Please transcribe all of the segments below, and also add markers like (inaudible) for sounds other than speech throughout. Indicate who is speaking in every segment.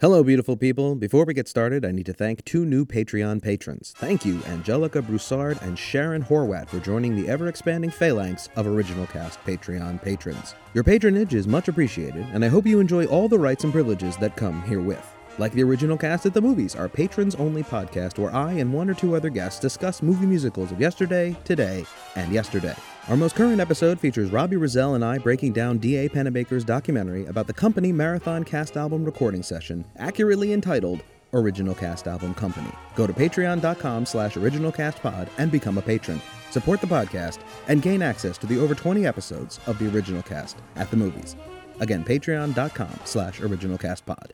Speaker 1: Hello, beautiful people. Before we get started, I need to thank two new Patreon patrons. Thank you, Angelica Broussard and Sharon Horwat, for joining the ever expanding phalanx of Original Cast Patreon patrons. Your patronage is much appreciated, and I hope you enjoy all the rights and privileges that come herewith. Like the original cast at the movies, our patrons only podcast where I and one or two other guests discuss movie musicals of yesterday, today, and yesterday. Our most current episode features Robbie Rizal and I breaking down D.A. Pennebaker's documentary about the company Marathon Cast Album recording session, accurately entitled Original Cast Album Company. Go to patreon.com slash originalcastpod and become a patron. Support the podcast and gain access to the over 20 episodes of the original cast at the movies. Again, patreon.com slash originalcastpod.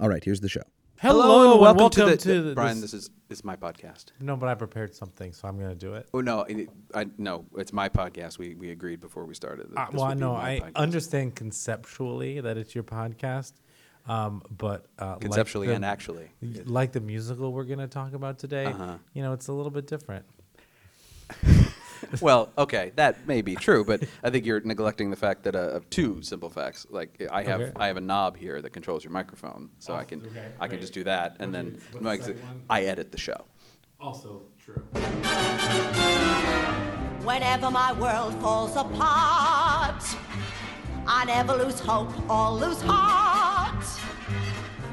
Speaker 1: All right, here's the show.
Speaker 2: Hello, and welcome, to, the,
Speaker 3: Brian. This is this is my podcast.
Speaker 2: no, but I prepared something, so I'm gonna do it.
Speaker 3: Oh no, it, I no, it's my podcast. We we agreed before we started. that
Speaker 2: Uh,
Speaker 3: this
Speaker 2: well, I
Speaker 3: would be
Speaker 2: know
Speaker 3: my
Speaker 2: I
Speaker 3: podcast.
Speaker 2: understand conceptually that it's your podcast, um, but uh, like
Speaker 3: conceptually
Speaker 2: the-
Speaker 3: and
Speaker 2: (laughs)
Speaker 3: actually. (laughs)
Speaker 2: like the musical we're gonna talk about today,
Speaker 3: Uh-huh.
Speaker 2: you know, it's a little bit different.
Speaker 3: well, okay, that may be true, but I think you're neglecting the fact that uh, of two simple facts. Like I have
Speaker 2: Okay. Oh,
Speaker 3: I have a knob here that controls your microphone, so I can
Speaker 2: okay,
Speaker 3: I can
Speaker 2: great.
Speaker 3: just do that, and
Speaker 2: What
Speaker 3: then
Speaker 2: is- what's
Speaker 3: like,
Speaker 2: the second one?
Speaker 3: I edit the show.
Speaker 2: Also true.
Speaker 4: Oh,
Speaker 5: Whenever my world falls apart, I never lose hope or lose heart.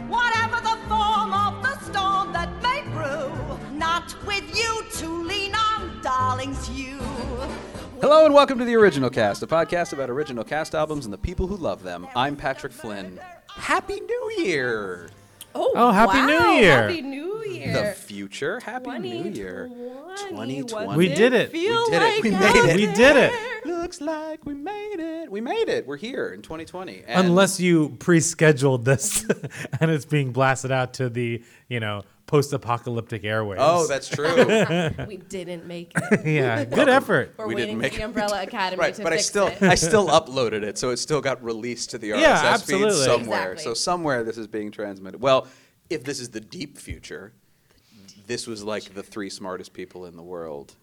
Speaker 5: Whatever the form of the storm that may brew, not with you to lean on, darlings, you.
Speaker 3: Hello and welcome to the Original Cast, a podcast about original cast albums and the people who love them. I'm Patrick Flynn. Happy New Year!
Speaker 4: Oh,
Speaker 2: Oh, Happy New
Speaker 4: wow,
Speaker 2: Year.
Speaker 4: Happy New Year.
Speaker 3: The future. Happy New
Speaker 4: 2020.
Speaker 3: Year.
Speaker 4: Wasn't
Speaker 2: We did it.
Speaker 4: Feel
Speaker 3: We did it.
Speaker 4: like
Speaker 3: We made it.
Speaker 2: Oh, We did it.
Speaker 3: Looks like we made it. We made it. We're here in 2020. And
Speaker 2: Unless you pre-scheduled this, (laughs) and it's being blasted out to the you know post-apocalyptic airwaves.
Speaker 3: Oh, that's
Speaker 2: (laughs)
Speaker 3: true.
Speaker 4: it. (laughs) We didn't make
Speaker 3: (laughs)
Speaker 4: it.
Speaker 2: yeah, good effort.
Speaker 4: We're
Speaker 3: We didn't
Speaker 4: waiting
Speaker 3: make
Speaker 4: for
Speaker 3: it.
Speaker 4: the Umbrella Academy
Speaker 3: right,
Speaker 4: to
Speaker 3: but I
Speaker 4: fix
Speaker 3: still (laughs)
Speaker 4: it.
Speaker 3: I still uploaded it, so it still got released to the RSS
Speaker 2: Yeah,
Speaker 3: feed
Speaker 2: absolutely.
Speaker 3: somewhere. So
Speaker 4: Exactly.
Speaker 3: somewhere this is being transmitted. Well, if this is the deep future, this was like the three smartest people in the world.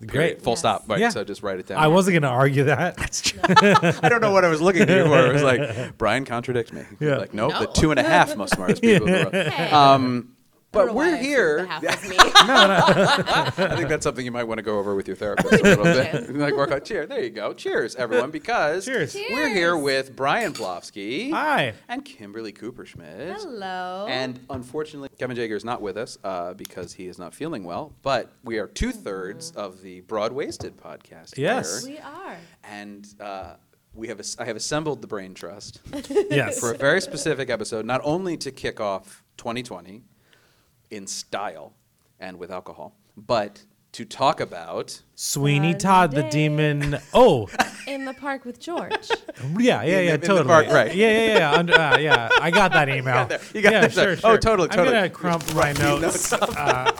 Speaker 3: Period.
Speaker 2: Great.
Speaker 3: Full stop. Right.
Speaker 2: Yeah.
Speaker 3: So just write it down.
Speaker 2: I wasn't gonna
Speaker 3: (laughs)
Speaker 2: argue that.
Speaker 3: I don't know what I was looking at you for. It was
Speaker 2: (laughs)
Speaker 3: like, Brian contradicts me.
Speaker 2: Yeah.
Speaker 3: Like, no, the
Speaker 4: No.
Speaker 3: two and a half most smartest people in the world.
Speaker 4: (laughs) Hey,
Speaker 3: Um,
Speaker 4: I don't
Speaker 3: but
Speaker 4: know
Speaker 3: we're
Speaker 4: why I
Speaker 3: here. (laughs)
Speaker 4: assumed the
Speaker 3: Yeah,
Speaker 4: half was me.
Speaker 3: I think that's something you might want to go over with your
Speaker 4: (laughs)
Speaker 3: therapist a little bit. like work on cheer. There you go. Cheers, everyone, because
Speaker 2: Cheers.
Speaker 3: we're here
Speaker 4: Cheers.
Speaker 3: with Brian Plofsky.
Speaker 2: (laughs) Hi.
Speaker 3: And Kimberly Cooper Schmidt.
Speaker 4: Hello.
Speaker 3: And unfortunately, Kevin Jager is not with us uh, because he is not feeling well. But we are two thirds of the Broad Wasted podcast.
Speaker 2: Yes.
Speaker 3: here,
Speaker 4: we are.
Speaker 3: and uh, we have as- I have assembled the Brain Trust
Speaker 2: yes.
Speaker 3: for a very specific episode, not only to kick off 2020 in style and with alcohol, but to talk about
Speaker 2: Sweeney Todd, the demon. Oh,
Speaker 4: In the park with George.
Speaker 2: yeah, yeah,
Speaker 3: In
Speaker 2: yeah,
Speaker 3: the- in the
Speaker 2: totally.
Speaker 3: park, right.
Speaker 2: Yeah, yeah, yeah, yeah. Under, uh, yeah. I got that email.
Speaker 3: (laughs) you got
Speaker 2: yeah,
Speaker 3: that.
Speaker 2: sure,
Speaker 3: Oh,
Speaker 2: sure.
Speaker 3: totally,
Speaker 2: I'm
Speaker 3: totally.
Speaker 2: gonna crump my notes.
Speaker 3: (laughs)
Speaker 2: Uh,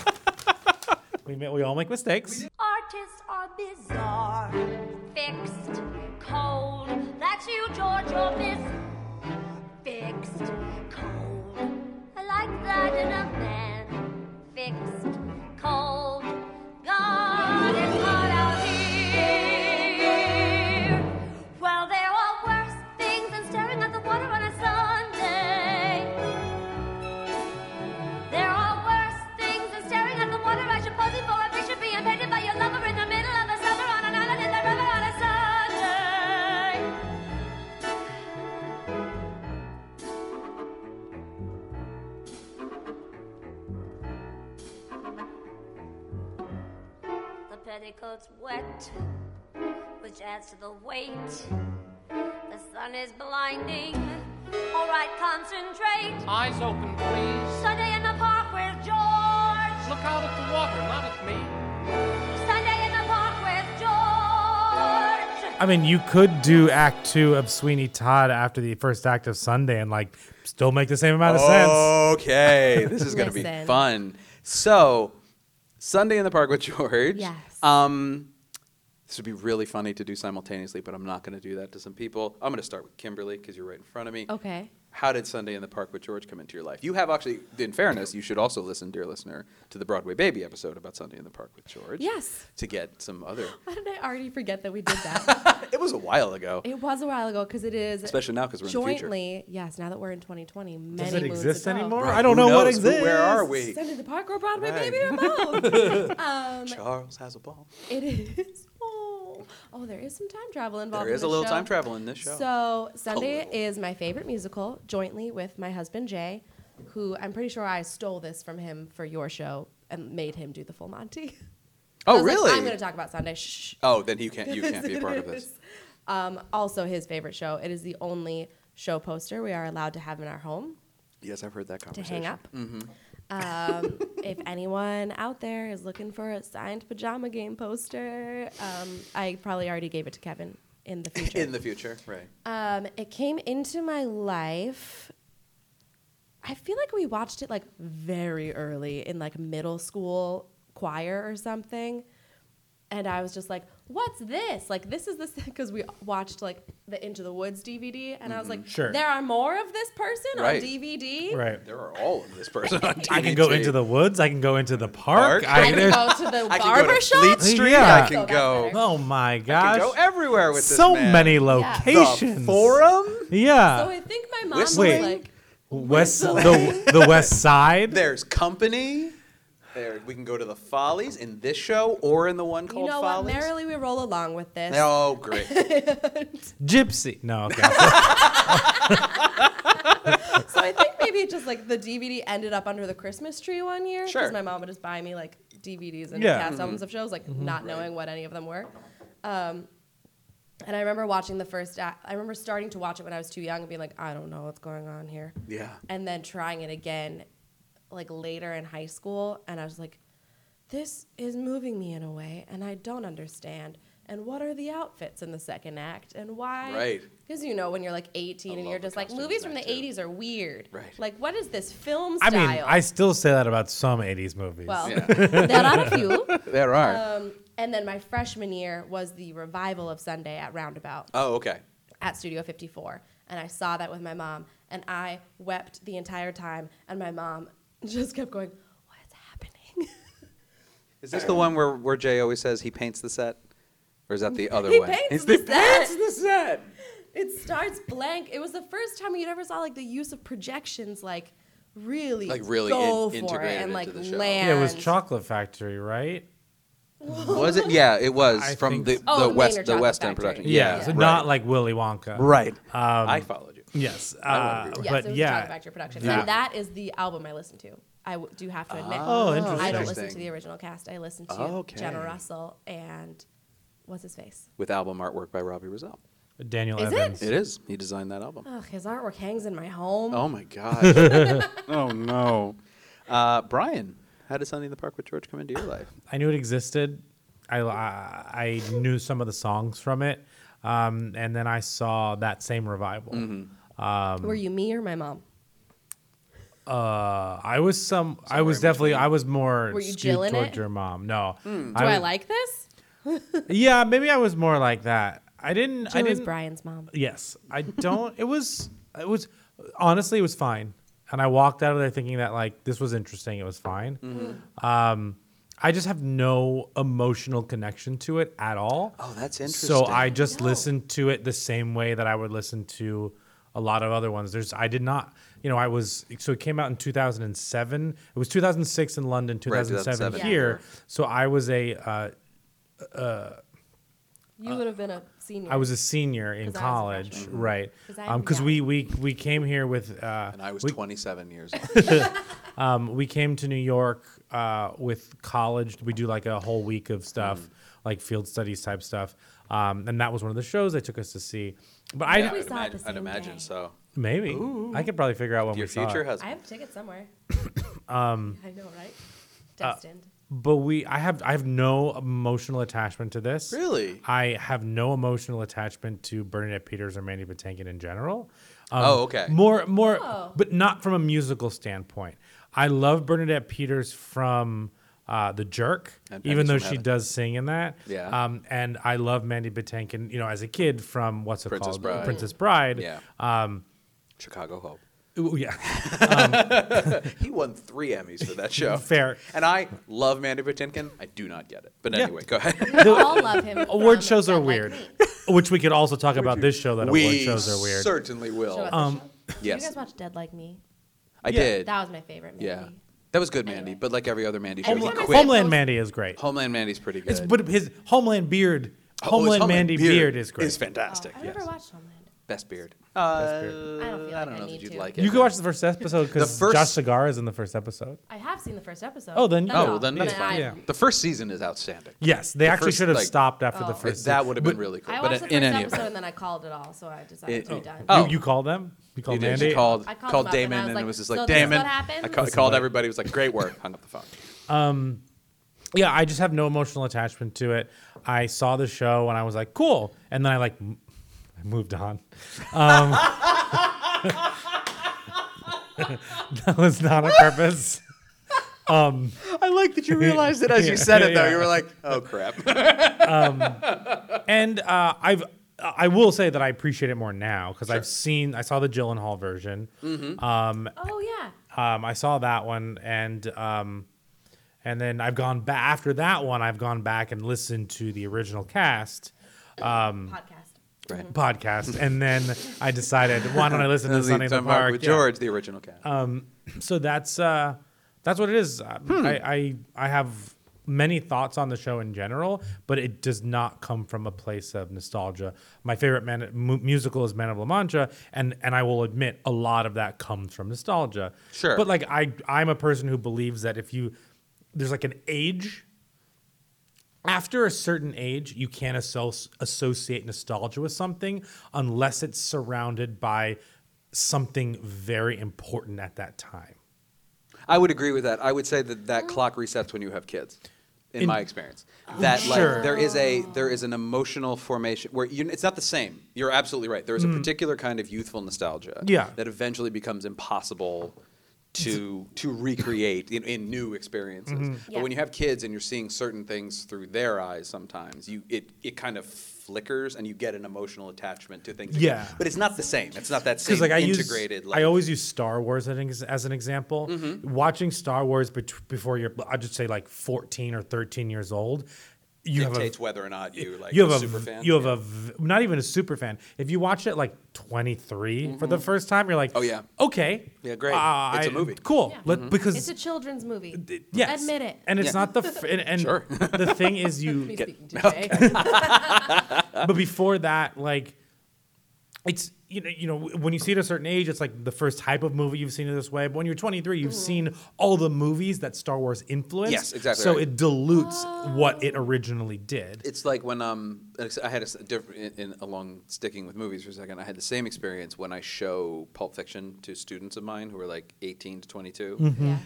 Speaker 2: we ma- we all make mistakes.
Speaker 6: Artists are bizarre, fixed, cold. That's you, George. You're biz- fixed, cold. I like that in a man. Fixed, cold. God is hot out here. Well, there are worse things than staring at the water on a Sunday. There are worse things than staring at the water as you're posing for a picture being painted by your lover in the middle of the summer on an island in the river on a Sunday. The petticoat's wet, which adds to the weight. The sun is blinding. All right, concentrate.
Speaker 7: Eyes open, please.
Speaker 6: Sunday in the park with George.
Speaker 7: Look out at the water, not at me.
Speaker 6: Sunday in the park with George.
Speaker 2: I mean, you could do Act Two of Sweeney Todd after the first act of Sunday, and like still make the same amount of
Speaker 3: Oh.
Speaker 2: sense.
Speaker 3: Okay, this is going to be
Speaker 4: Listen.
Speaker 3: fun. So, Sunday in the Park with George.
Speaker 4: Yes.
Speaker 3: Um, this would be really funny to do simultaneously, but I'm not going to do that to some people. I'm going to start with Kimberly because you're right in front of me.
Speaker 4: Okay.
Speaker 3: How did Sunday in the Park with George come into your life? You have actually, in fairness, you should also listen, dear listener, to the Broadway Baby episode about Sunday in the Park with George.
Speaker 4: Yes.
Speaker 3: To get some other.
Speaker 4: Why did I already forget that we did that?
Speaker 3: It That was a while ago.
Speaker 4: (laughs) It was a while ago because it is
Speaker 3: Especially now 'cause we're in the future.
Speaker 4: jointly. yes, now that we're in 2020, many
Speaker 2: Does it
Speaker 4: moons
Speaker 2: exist
Speaker 4: ago.
Speaker 2: anymore?
Speaker 3: Right,
Speaker 2: I don't
Speaker 3: who
Speaker 2: know what
Speaker 3: knows? Who-
Speaker 2: exists.
Speaker 3: Where are we?
Speaker 4: Send it to Park or Broadway,
Speaker 3: Right.
Speaker 4: maybe or both. um,
Speaker 3: Charles has a ball.
Speaker 4: it is. Oh, oh, there is some time travel involved.
Speaker 3: There
Speaker 4: in
Speaker 3: is a
Speaker 4: this
Speaker 3: little
Speaker 4: show.
Speaker 3: time travel in this show.
Speaker 4: So Sunday
Speaker 3: little.
Speaker 4: is my favorite musical, jointly with my husband Jay, who I'm pretty sure I stole this from him for your show and made him do the full Monty. (laughs) I
Speaker 3: oh,
Speaker 4: was like,
Speaker 3: really?
Speaker 4: I'm going to talk about Sunday. Shh.
Speaker 3: Oh, then you can't.
Speaker 4: (laughs)
Speaker 3: You can't be a part of
Speaker 4: It
Speaker 3: this.
Speaker 4: is, Um, also, his favorite show. It is the only show poster we are allowed to have in our home
Speaker 3: Yes, I've heard that
Speaker 4: to
Speaker 3: conversation. Mm-hmm.
Speaker 4: hang up. Um, (laughs) if anyone out there is looking for a signed pajama game poster, um, I probably already gave it to Kevin in the
Speaker 3: (laughs)
Speaker 4: future.
Speaker 3: In the future, right?
Speaker 4: um, it came into my life. I feel like we watched it like very early in like middle school choir or something. And I was just like, what's this? Like, this is (laughs) this because we watched like the Into the Woods DVD. And I was like,
Speaker 2: Sure.
Speaker 4: there are more of this person
Speaker 3: Mm-hmm. Right.
Speaker 4: on DVD.
Speaker 2: Right.
Speaker 3: There are all of this person on
Speaker 2: I can go
Speaker 3: TNT.
Speaker 2: into the woods. I can go into the park.
Speaker 3: Park.
Speaker 4: I,
Speaker 2: I,
Speaker 4: can
Speaker 2: there's-
Speaker 4: go to the
Speaker 3: (laughs) I can go
Speaker 4: barber
Speaker 3: to
Speaker 4: shop.
Speaker 3: Fleet Street.
Speaker 2: Yeah.
Speaker 3: I can
Speaker 4: So
Speaker 3: go.
Speaker 4: that's
Speaker 2: oh my
Speaker 3: I
Speaker 2: gosh.
Speaker 3: can go everywhere with this
Speaker 2: so
Speaker 3: man.
Speaker 2: many
Speaker 3: The
Speaker 2: locations.
Speaker 3: forum.
Speaker 2: Yeah.
Speaker 4: So I think my mom
Speaker 2: Wait.
Speaker 4: was like,
Speaker 2: west the the
Speaker 3: (laughs)
Speaker 2: west side.
Speaker 3: There's company. There, we can go to the Follies in this show or in the one
Speaker 4: you
Speaker 3: called
Speaker 4: know what?
Speaker 3: Follies.
Speaker 4: Merrily, we roll along with this. (laughs)
Speaker 3: Oh, great!
Speaker 2: Gypsy.
Speaker 3: (laughs)
Speaker 2: No. Okay.
Speaker 4: (laughs) So I think maybe just like the DVD ended up under the Christmas tree one year. Because
Speaker 3: Sure. Mm-hmm.
Speaker 4: my mom would just buy me like DVDs and
Speaker 2: Yeah.
Speaker 4: cast albums of shows, like not knowing what any of them were. Um, and I remember watching the first act. I remember starting to watch it when I was too young and being like, I don't know what's going on here.
Speaker 3: Yeah.
Speaker 4: And then trying it again, like later in high school. And I was like, this is moving me in a way, and I don't understand. And what are the outfits in the second act? And why?
Speaker 3: Right.
Speaker 4: Because you know when you're like 18 and
Speaker 3: love
Speaker 4: you're
Speaker 3: the
Speaker 4: just like
Speaker 3: costumes in
Speaker 4: movies from the
Speaker 3: that, too.
Speaker 4: 80s are weird.
Speaker 3: Right.
Speaker 4: Like, what is this film
Speaker 2: I
Speaker 4: style?
Speaker 2: mean, I still say that about some '80s movies.
Speaker 4: well,
Speaker 3: Yeah,
Speaker 2: (laughs)
Speaker 4: there are a few.
Speaker 3: there are.
Speaker 4: Um, and then my freshman year was the revival of Sunday at Roundabout
Speaker 3: oh, okay.
Speaker 4: at Studio 54, and I saw that with my mom, and I wept the entire time, and my mom (laughs) just kept going, "What's happening?"
Speaker 3: Is this the one where, where Jay always says he paints the set? Or is that the other
Speaker 4: (laughs) He
Speaker 3: one?
Speaker 4: paints
Speaker 3: It's
Speaker 4: the
Speaker 3: he
Speaker 4: set.
Speaker 3: paints the set.
Speaker 4: it starts blank. It was the first time you'd ever saw like the use of projections, like really,
Speaker 3: Like, really
Speaker 4: go
Speaker 3: in-
Speaker 4: for it
Speaker 3: integrated
Speaker 4: and
Speaker 3: into
Speaker 4: like
Speaker 3: the show.
Speaker 4: land.
Speaker 2: yeah, it was Chocolate Factory, right?
Speaker 3: Was it? Yeah, it was
Speaker 2: I
Speaker 3: from
Speaker 2: think
Speaker 3: the,
Speaker 2: so.
Speaker 4: Oh,
Speaker 3: the,
Speaker 4: the
Speaker 3: West
Speaker 4: Maynard
Speaker 3: the
Speaker 4: Chocolate
Speaker 3: West End
Speaker 4: Factory.
Speaker 3: production.
Speaker 2: Yeah. so
Speaker 3: right.
Speaker 2: not like Willy Wonka.
Speaker 3: right. I followed you.
Speaker 2: Yes.
Speaker 3: I
Speaker 2: Uh,
Speaker 3: wonder.
Speaker 4: Yes,
Speaker 2: but
Speaker 4: it was
Speaker 2: yeah.
Speaker 4: a Chocolate Factory production,
Speaker 2: Yeah.
Speaker 4: and that is the album I listen to. I w- do have to admit.
Speaker 2: Oh, interesting.
Speaker 4: I don't listen to
Speaker 3: Interesting.
Speaker 4: the original cast. I listen to
Speaker 3: Okay.
Speaker 4: Jenna Russell and what's his face.
Speaker 3: With album artwork by Robbie Rizal.
Speaker 2: Daniel
Speaker 4: Is it?
Speaker 2: Evans.
Speaker 3: It is. He designed that album.
Speaker 4: Ugh, his artwork hangs in my home.
Speaker 3: Oh
Speaker 4: (laughs)
Speaker 3: my god. oh no. Uh, Brian, how did Sunday in the Park with George come into your life?
Speaker 2: I knew it existed. I, I I knew some of the songs from it, um, and then I saw that same revival.
Speaker 3: Mm-hmm.
Speaker 4: Were you me or my mom?
Speaker 2: Uh, I was some. I was definitely. I was more
Speaker 4: Were you
Speaker 2: skewed
Speaker 4: Jill in
Speaker 2: toward
Speaker 4: it?
Speaker 2: your mom. No.
Speaker 3: Hmm.
Speaker 2: Do
Speaker 4: Do I, like this?
Speaker 2: Yeah, maybe I was more like that. I didn't. I
Speaker 4: Jill is
Speaker 2: didn't. Uh,
Speaker 4: Brian's mom.
Speaker 2: Yes,
Speaker 4: (laughs)
Speaker 2: I don't. it was. It was honestly, it was fine, and I walked out of there thinking that like this was interesting. It was fine.
Speaker 3: Mm-hmm.
Speaker 2: Um, I just have no emotional connection to it at all.
Speaker 3: Oh, that's
Speaker 2: So
Speaker 3: interesting.
Speaker 2: I just listened to it the same way that I would listen to a lot of other ones. There's I did not. You know, I was so it came out in 2007. It was 2006 in London, 2007
Speaker 3: 2007.
Speaker 2: here. So I was a uh,
Speaker 4: You would have been a senior.
Speaker 2: I was a senior in
Speaker 4: 'Cause I was a
Speaker 2: college,
Speaker 3: Mm-hmm.
Speaker 2: right?
Speaker 4: 'Cause I'm
Speaker 2: Because
Speaker 4: young.
Speaker 2: we, we we came here with uh,
Speaker 3: And I was
Speaker 2: we,
Speaker 3: 27 years old.
Speaker 2: um, we came to New York uh, with college. We do like a whole week of stuff,
Speaker 3: Mm-hmm.
Speaker 2: like field studies type stuff, um, and that was one of the shows they took us to see. But (laughs) I
Speaker 3: Yeah,
Speaker 4: we
Speaker 3: I'd,
Speaker 4: saw it
Speaker 3: imagine,
Speaker 4: the
Speaker 3: I'd
Speaker 4: same
Speaker 3: imagine
Speaker 4: day.
Speaker 3: so.
Speaker 2: maybe I could probably figure out when
Speaker 3: Your
Speaker 2: we saw
Speaker 3: future
Speaker 2: it.
Speaker 4: I
Speaker 3: husband.
Speaker 4: have tickets
Speaker 2: (coughs)
Speaker 4: somewhere. um, I know, right?
Speaker 2: uh,
Speaker 4: Destined.
Speaker 2: but we I have I have no emotional attachment to this.
Speaker 3: Really?
Speaker 2: I have no emotional attachment to Bernadette Peters or Mandy Patinkin in general. Um,
Speaker 3: Oh, okay.
Speaker 2: More more
Speaker 4: Oh.
Speaker 2: but not from a musical standpoint. I love Bernadette Peters from uh, The Jerk,
Speaker 3: And
Speaker 2: even
Speaker 3: Pennies
Speaker 2: though
Speaker 3: from
Speaker 2: she
Speaker 3: Heaven.
Speaker 2: does sing in that.
Speaker 3: Yeah.
Speaker 2: Um, and I love Mandy Patinkin, you know, as a kid from what's it
Speaker 3: Princess
Speaker 2: called?
Speaker 3: Bride.
Speaker 2: Princess Bride.
Speaker 3: Yeah. Um, Chicago Hope.
Speaker 2: Ooh, yeah.
Speaker 3: He won three Emmys for
Speaker 2: (laughs)
Speaker 3: that show.
Speaker 4: (laughs)
Speaker 2: Fair.
Speaker 3: And I love Mandy Patinkin. I do not get it. But
Speaker 2: Yeah.
Speaker 3: anyway, go ahead.
Speaker 4: We all love him.
Speaker 2: (laughs) Award
Speaker 4: from
Speaker 2: shows are
Speaker 4: Except Like
Speaker 2: weird,
Speaker 4: Me. (laughs)
Speaker 2: (laughs) which we could also talk about this show that award
Speaker 3: we
Speaker 2: shows are weird.
Speaker 3: certainly will.
Speaker 4: Show us
Speaker 2: Um,
Speaker 4: the show.
Speaker 3: yes.
Speaker 4: Did you guys watch Dead Like Me?
Speaker 3: I
Speaker 2: Yeah.
Speaker 3: did.
Speaker 4: That was my favorite movie. Oh,
Speaker 3: yeah. That was good, Mandy. But like every other Mandy show, he
Speaker 4: Homeland-
Speaker 3: quit.
Speaker 4: Homeland-
Speaker 2: Homeland Mandy is great.
Speaker 3: Homeland Mandy's pretty good.
Speaker 2: It's but his Homeland beard,
Speaker 3: Oh, his
Speaker 2: Homeland Mandy beard, is great.
Speaker 3: Is fantastic.
Speaker 4: I've
Speaker 3: yes.
Speaker 4: Oh, never watched Homeland.
Speaker 3: Best beard.
Speaker 4: I don't feel like
Speaker 3: I
Speaker 4: I,
Speaker 3: don't know
Speaker 4: need
Speaker 3: if you'd
Speaker 4: to.
Speaker 3: like it.
Speaker 2: you can watch the first episode because
Speaker 3: first-
Speaker 2: Josh Cigar is in the first episode.
Speaker 4: I have seen the first episode.
Speaker 2: Oh, then-
Speaker 4: That's
Speaker 3: Oh,
Speaker 4: all.
Speaker 3: well, then that's
Speaker 4: Then I-
Speaker 3: fine.
Speaker 2: Yeah.
Speaker 3: The first season is outstanding.
Speaker 2: Yes, they
Speaker 3: The
Speaker 2: actually
Speaker 3: first,
Speaker 2: should have
Speaker 3: like-
Speaker 2: stopped after the
Speaker 4: Oh.
Speaker 2: first.
Speaker 3: that would have been
Speaker 2: but
Speaker 3: really cool.
Speaker 4: I
Speaker 3: but
Speaker 4: watched the
Speaker 3: in
Speaker 4: first
Speaker 3: any
Speaker 4: episode
Speaker 3: event,
Speaker 4: and then I called it all, so I decided
Speaker 3: It-
Speaker 4: to be
Speaker 3: oh.
Speaker 4: done.
Speaker 3: Oh.
Speaker 2: You, you called them. You
Speaker 3: you
Speaker 2: called
Speaker 3: did.
Speaker 2: Oh, Mandy.
Speaker 3: She called,
Speaker 4: I
Speaker 3: called,
Speaker 4: called them up and
Speaker 3: Damon
Speaker 4: I was
Speaker 3: and,
Speaker 4: like,
Speaker 3: it was just
Speaker 4: "So
Speaker 3: like,
Speaker 4: this is
Speaker 3: Damon.
Speaker 4: what happened?
Speaker 3: I, ca- I
Speaker 4: This is
Speaker 3: called
Speaker 2: what-
Speaker 3: everybody. It was like, great work. Hung up the phone.
Speaker 2: Yeah, I just have no emotional attachment to it. I saw the show and I was like, cool, and then I like, m- I moved on. Um, (laughs) that was not on purpose.
Speaker 3: I like (laughs) that you realized it as you said it, though.
Speaker 2: Yeah.
Speaker 3: You were (laughs) like, oh, crap.
Speaker 2: And uh, I've I will say that I appreciate it more now because I've seen I saw the Gyllenhaal version.
Speaker 4: Oh yeah.
Speaker 2: Um, I saw that one, and um, and then I've gone back after that one. I've gone back and listened to the original cast
Speaker 3: um,
Speaker 4: Podcast.
Speaker 3: right.
Speaker 2: podcast, and then I decided why don't I listen to
Speaker 3: This is
Speaker 2: Sunny in the
Speaker 3: Tom Park
Speaker 2: Park?
Speaker 3: with
Speaker 2: Yeah.
Speaker 3: George, the original cat.
Speaker 2: So that's uh, that's what it is. Um, I, I I have many thoughts on the show in general, but it does not come from a place of nostalgia. My favorite man, mu- musical is Man of La Mancha, and and I will admit a lot of that comes from nostalgia.
Speaker 3: Sure.
Speaker 2: but like I I'm a person who believes that if you there's like an age. After a certain age, you can't asso- associate nostalgia with something unless it's surrounded by something very important at that time.
Speaker 3: I would agree with that. I would say that that clock resets when you have kids. In,
Speaker 2: In- Oh,
Speaker 3: my experience, that
Speaker 2: Sure.
Speaker 3: like there is a there is an emotional formation where you, it's not the same. You're absolutely right. There is a particular kind of youthful nostalgia
Speaker 2: Mm. Yeah.
Speaker 3: that eventually becomes impossible to to recreate in, in new experiences.
Speaker 2: Mm-hmm.
Speaker 3: But
Speaker 4: Yeah.
Speaker 3: when you have kids and you're seeing certain things through their eyes, sometimes you it it kind of flickers and you get an emotional attachment to things. again.
Speaker 2: Yeah.
Speaker 3: but it's not the same. It's not that same
Speaker 2: because like I
Speaker 3: integrated.
Speaker 2: use,
Speaker 3: like, Mm-hmm.
Speaker 2: I always use Star Wars as an, ex- as an example. Watching Star Wars bet- before you're, I'd just say like 14 or 13 years old, you have a
Speaker 3: dictates whether or not you like
Speaker 2: you have
Speaker 3: a
Speaker 2: a
Speaker 3: super
Speaker 2: v-
Speaker 3: fan.
Speaker 2: you have a v- not even a super fan. If you watch it like 23 for the first time, you're like,
Speaker 3: Oh, yeah.
Speaker 2: okay,
Speaker 3: Yeah, great.
Speaker 2: uh,
Speaker 3: It's a
Speaker 2: I-
Speaker 3: movie." Mm-hmm.
Speaker 2: cool.
Speaker 4: Yeah.
Speaker 2: Let- because
Speaker 4: It's a children's movie.
Speaker 2: yes,
Speaker 4: Admit it.
Speaker 2: and it's
Speaker 3: Yeah.
Speaker 2: not the f- and, and
Speaker 3: (laughs) Sure.
Speaker 2: the thing is
Speaker 3: (laughs)
Speaker 2: you
Speaker 4: Me speaking to Jay.
Speaker 2: but before that, like it's you know, you know when you see it at a certain age, it's like the first type of movie you've seen it this way. But when you're 23, you've seen all the movies that Star Wars influenced.
Speaker 3: Yes, exactly
Speaker 2: So
Speaker 3: right.
Speaker 2: it dilutes what it originally did.
Speaker 3: it's like when um I had a s- diff- in, in along sticking with movies for a second. I had the same experience when I show Pulp Fiction to students of mine who are like 18 to 22.
Speaker 4: Yeah.
Speaker 3: And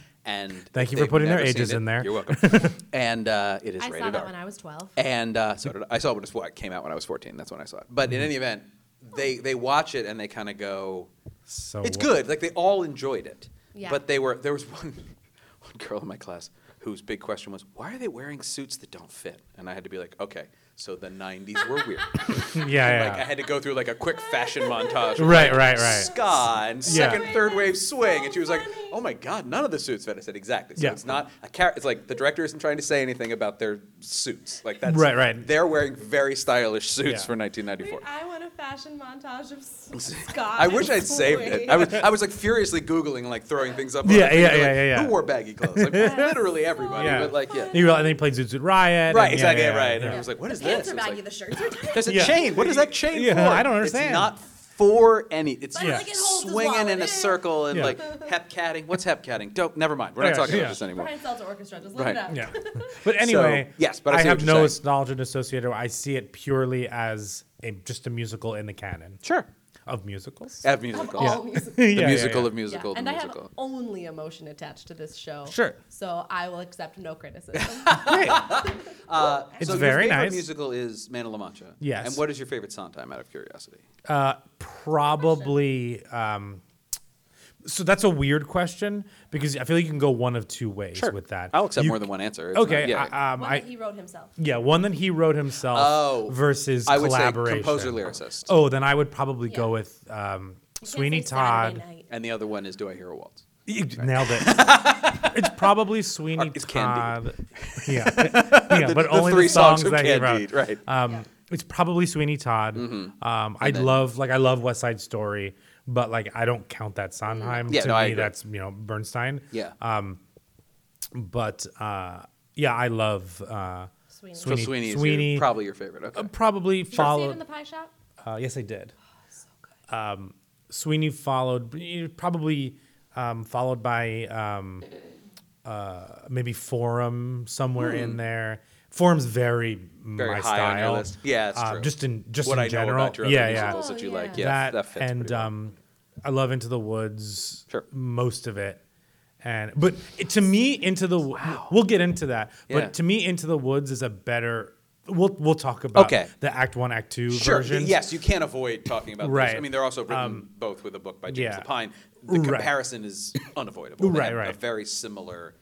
Speaker 2: Mm-hmm. Thank
Speaker 3: if
Speaker 2: you for
Speaker 3: they've
Speaker 2: putting their
Speaker 3: never seen
Speaker 2: ages
Speaker 3: it-
Speaker 2: in there.
Speaker 3: You're
Speaker 2: (laughs)
Speaker 3: welcome. and uh, it is
Speaker 4: I
Speaker 3: rated
Speaker 4: saw that
Speaker 3: R.
Speaker 4: when I was 12.
Speaker 3: And uh, so did I. I saw it when it was- well, it came out when I was 14. That's when I saw it. But in
Speaker 2: Mm-hmm.
Speaker 3: any event, they they watch it and they kind of go,
Speaker 2: So
Speaker 3: it's good. Like they all enjoyed it.
Speaker 4: Yeah.
Speaker 3: But they were there was (laughs) one one girl in my class whose big question was, "Why are they wearing suits that don't fit?" And I had to be like, "Okay, so the '90s were weird."
Speaker 2: (laughs) Yeah,
Speaker 3: Like I
Speaker 2: yeah.
Speaker 3: had to go through like a quick fashion montage. of,
Speaker 2: Right,
Speaker 3: like,
Speaker 2: right, right.
Speaker 3: Ska and second,
Speaker 2: Yeah.
Speaker 3: third wave swing, and she was like, "Oh my God, none of the suits fit." I said, "Exactly." So
Speaker 2: Yeah.
Speaker 3: it's not a char- It's like the director isn't trying to say anything about their suits. Like that's
Speaker 2: Right, right.
Speaker 3: They're wearing very stylish suits
Speaker 2: Yeah.
Speaker 3: for 1994.
Speaker 4: I want a fashion montage of
Speaker 2: (laughs)
Speaker 4: Scott.
Speaker 3: I wish I'd saved it. I was I was like furiously googling, like throwing things up. on
Speaker 2: Yeah,
Speaker 3: the thing,
Speaker 2: yeah,
Speaker 3: like,
Speaker 2: yeah, yeah, yeah.
Speaker 3: Who wore baggy clothes? Like literally everybody,
Speaker 2: Yeah.
Speaker 3: but like yeah.
Speaker 2: You realize, and then he played Zoot Suit Riot.
Speaker 3: Right,
Speaker 2: and yeah,
Speaker 3: exactly,
Speaker 2: yeah,
Speaker 3: right. And
Speaker 2: yeah.
Speaker 3: I was like, what is this?
Speaker 4: Pants are
Speaker 3: It's
Speaker 4: baggy,
Speaker 3: like,
Speaker 4: the shirts are tight.
Speaker 3: There's a
Speaker 2: Yeah.
Speaker 3: chain. What is that chain
Speaker 2: Yeah,
Speaker 3: for?
Speaker 2: I don't understand.
Speaker 3: It's not for any. It's
Speaker 4: But,
Speaker 2: like,
Speaker 3: just
Speaker 4: it holds his
Speaker 3: swinging in
Speaker 4: wallet.
Speaker 3: a circle and
Speaker 2: Yeah.
Speaker 3: like hepcatting. What's hepcatting? Don't. Never mind. We're not
Speaker 2: Yeah,
Speaker 3: talking
Speaker 2: yeah.
Speaker 3: about this anymore.
Speaker 4: Brian Seltzer Orchestra, just look
Speaker 3: Right.
Speaker 4: it up.
Speaker 3: (laughs)
Speaker 2: Yeah. (laughs) But anyway,
Speaker 3: yes, but I see what
Speaker 2: have
Speaker 3: you're
Speaker 2: no
Speaker 3: saying.
Speaker 2: nostalgia associated. I see it purely as a, just a musical in the canon
Speaker 3: Sure.
Speaker 2: of musicals.
Speaker 3: Have musical.
Speaker 4: All music.
Speaker 2: (laughs) Yeah,
Speaker 3: The
Speaker 2: yeah,
Speaker 3: musical
Speaker 2: yeah.
Speaker 3: of (laughs) musical.
Speaker 4: Yeah, and
Speaker 3: the
Speaker 4: I have
Speaker 3: musical.
Speaker 4: only emotion attached to this show.
Speaker 2: Sure.
Speaker 4: So I will accept no criticism.
Speaker 2: It's
Speaker 3: so your
Speaker 2: very
Speaker 3: favorite
Speaker 2: nice.
Speaker 3: musical is Man of La Mancha.
Speaker 2: Yes.
Speaker 3: And what is your favorite Sondheim? Out of curiosity.
Speaker 2: probably um so that's a weird question because I feel like you can go one of two ways with that.
Speaker 3: I'll accept
Speaker 2: You-
Speaker 3: more than one answer. It's
Speaker 2: Okay,
Speaker 3: not- yeah.
Speaker 2: I, (laughs) um,
Speaker 4: One
Speaker 2: I-
Speaker 4: that he wrote himself.
Speaker 2: yeah, one that he wrote himself
Speaker 3: Oh,
Speaker 2: versus
Speaker 3: I would say
Speaker 2: collaboration.
Speaker 3: composer lyricist.
Speaker 2: Oh, then I would probably go
Speaker 4: Yeah.
Speaker 2: with um, Sweeney
Speaker 4: It's Saturday
Speaker 2: Todd.
Speaker 4: night.
Speaker 3: And the other one is Do I Hear a Waltz?
Speaker 2: You nailed
Speaker 3: (laughs)
Speaker 2: it. it's probably Sweeney
Speaker 3: It's
Speaker 2: Todd.
Speaker 3: Candide. (laughs)
Speaker 2: Yeah, yeah, but only the songs,
Speaker 3: of
Speaker 2: that he wrote.
Speaker 3: right?
Speaker 2: Um, It's probably Sweeney Todd.
Speaker 3: Mm-hmm.
Speaker 2: Um, I love like I love West Side Story, but like I don't count that Sondheim.
Speaker 3: Yeah,
Speaker 2: to
Speaker 3: no,
Speaker 2: me,
Speaker 3: I agree.
Speaker 2: that's you know Bernstein.
Speaker 3: yeah.
Speaker 2: um, But uh, yeah, I love uh,
Speaker 4: Sweeney.
Speaker 3: so
Speaker 2: Sweeney.
Speaker 3: Sweeney, is
Speaker 2: Sweeney- uh, um,
Speaker 3: your, probably your favorite. Okay.
Speaker 2: probably
Speaker 4: Did you see it in
Speaker 2: followed.
Speaker 4: the pie shop?
Speaker 2: uh, yes, I did.
Speaker 4: Oh,
Speaker 2: Um, Sweeney followed probably um, followed by um, uh, maybe Forum somewhere in there. Forum's very,
Speaker 3: Hmm. Very
Speaker 2: my
Speaker 3: high
Speaker 2: style.
Speaker 3: on your list. Yeah, it's
Speaker 2: Uh,
Speaker 3: true.
Speaker 2: Just in just
Speaker 3: what
Speaker 2: in
Speaker 3: I
Speaker 2: general.
Speaker 3: know about your other
Speaker 2: yeah, yeah.
Speaker 3: musicals that you
Speaker 4: Oh,
Speaker 3: like. Yeah,
Speaker 4: yeah.
Speaker 2: that,
Speaker 3: that, fits
Speaker 2: and
Speaker 3: pretty well.
Speaker 2: um, I love Into the Woods.
Speaker 3: Sure.
Speaker 2: most of it. And but it, to me, Into the Wo- we'll get into that.
Speaker 3: Yeah.
Speaker 2: But to me, Into the Woods is a better. We'll we'll talk about
Speaker 3: Okay.
Speaker 2: the Act One, Act Two
Speaker 3: Sure.
Speaker 2: versions.
Speaker 3: Yes, you can't avoid talking about
Speaker 2: Right. Um,
Speaker 3: those. I mean, they're also written both with a book by James
Speaker 2: yeah.
Speaker 3: Lapine. The
Speaker 2: Right.
Speaker 3: comparison
Speaker 2: (coughs)
Speaker 3: is unavoidable. They
Speaker 2: Right,
Speaker 3: have
Speaker 2: right.
Speaker 3: A very similar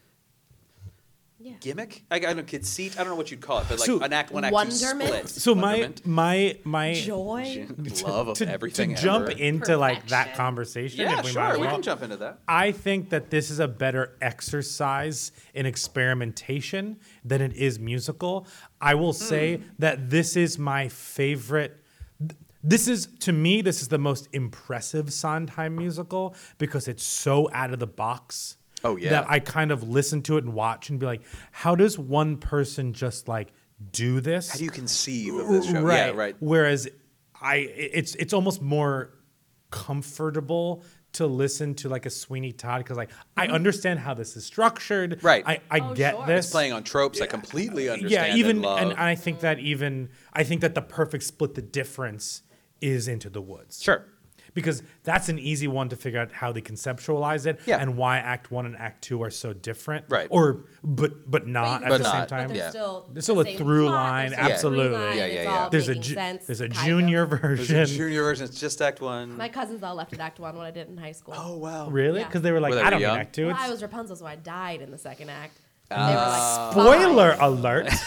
Speaker 4: Yeah.
Speaker 3: gimmick. I, I don't know, conceit. I don't know what you'd call it, but like
Speaker 2: So-
Speaker 3: an act one, act
Speaker 4: Wonderment?
Speaker 3: two split.
Speaker 2: So
Speaker 3: Wonderment.
Speaker 2: my my my
Speaker 4: Joy.
Speaker 3: love of
Speaker 2: to,
Speaker 3: everything.
Speaker 2: to jump
Speaker 3: ever.
Speaker 2: into like that
Speaker 4: Perfection.
Speaker 2: conversation.
Speaker 3: Yeah,
Speaker 2: if we might
Speaker 3: sure.
Speaker 2: as
Speaker 3: We
Speaker 2: well.
Speaker 3: can jump into that.
Speaker 2: I think that this is a better exercise in experimentation than it is musical. I will
Speaker 3: Hmm.
Speaker 2: say that this is my favorite. th- This is, to me, this is the most impressive Sondheim musical because it's so out of the box.
Speaker 3: Oh, yeah.
Speaker 2: That I kind of listen to it and watch and be like, how does one person just like do this?
Speaker 3: How do you conceive of this show?
Speaker 2: Right.
Speaker 3: Yeah, right.
Speaker 2: Whereas I it's it's almost more comfortable to listen to like a Sweeney Todd because like I understand how this is structured.
Speaker 3: Mm-hmm. Right.
Speaker 2: I, I
Speaker 4: Oh,
Speaker 2: get
Speaker 4: sure.
Speaker 2: this.
Speaker 3: It's playing on tropes. I completely understand.
Speaker 2: yeah, even
Speaker 3: and, love.
Speaker 2: and I think that even I think that the perfect split the difference is into the woods.
Speaker 3: sure.
Speaker 2: Because that's an easy one to figure out how they conceptualize it
Speaker 3: Yeah.
Speaker 2: and why act one and act two are so different.
Speaker 3: Right.
Speaker 2: Or but but not
Speaker 4: But
Speaker 2: Uh, at
Speaker 4: you
Speaker 3: But
Speaker 2: the
Speaker 4: can-
Speaker 2: same
Speaker 3: not,
Speaker 4: But
Speaker 2: time.
Speaker 4: there's
Speaker 3: yeah.
Speaker 4: still
Speaker 2: There's still a
Speaker 4: the same
Speaker 2: through
Speaker 4: plot,
Speaker 2: line,
Speaker 4: there's still a through
Speaker 2: absolutely.
Speaker 4: line,
Speaker 3: Yeah, yeah,
Speaker 4: it's
Speaker 3: yeah.
Speaker 4: all
Speaker 2: There's a
Speaker 4: making
Speaker 2: ju-
Speaker 4: sense,
Speaker 2: there's a
Speaker 4: kind of.
Speaker 2: junior
Speaker 3: There's a
Speaker 2: version.
Speaker 3: junior version. It's just act one.
Speaker 4: My cousins all left at Act One when I did in high school.
Speaker 3: oh wow.
Speaker 2: Really?
Speaker 4: Yeah.
Speaker 2: Because they were like,
Speaker 3: Were they
Speaker 2: I don't
Speaker 3: young?
Speaker 2: need act two.
Speaker 4: Well, I
Speaker 2: It's
Speaker 4: was Rapunzel, so I died in the second act. And they were like,
Speaker 2: spoiler alert.
Speaker 4: (laughs)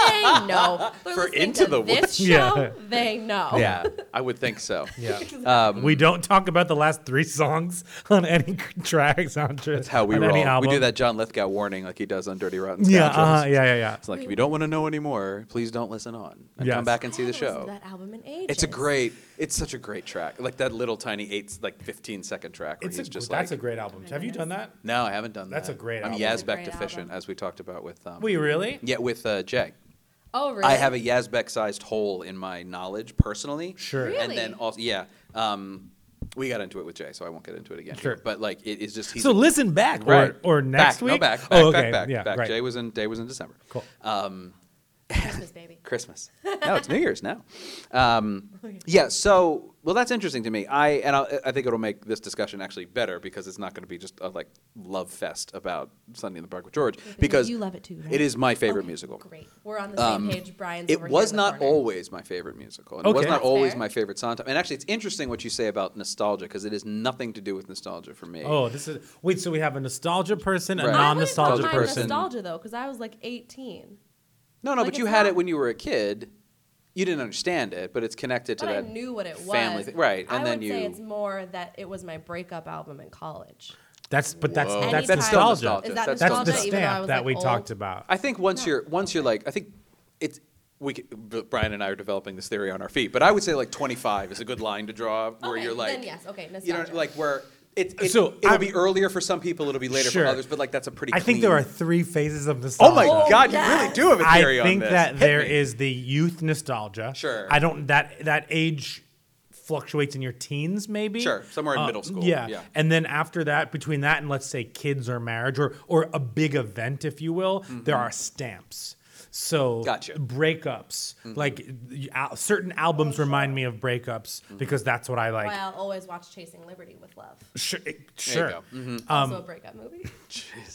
Speaker 4: they know. They're
Speaker 3: Ah. (laughs) For
Speaker 4: listening
Speaker 3: Into
Speaker 4: to
Speaker 3: the
Speaker 4: this
Speaker 3: Woods.
Speaker 4: show,
Speaker 2: Yeah.
Speaker 4: they know.
Speaker 3: Yeah, I would think so.
Speaker 4: (laughs)
Speaker 2: yeah.
Speaker 4: Um,
Speaker 3: Um,
Speaker 2: we don't talk about the last three songs (laughs) on any tracks on That's
Speaker 3: how we
Speaker 2: on
Speaker 3: roll.
Speaker 2: Any album.
Speaker 3: We do that John Lithgow warning like he does on Dirty Rotten
Speaker 2: Yeah,
Speaker 3: Scoundrels.
Speaker 2: uh, yeah, yeah, yeah.
Speaker 3: It's like if you don't want to know anymore, please don't listen on and
Speaker 2: Yes.
Speaker 3: come back and see the
Speaker 4: I haven't listened
Speaker 3: show.
Speaker 4: to that album in ages.
Speaker 3: It's a great, it's such a great track. Like that little tiny eight, like fifteen second track where
Speaker 2: It's a,
Speaker 3: he's just
Speaker 2: that's
Speaker 3: like,
Speaker 2: a great album. Have you done that?
Speaker 3: no, I haven't done that.
Speaker 2: That's a great
Speaker 3: I'm
Speaker 2: album.
Speaker 4: It's a
Speaker 3: Yazbek
Speaker 4: great
Speaker 3: deficient,
Speaker 4: album.
Speaker 3: as we talked about with. Um,
Speaker 2: Wait, really?
Speaker 3: yeah, with uh, Jay.
Speaker 4: Oh, really?
Speaker 3: I have a Yazbek sized hole in my knowledge personally.
Speaker 2: Sure.
Speaker 3: And then
Speaker 4: Really?
Speaker 3: also, yeah, um, we got into it with Jay, so I won't get into it again. here.
Speaker 2: Sure.
Speaker 3: But like, it is just he's
Speaker 2: So
Speaker 3: a-
Speaker 2: listen back or,
Speaker 3: Right.
Speaker 2: or next
Speaker 3: back,
Speaker 2: week.
Speaker 3: No, back, back,
Speaker 2: oh,
Speaker 3: back,
Speaker 2: okay.
Speaker 3: back,
Speaker 2: yeah,
Speaker 3: back.
Speaker 2: Right.
Speaker 3: Jay Um, was in Jay was in December.
Speaker 2: cool.
Speaker 4: Christmas baby.
Speaker 3: Christmas. No, it's New Year's now. Um, yeah. So, well, that's interesting to me. I and i I think it'll make this discussion actually better because it's not going to be just a like love fest about Sunday in the Park with George. Because
Speaker 4: you love it too, right?
Speaker 3: It is my favorite
Speaker 4: Okay,
Speaker 3: musical.
Speaker 4: Great. We're on the same page. Brian's
Speaker 3: Um, It
Speaker 4: over here
Speaker 3: was
Speaker 4: in the
Speaker 3: not
Speaker 4: corner.
Speaker 3: always my favorite musical. And It was
Speaker 2: Okay.
Speaker 3: not
Speaker 2: That's
Speaker 3: always
Speaker 4: fair.
Speaker 3: my favorite Sondheim. And actually, it's interesting what you say about nostalgia because it has nothing to do with nostalgia for me.
Speaker 2: Oh, this is wait. So we have a nostalgia person, a
Speaker 3: Right.
Speaker 4: I
Speaker 2: non
Speaker 4: wouldn't call
Speaker 2: nostalgia
Speaker 4: mine
Speaker 3: person.
Speaker 4: nostalgia, though, because I was like 18.
Speaker 3: No, no,
Speaker 4: Like,
Speaker 3: but you
Speaker 4: it's
Speaker 3: had
Speaker 4: not-
Speaker 3: it when you were a kid. You didn't understand it, but it's connected to
Speaker 4: But I
Speaker 3: that.
Speaker 4: knew what it was.
Speaker 3: family thing. Right, and
Speaker 4: I
Speaker 3: then
Speaker 4: would
Speaker 3: you-
Speaker 4: say it's more that it was my breakup album in college.
Speaker 2: That's but that's
Speaker 3: Whoa.
Speaker 2: that's
Speaker 4: Anytime-
Speaker 3: That's still
Speaker 2: nostalgia.
Speaker 3: nostalgia.
Speaker 4: Is that
Speaker 3: That's
Speaker 2: That's
Speaker 4: nostalgia,
Speaker 2: the
Speaker 4: even though I
Speaker 2: stamp
Speaker 4: was,
Speaker 2: that
Speaker 4: like,
Speaker 2: we
Speaker 4: old?
Speaker 2: talked about.
Speaker 3: I think once you're once you're like I think it's we could, Brian and I are developing this theory on our feet, but I would say like 25 is a good line to draw where
Speaker 4: Okay,
Speaker 3: you're like
Speaker 4: then yes, okay,
Speaker 3: you know
Speaker 4: nostalgia.
Speaker 3: like where it, it
Speaker 2: So,
Speaker 3: it'll
Speaker 2: I'm-
Speaker 3: be earlier for some people, it'll be later
Speaker 2: Sure.
Speaker 3: for others, but like that's a pretty.
Speaker 2: I think
Speaker 3: clean-
Speaker 2: there are three phases of nostalgia.
Speaker 3: Oh my God, you really
Speaker 4: yes.
Speaker 3: do have a theory
Speaker 2: I
Speaker 3: on
Speaker 2: think
Speaker 3: this.
Speaker 2: that
Speaker 3: Hit
Speaker 2: there is
Speaker 3: me.
Speaker 2: the youth nostalgia.
Speaker 3: Sure.
Speaker 2: I don't that that age fluctuates in your teens maybe. Uh,
Speaker 3: Sure, somewhere in middle school,
Speaker 2: Yeah.
Speaker 3: yeah.
Speaker 2: And then after that, between that and let's say kids or marriage or or a big event if you will, there are stamps. So
Speaker 3: Mm-hmm. Gotcha. Mm-hmm.
Speaker 2: breakups, like y- al- certain albums remind me of breakups
Speaker 3: Mm-hmm.
Speaker 2: because that's what I like.
Speaker 4: Why I'll always watch Chasing Liberty with Love.
Speaker 2: Sure,
Speaker 3: There
Speaker 2: sure.
Speaker 3: you go. Mhm.
Speaker 2: Um,
Speaker 4: Also a breakup
Speaker 3: (laughs)
Speaker 4: movie.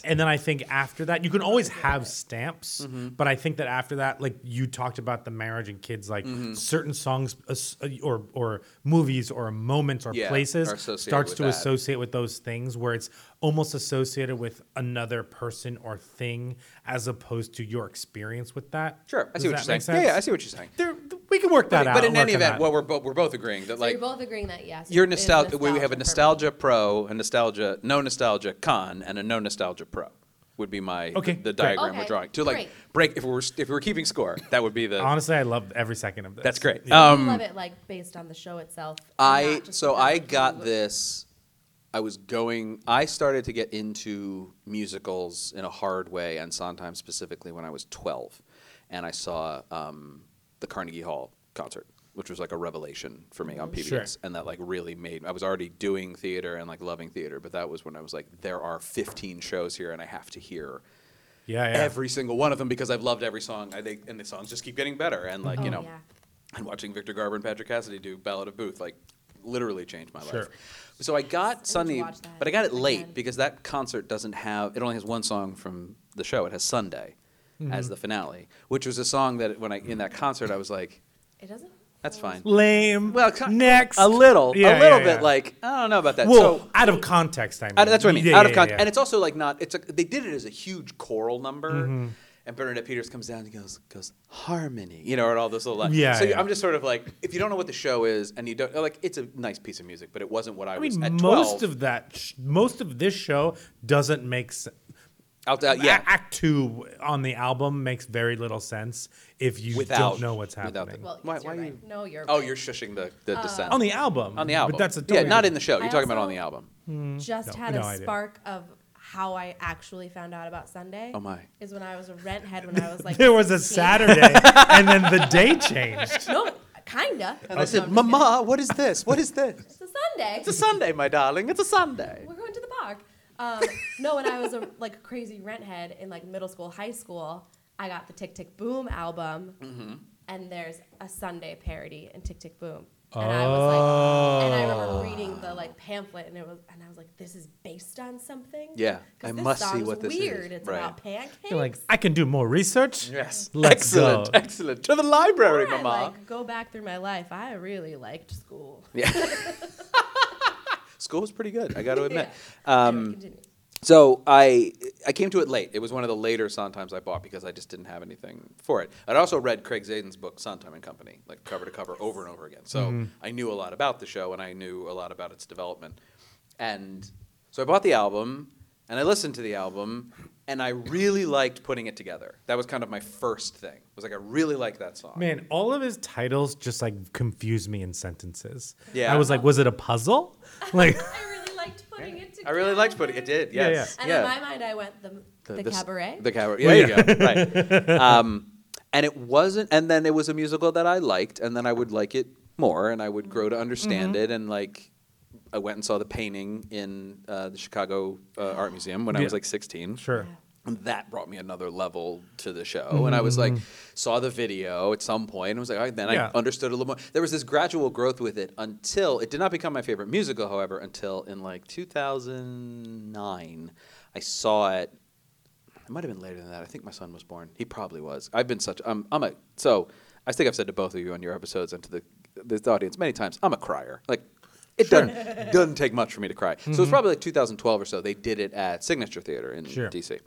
Speaker 2: And then I think after that, you can always have stamps, but I think that after that, like you talked about the marriage and kids, like
Speaker 3: Mm-hmm.
Speaker 2: certain songs uh, s- uh, or or movies or moments or
Speaker 3: Yeah,
Speaker 2: places
Speaker 3: are associated
Speaker 2: starts
Speaker 3: with
Speaker 2: to
Speaker 3: that.
Speaker 2: associate with those things where it's almost associated with another person or thing as opposed to your experience with that.
Speaker 3: Sure, I see what
Speaker 2: Does that
Speaker 3: you're saying.
Speaker 2: make
Speaker 3: Yeah, yeah, I
Speaker 2: sense?
Speaker 3: see what you're saying.
Speaker 2: They're- th- we can work that out.
Speaker 3: but in
Speaker 2: work
Speaker 3: any
Speaker 2: on
Speaker 3: event,
Speaker 2: that.
Speaker 3: well, we're both we're both agreeing that
Speaker 8: So
Speaker 3: like
Speaker 8: you're both agreeing that yes.
Speaker 3: your
Speaker 8: it is
Speaker 3: nostalgia, we have a
Speaker 8: for-
Speaker 3: nostalgia pro, a nostalgia no nostalgia con, and a no nostalgia pro. Would be my
Speaker 2: Okay,
Speaker 3: the, the
Speaker 2: great.
Speaker 3: diagram we're
Speaker 8: Okay,
Speaker 3: drawing to like
Speaker 8: great.
Speaker 3: break if we were if we were keeping score. That would be the
Speaker 2: honestly, I love every second of this.
Speaker 3: that's great.
Speaker 8: I
Speaker 3: Um,
Speaker 8: love it like based on the show itself. and
Speaker 3: I
Speaker 8: not just
Speaker 3: so
Speaker 8: because
Speaker 3: I
Speaker 8: it's
Speaker 3: got
Speaker 8: Hulu.
Speaker 3: this. I was going. I started to get into musicals in a hard way, and Sondheim specifically when I was twelve, and I saw um, the Carnegie Hall concert, which was like a revelation for me on PBS,
Speaker 2: Sure.
Speaker 3: and that like really made. I was already doing theater and like loving theater, but that was when I was like, there are fifteen shows here, and I have to hear
Speaker 2: Yeah, yeah.
Speaker 3: every single one of them because I've loved every song. I think, and the songs just keep getting better. And like you
Speaker 8: Oh,
Speaker 3: know,
Speaker 8: yeah.
Speaker 3: and watching Victor Garber and Patrick Cassidy do Ballad of Booth like literally changed my
Speaker 2: Sure.
Speaker 3: life. So I got Sunday,
Speaker 8: watch that
Speaker 3: but I got it late
Speaker 8: again.
Speaker 3: because that concert doesn't have. It only has one song from the show. It has Sunday
Speaker 2: Mm-hmm.
Speaker 3: as the finale, which was a song that when I in that concert I was like,
Speaker 8: It doesn't.
Speaker 3: that's fine.
Speaker 2: Lame.
Speaker 3: Well, ki-
Speaker 2: next
Speaker 3: a little,
Speaker 2: Yeah,
Speaker 3: a little
Speaker 2: yeah,
Speaker 3: bit
Speaker 2: yeah.
Speaker 3: like I don't know about that.
Speaker 2: Well,
Speaker 3: Uh, so,
Speaker 2: out of context, I mean.
Speaker 3: Out- that's what I mean.
Speaker 2: Yeah,
Speaker 3: out of
Speaker 2: yeah,
Speaker 3: context,
Speaker 2: yeah.
Speaker 3: and it's also like not. It's a, they did it as a huge choral number,
Speaker 2: Mm-hmm.
Speaker 3: and Bernadette Peters comes down and goes goes harmony, you know, and all this little. Like,
Speaker 2: Yeah,
Speaker 3: So you-
Speaker 2: yeah.
Speaker 3: I'm just sort of like, if you don't know what the show is, and you don't like, it's a nice piece of music, but it wasn't what I,
Speaker 2: I
Speaker 3: was
Speaker 2: mean,
Speaker 3: at
Speaker 2: most
Speaker 3: 12.
Speaker 2: of that, sh- most of this show doesn't make sense.
Speaker 3: out, uh, yeah.
Speaker 2: Act two on the album makes very little sense if you
Speaker 3: Without-
Speaker 2: don't know what's happening.
Speaker 3: without the-
Speaker 8: Well,
Speaker 3: Why-
Speaker 8: yes,
Speaker 3: why
Speaker 8: you're
Speaker 3: you-
Speaker 8: right. No, you're.
Speaker 3: oh,
Speaker 8: right.
Speaker 3: you're shushing the
Speaker 8: Oh.
Speaker 3: the descent
Speaker 2: on the album.
Speaker 3: on the album.
Speaker 2: But that's a
Speaker 3: yeah,
Speaker 2: totally
Speaker 3: not in
Speaker 2: different-
Speaker 3: the show. You're
Speaker 8: I
Speaker 3: talking about on
Speaker 8: also-
Speaker 3: the album.
Speaker 8: just
Speaker 2: Mm, No,
Speaker 8: had
Speaker 2: no
Speaker 8: a
Speaker 2: idea.
Speaker 8: spark of how I actually found out about Sunday.
Speaker 3: Oh, my.
Speaker 8: Is when I was a rent head when I was like.
Speaker 2: (laughs) There
Speaker 3: (laughs)
Speaker 2: was a
Speaker 8: 16.
Speaker 2: Saturday, and then the day changed.
Speaker 8: No, kinda.
Speaker 3: And I said, Mama, what is this? What is this?
Speaker 8: It's a Sunday.
Speaker 3: It's a Sunday, my darling. It's a Sunday.
Speaker 8: We're going to the park. Um, no, when I was a like crazy rent head in like middle school, high school, I got the Tick Tick Boom album,
Speaker 3: Mm-hmm.
Speaker 8: and there's a Sunday parody in Tick Tick Boom. And I
Speaker 3: Oh.
Speaker 8: was like, and I remember reading the like pamphlet, and it was, and I was like, this is based on something.
Speaker 3: Yeah.
Speaker 8: 'Cause
Speaker 3: I
Speaker 8: this
Speaker 3: must see
Speaker 8: song's
Speaker 3: what this is.
Speaker 8: weird. It's
Speaker 3: Right.
Speaker 8: about pancakes.
Speaker 2: You're like, I can do more research.
Speaker 3: Yes.
Speaker 2: Let's
Speaker 3: excellent.
Speaker 2: go.
Speaker 3: Excellent. To the library,
Speaker 8: I,
Speaker 3: Mama.
Speaker 8: like go back through my life. I really liked school.
Speaker 3: School was pretty good. I got to admit. Um,
Speaker 8: Anyway, continue.
Speaker 3: So I I came to it late. It was one of the later Sondheims I bought because I just didn't have anything for it. I'd also read Craig Zaden's book Sondheim and Company, like cover to cover, over and over again. So
Speaker 2: Mm-hmm.
Speaker 3: I knew a lot about the show and I knew a lot about its development. And so I bought the album and I listened to the album and I really liked putting it together. That was kind of my first thing. Was like I really liked that song.
Speaker 2: Man, all of his titles just like confuse me in sentences.
Speaker 3: Yeah.
Speaker 2: I was like, was it a puzzle? (laughs) Like,
Speaker 8: I really liked putting it together.
Speaker 3: I really liked putting it. Did
Speaker 2: Yeah,
Speaker 3: yes.
Speaker 8: And
Speaker 3: yeah.
Speaker 8: in my mind, I went the the,
Speaker 3: s-
Speaker 8: cabaret.
Speaker 3: The cabaret. Yeah, there you go. Right. Um, and it wasn't. And then it was a musical that I liked, and then I would like it more, and I would grow to understand
Speaker 8: Mm-hmm.
Speaker 3: it, and like. I went and saw the painting in uh, the Chicago uh, Art Museum when I was
Speaker 2: Yeah.
Speaker 3: like 16.
Speaker 2: sure.
Speaker 3: And that brought me another level to the show. And I was like, saw the video at some point and was like, all right, then
Speaker 2: Mm. Yeah.
Speaker 3: I understood a little more. There was this gradual growth with it until it did not become my favorite musical, however, until in like 2009, I saw it. It might have been later than that. I think my son was born. He probably was. I've been such. I'm. I'm a. So I think I've said to both of you on your episodes and to the this audience many times. I'm a crier. Like it doesn't doesn't take much for me to cry. So it was probably like 2012 or so. They did it at Signature Theater in
Speaker 2: Mm-hmm. Sure.
Speaker 3: DC.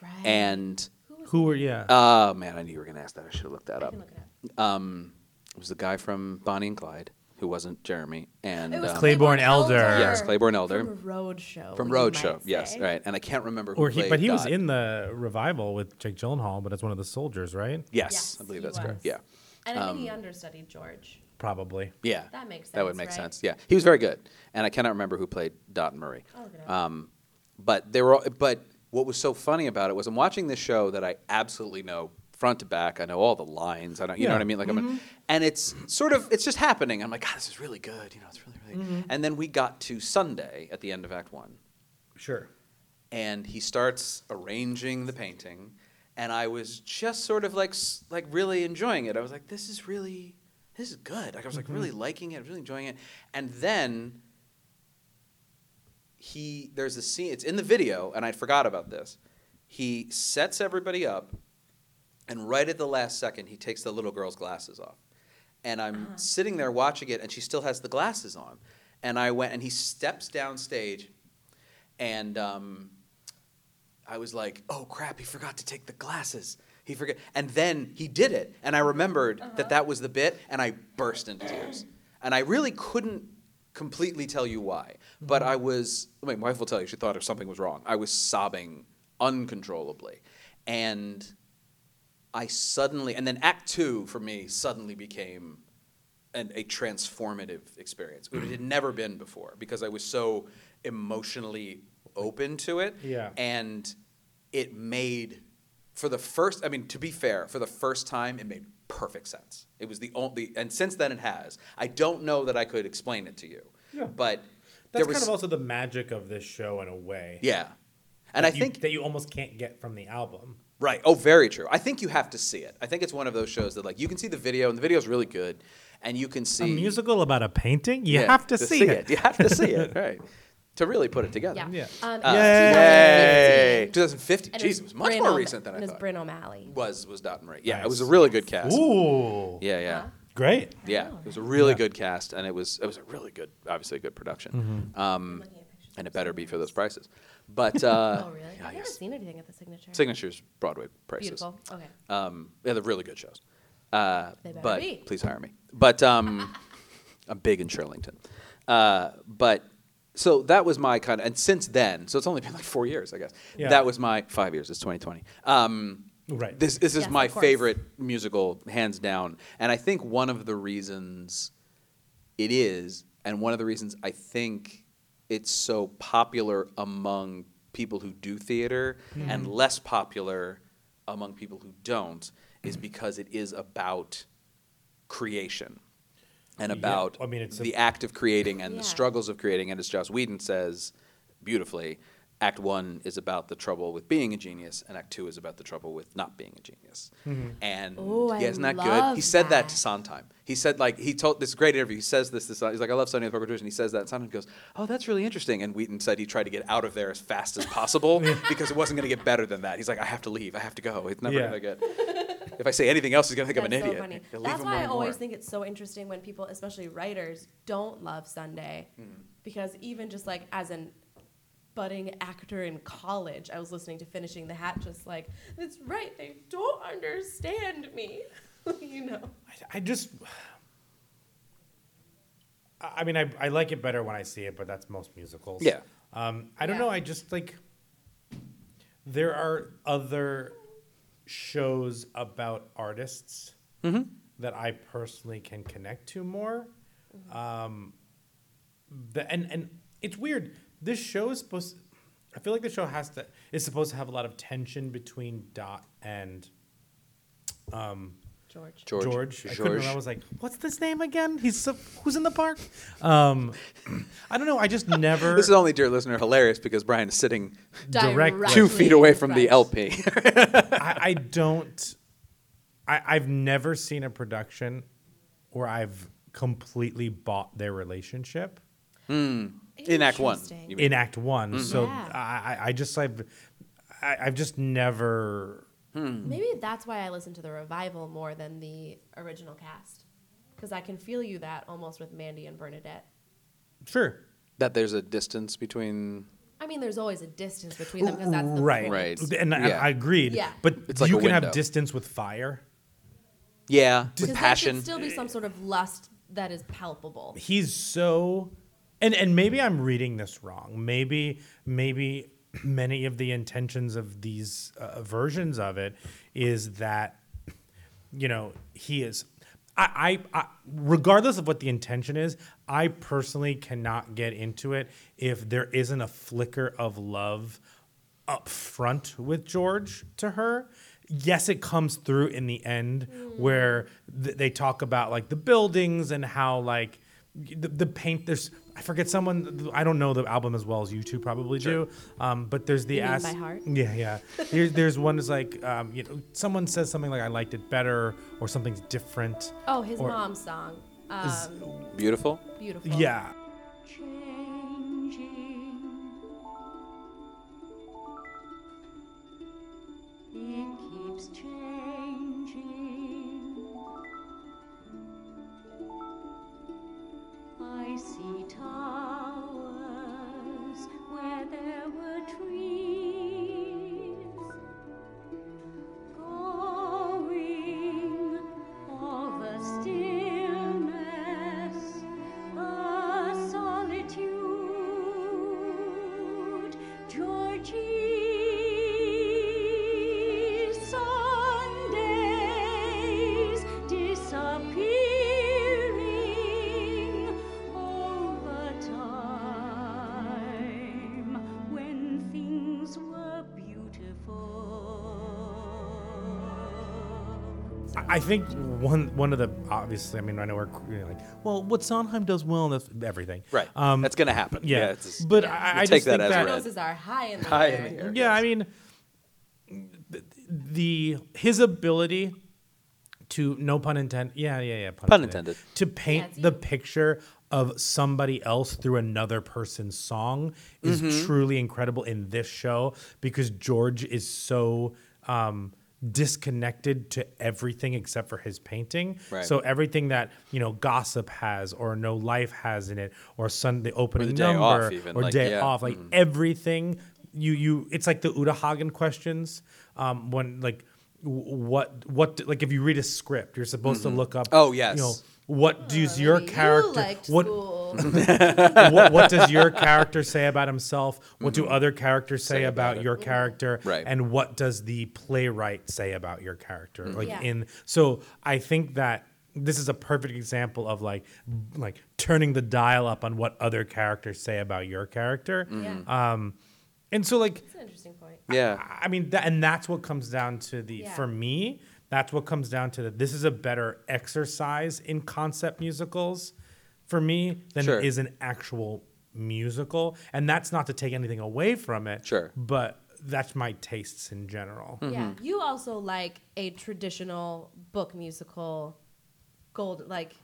Speaker 8: Right.
Speaker 3: And
Speaker 2: Who were, yeah.
Speaker 3: oh man, I knew you were gonna ask that. I should have looked that
Speaker 8: I
Speaker 3: up.
Speaker 8: can look it up.
Speaker 3: Um, it was the guy from Bonnie and Clyde who wasn't Jeremy and
Speaker 8: It was
Speaker 3: um,
Speaker 2: Claiborne Elder.
Speaker 3: Yes, Claiborne Elder.
Speaker 8: From Roadshow.
Speaker 3: from
Speaker 8: you
Speaker 3: Roadshow.
Speaker 8: might
Speaker 3: Yes,
Speaker 8: say.
Speaker 3: right. And I can't remember who
Speaker 2: or he,
Speaker 3: played
Speaker 2: but he was
Speaker 3: Dodd.
Speaker 2: in the revival with Jake Gyllenhaal, but as one of the soldiers, right?
Speaker 3: Yes,
Speaker 8: Yes,
Speaker 3: I believe
Speaker 8: he
Speaker 3: that's correct.
Speaker 8: was.
Speaker 3: Yeah. Um,
Speaker 8: And I think he understudied George.
Speaker 2: Probably.
Speaker 3: Yeah.
Speaker 8: That makes
Speaker 3: That would
Speaker 8: sense,
Speaker 3: make
Speaker 8: right?
Speaker 3: sense. Yeah. He was very good. And I cannot remember who played Dot and Murray.
Speaker 8: I'll look it up.
Speaker 3: Um, but they were all, but what was so funny about it was I'm watching this show that I absolutely know front to back. I know all the lines. I know you know
Speaker 2: Yeah.
Speaker 3: what I mean? Like I'm and it's sort of it's just happening. I'm like, God, this is really good. You know, it's really, really and then we got to Sunday at the end of Act One
Speaker 2: Sure.
Speaker 3: and he starts arranging the painting and i was just sort of like s- like really enjoying it i was like this is really this is good like i was like really liking it really enjoying it and then he there's a scene it's in the video and i forgot about this he sets everybody up and right at the last second he takes the little girl's glasses off and i'm sitting there watching it and she still has the glasses on and i went and he steps down stage and um, I was like, "Oh crap! He forgot to take the glasses." He forget, and then he did it, and I remembered that that was the bit, and I burst into tears, and I really couldn't completely tell you why, but I was. I mean, my wife will tell you she thought something was wrong. I was sobbing uncontrollably, and I suddenly, and then Act Two for me suddenly became an, a transformative experience, which it had never been before because I was so emotionally open to it.
Speaker 2: Yeah.
Speaker 3: And it made, for the first, I mean, to be fair, for the first time, it made perfect sense. It was the only, and since then it has. I don't know that I could explain it to you.
Speaker 2: Yeah.
Speaker 3: But
Speaker 2: That's
Speaker 3: there was,
Speaker 2: kind of also the magic of this show in a way.
Speaker 3: yeah. And
Speaker 2: That
Speaker 3: I
Speaker 2: you-
Speaker 3: think
Speaker 2: that you almost can't get from the album.
Speaker 3: Right. Oh, very true. I think you have to see it. I think it's one of those shows that like you can see the video, and the video's really good, and you can see
Speaker 2: A musical about a painting? You
Speaker 3: Yeah,
Speaker 2: have to, see, it.
Speaker 3: You have to see
Speaker 2: (laughs)
Speaker 3: it. Right. To really put it together.
Speaker 4: Yeah.
Speaker 2: Yeah.
Speaker 4: Um,
Speaker 3: Uh,
Speaker 4: it was 2015.
Speaker 3: yay! 2050.
Speaker 4: And it was
Speaker 3: Jeez, it was much
Speaker 4: Bryn
Speaker 3: more
Speaker 4: O'Ma-
Speaker 3: recent than I
Speaker 4: and It was
Speaker 3: thought. Mm.
Speaker 4: Bryn O'Malley.
Speaker 3: was was Dotton Marie. Yeah,
Speaker 2: Nice.
Speaker 3: it was a really good cast.
Speaker 2: Ooh.
Speaker 3: Yeah, yeah.
Speaker 2: Great.
Speaker 3: Yeah, it was a really good cast, and it was it was a really good, obviously a good production,
Speaker 2: Mm-hmm.
Speaker 3: um, and it better be for those prices. But uh,
Speaker 4: (laughs) Oh, really?
Speaker 3: yeah,
Speaker 4: I've never
Speaker 3: yes.
Speaker 4: seen anything at the signature.
Speaker 3: signatures Broadway prices.
Speaker 4: Beautiful. Okay.
Speaker 3: Um, yeah, they're really good shows. Uh,
Speaker 4: They better
Speaker 3: but
Speaker 4: be.
Speaker 3: please hire me. But
Speaker 4: (laughs)
Speaker 3: um, I'm big in Shirlington. Uh, but so that was my kind of, and since then, so it's only been like four years, I guess.
Speaker 2: Yeah.
Speaker 3: That was my five years. It's 2020. Um,
Speaker 2: Right.
Speaker 3: This this is
Speaker 4: Yes,
Speaker 3: my
Speaker 4: of course.
Speaker 3: favorite musical, hands down. And I think one of the reasons it is, and one of the reasons I think it's so popular among people who do theater
Speaker 2: Hmm.
Speaker 3: and less popular among people who don't is
Speaker 2: Hmm.
Speaker 3: because it is about creation and
Speaker 2: Yeah,
Speaker 3: about
Speaker 2: I mean, it's a-
Speaker 3: the act of creating and the
Speaker 4: Yeah.
Speaker 3: struggles of creating. And as Joss Whedon says beautifully, Act One is about the trouble with being a genius, and Act Two is about the trouble with not being a genius.
Speaker 2: Mm-hmm.
Speaker 3: And
Speaker 4: Ooh, I
Speaker 3: yeah, isn't that good? He
Speaker 4: love
Speaker 3: said that,
Speaker 4: that.
Speaker 3: to Sondheim. He said like he told this great interview. He says this this he's like I love Sunday with Parker Tradition. He says that and Sondheim goes, oh that's really interesting. And Wheaton said he tried to get out of there as fast as possible
Speaker 2: (laughs)
Speaker 3: because it wasn't going to get better than that. He's like I have to leave. I have to go. It's never
Speaker 2: Yeah.
Speaker 3: going to get. If I say anything else, he's going to think I'm an
Speaker 4: That's so
Speaker 3: idiot.
Speaker 4: funny.
Speaker 3: Yeah, leave
Speaker 4: That's
Speaker 3: him
Speaker 4: why I
Speaker 3: wanting
Speaker 4: always
Speaker 3: more.
Speaker 4: think it's so interesting when people, especially writers, don't love Sunday,
Speaker 3: Mm-hmm.
Speaker 4: because even just like as an budding actor in college, I was listening to Finishing the Hat, just like that's right, they don't understand me, (laughs) you know.
Speaker 2: I, I just. I I mean, I, I like it better when I see it, but that's most musicals.
Speaker 3: Yeah.
Speaker 2: Um, I don't
Speaker 4: Yeah.
Speaker 2: know. I just like. There are other shows about artists that I personally can connect to more. Um, the, and and it's weird. This show is supposed. I feel like the show has to. It's supposed to have a lot of tension between Dot and
Speaker 4: George.
Speaker 3: George.
Speaker 2: George. I, couldn't remember. I was like, what's this name again? He's so, who's in the park? Um, (clears throat) I don't know. I just never.
Speaker 3: This is only, dear listener, hilarious because Brian is sitting
Speaker 2: Direct-
Speaker 4: Directly
Speaker 3: two feet away from the
Speaker 4: right.
Speaker 3: LP.
Speaker 2: I, I don't. I, I've never seen a production where I've completely bought their relationship
Speaker 3: in Act One.
Speaker 4: Interesting.
Speaker 3: you mean. Mm-hmm.
Speaker 2: in Act One. So
Speaker 4: Yeah.
Speaker 2: I, I, I just I've I, I've just never.
Speaker 3: Mm-hmm.
Speaker 4: Maybe that's why I listen to the revival more than the original cast, because I can feel you that almost with Mandy and Bernadette.
Speaker 2: Sure.
Speaker 3: (laughs) that there's a distance between.
Speaker 4: I mean, there's always a distance between them because that's the
Speaker 2: right.
Speaker 4: point.
Speaker 3: Right.
Speaker 2: And I,
Speaker 3: Yeah.
Speaker 2: I agreed.
Speaker 4: Yeah.
Speaker 2: But
Speaker 3: It's like
Speaker 2: you
Speaker 3: a
Speaker 2: can have
Speaker 3: window.
Speaker 2: distance with fire.
Speaker 3: Yeah, with
Speaker 4: Because there should
Speaker 3: passion.
Speaker 4: still be some sort of lust that is palpable.
Speaker 2: he's so and and maybe I'm reading this wrong. Maybe maybe many of the intentions of these uh, versions of it is that you know he is I, I, I regardless of what the intention is i personally cannot get into it if there isn't a flicker of love up front with george to her yes it comes through in the end
Speaker 4: Mm.
Speaker 2: where th- they talk about like the buildings and how like the, the paint there's i forget someone i don't know the album as well as you two probably do um, but there's the
Speaker 4: You mean
Speaker 2: ass
Speaker 4: by heart?
Speaker 2: yeah, yeah. There's, there's one is like, um, you know, someone says something like, "I liked it better," or something's different.
Speaker 4: Oh, his
Speaker 2: Or-
Speaker 4: mom's song. Um,
Speaker 2: Is-
Speaker 3: Beautiful.
Speaker 4: beautiful.
Speaker 2: Yeah,
Speaker 9: changing. It keeps changing. I see towers where there were trees. Gone
Speaker 2: I I think one one of the obviously, I mean, I know we're you know, like, well, what Sondheim does well, that's everything,
Speaker 3: Right.
Speaker 2: Um,
Speaker 3: That's going to happen.
Speaker 2: yeah,
Speaker 3: it's just-
Speaker 2: but
Speaker 8: Yeah.
Speaker 2: I,
Speaker 3: You
Speaker 2: I
Speaker 3: take
Speaker 2: just
Speaker 3: that
Speaker 2: think
Speaker 3: as
Speaker 2: that
Speaker 3: read.
Speaker 8: Noses are high in the
Speaker 3: High
Speaker 8: air.
Speaker 3: in the air.
Speaker 2: yeah, I mean, th- the his ability to no pun intended. Yeah, yeah, yeah.
Speaker 3: Pun intended.
Speaker 2: To paint
Speaker 8: Yeah,
Speaker 2: the picture of somebody else through another person's song is
Speaker 3: Mm-hmm.
Speaker 2: truly incredible in this show because George is so um, disconnected to everything except for his painting.
Speaker 3: Right.
Speaker 2: So everything that you know, gossip has or no life has in it, or Sunday opening
Speaker 3: day
Speaker 2: number
Speaker 3: off even,
Speaker 2: or
Speaker 3: like,
Speaker 2: day
Speaker 3: yeah.
Speaker 2: off, like everything you you it's like the Uta Hagen questions um when like w- what what d- like if you read a script you're supposed to look up
Speaker 3: Oh, yes.
Speaker 2: you know what does your character
Speaker 8: Uh, You liked
Speaker 2: what, (laughs)
Speaker 8: school.
Speaker 2: what what does your character say about himself what do other characters say,
Speaker 3: Say about
Speaker 2: about,
Speaker 3: it.
Speaker 2: your character
Speaker 3: Right.
Speaker 2: and what does the playwright say about your character like
Speaker 8: Yeah.
Speaker 2: in so i think that this is a perfect example of like b- like turning the dial up on what other characters say about your character
Speaker 8: Yeah.
Speaker 2: um and so like
Speaker 8: That's an interesting point.
Speaker 3: yeah.
Speaker 2: I mean, that, and that's what comes down to the
Speaker 8: Yeah.
Speaker 2: for me. That's what comes down to that. This is a better exercise in concept musicals for me than
Speaker 3: Sure.
Speaker 2: it is an actual musical, and that's not to take anything away from it.
Speaker 3: Sure.
Speaker 2: but that's my tastes in general.
Speaker 8: Yeah. You also like a traditional book musical, gold like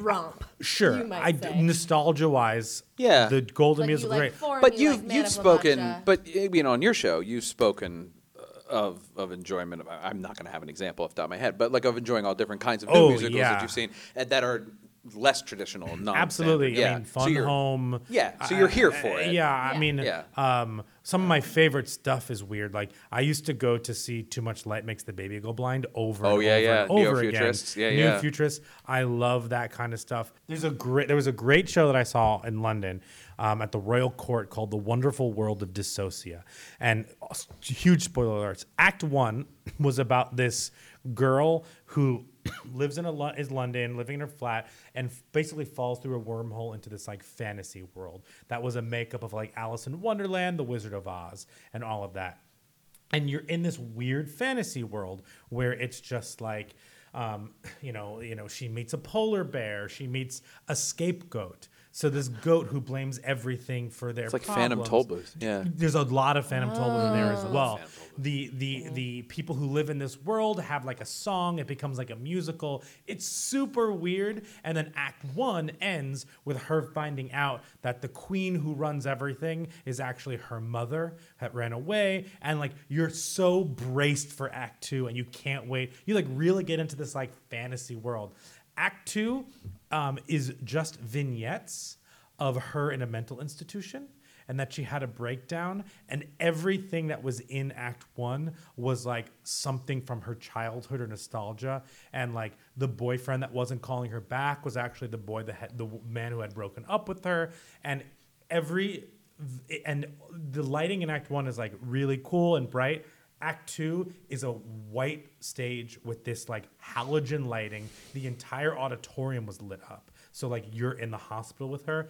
Speaker 8: romp.
Speaker 2: Sure,
Speaker 8: You might
Speaker 2: I
Speaker 8: say.
Speaker 2: nostalgia wise,
Speaker 3: Yeah.
Speaker 2: the golden
Speaker 8: Like, you
Speaker 2: musical,
Speaker 8: like
Speaker 2: great.
Speaker 8: foreign,
Speaker 3: but
Speaker 8: you
Speaker 3: you've
Speaker 8: like Man
Speaker 3: you've
Speaker 8: of La
Speaker 3: spoken,
Speaker 8: Mancha.
Speaker 4: (laughs)
Speaker 3: but uh, you know, on your show, you've spoken uh, of of enjoyment. Of, I'm not going to have an example off the top of my head, but like of enjoying all different kinds of new
Speaker 2: Oh,
Speaker 3: musicals
Speaker 2: yeah.
Speaker 3: that you've seen and that are less traditional, non
Speaker 2: Absolutely,
Speaker 3: Yeah,
Speaker 2: I mean,
Speaker 3: So
Speaker 2: fun
Speaker 3: you're-
Speaker 2: home.
Speaker 3: Yeah, so you're here for
Speaker 2: Uh,
Speaker 3: it.
Speaker 2: Yeah, I
Speaker 8: Yeah.
Speaker 2: mean,
Speaker 3: Yeah.
Speaker 2: Um, some of my favorite stuff is weird. Like I used to go to see Too Much Light Makes the Baby Go Blind over.
Speaker 3: Oh,
Speaker 2: and
Speaker 3: yeah,
Speaker 2: over
Speaker 3: yeah.
Speaker 2: and over again.
Speaker 3: Neo-futurists. Yeah,
Speaker 2: New
Speaker 3: yeah.
Speaker 2: futurists. I love that kind of stuff. There's a great. There was a great show that I saw in London um, at the Royal Court called The Wonderful World of Dissocia, and uh, huge spoiler alerts. Act one (laughs) was about this girl who (coughs) lives in a Lo- is London, living in her flat, and f- basically falls through a wormhole into this like fantasy world that was a makeup of like Alice in Wonderland, The Wizard of Oz, and all of that. And you're in this weird fantasy world where it's just like, um, you know, you know, she meets a polar bear, she meets a scapegoat. So this goat who blames everything for their
Speaker 3: It's like Phantom
Speaker 2: problems
Speaker 3: Toll Booth. Yeah.
Speaker 2: there's a lot of Phantom Toll in there as well. The the the people who live in this world have like a song. It becomes like a musical. It's super weird. And then Act One ends with her finding out that the queen who runs everything is actually her mother that ran away. And like you're so braced for Act Two, and you can't wait. You like really get into this like fantasy world. Act Two um, is just vignettes of her in a mental institution and that she had a breakdown and everything that was in act 1 was like something from her childhood or nostalgia and like the boyfriend that wasn't calling her back was actually the boy that had, the man who had broken up with her and every and the lighting in act 1 is like really cool and bright Act two is a white stage with this like halogen lighting. The entire auditorium was lit up. So like you're in the hospital with her.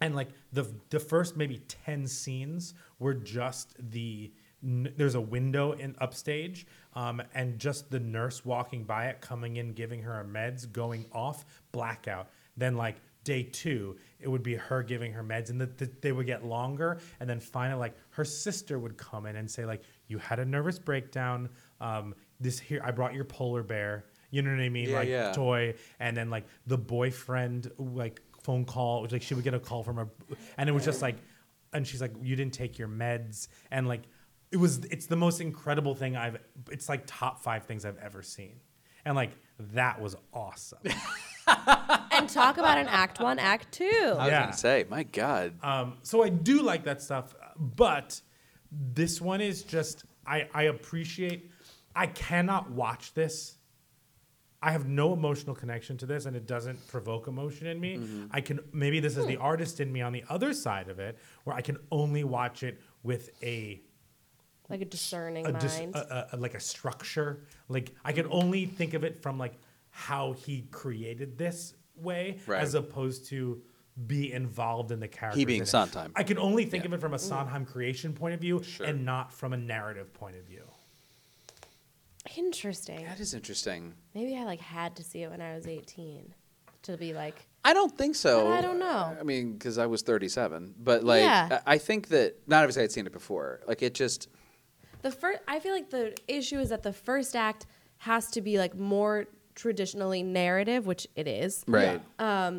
Speaker 2: And like the the first maybe ten scenes were just the n- there's a window in upstage, um, and just the nurse walking by it, coming in, giving her her meds, going off, blackout. Then like day two, it would be her giving her meds, and the, the, they would get longer. And then finally, like her sister would come in and say like, "You had a nervous breakdown. Um, this here, I brought your polar bear. You know what I mean?
Speaker 3: Yeah,
Speaker 2: like
Speaker 3: yeah.
Speaker 2: toy boy, and then like the boyfriend like phone call it was like she would get a call from her and it was just like and she's like you didn't take your meds and like it was it's the most incredible thing i've it's like top five things i've ever seen and like that was awesome
Speaker 4: and talk about an act one, act two.
Speaker 3: I was
Speaker 2: Yeah.
Speaker 3: going to say, my God.
Speaker 2: Um, so I do like that stuff, but this one is just I, I appreciate. I cannot watch this. I have no emotional connection to this, and it doesn't provoke emotion in me. I can maybe this is the artist in me on the other side of it, where I can only watch it with a
Speaker 4: Like a discerning
Speaker 2: a
Speaker 4: mind.
Speaker 2: dis- uh, a- a- a- like a structure. Like I could only think of it from like how he created this way,
Speaker 3: Right.
Speaker 2: as opposed to be involved in the character.
Speaker 3: being Sondheim.
Speaker 2: I can only think of it from a Sondheim creation point of view,
Speaker 3: Sure.
Speaker 2: and not from a narrative point of view.
Speaker 4: Interesting.
Speaker 3: That is interesting.
Speaker 4: Maybe I like had to see it when I was 18 to be like,
Speaker 3: I don't think so.
Speaker 4: But I don't know.
Speaker 3: I mean, because I was 37, but like,
Speaker 4: Yeah.
Speaker 3: I I think that not obviously I'd seen it before. Like, it just
Speaker 4: The first, I feel like the issue is that the first act has to be like more traditionally narrative, which it is.
Speaker 3: right.
Speaker 4: Uh,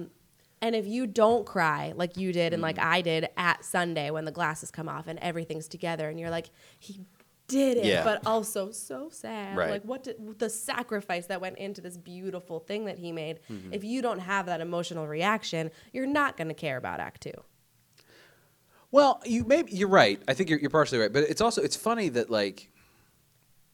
Speaker 4: And if you don't cry like you did and like
Speaker 3: Mm-hmm.
Speaker 4: I did at Sunday when the glasses come off and everything's together and you're like, he did it,
Speaker 3: Yeah.
Speaker 4: but also so sad.
Speaker 3: Right.
Speaker 4: Like what did, the sacrifice that went into this beautiful thing that he made.
Speaker 3: Mm-hmm.
Speaker 4: If you don't have that emotional reaction, you're not going to care about Act Two.
Speaker 3: Well, you maybe you're right. I think you're, you're partially right, but it's also it's funny that like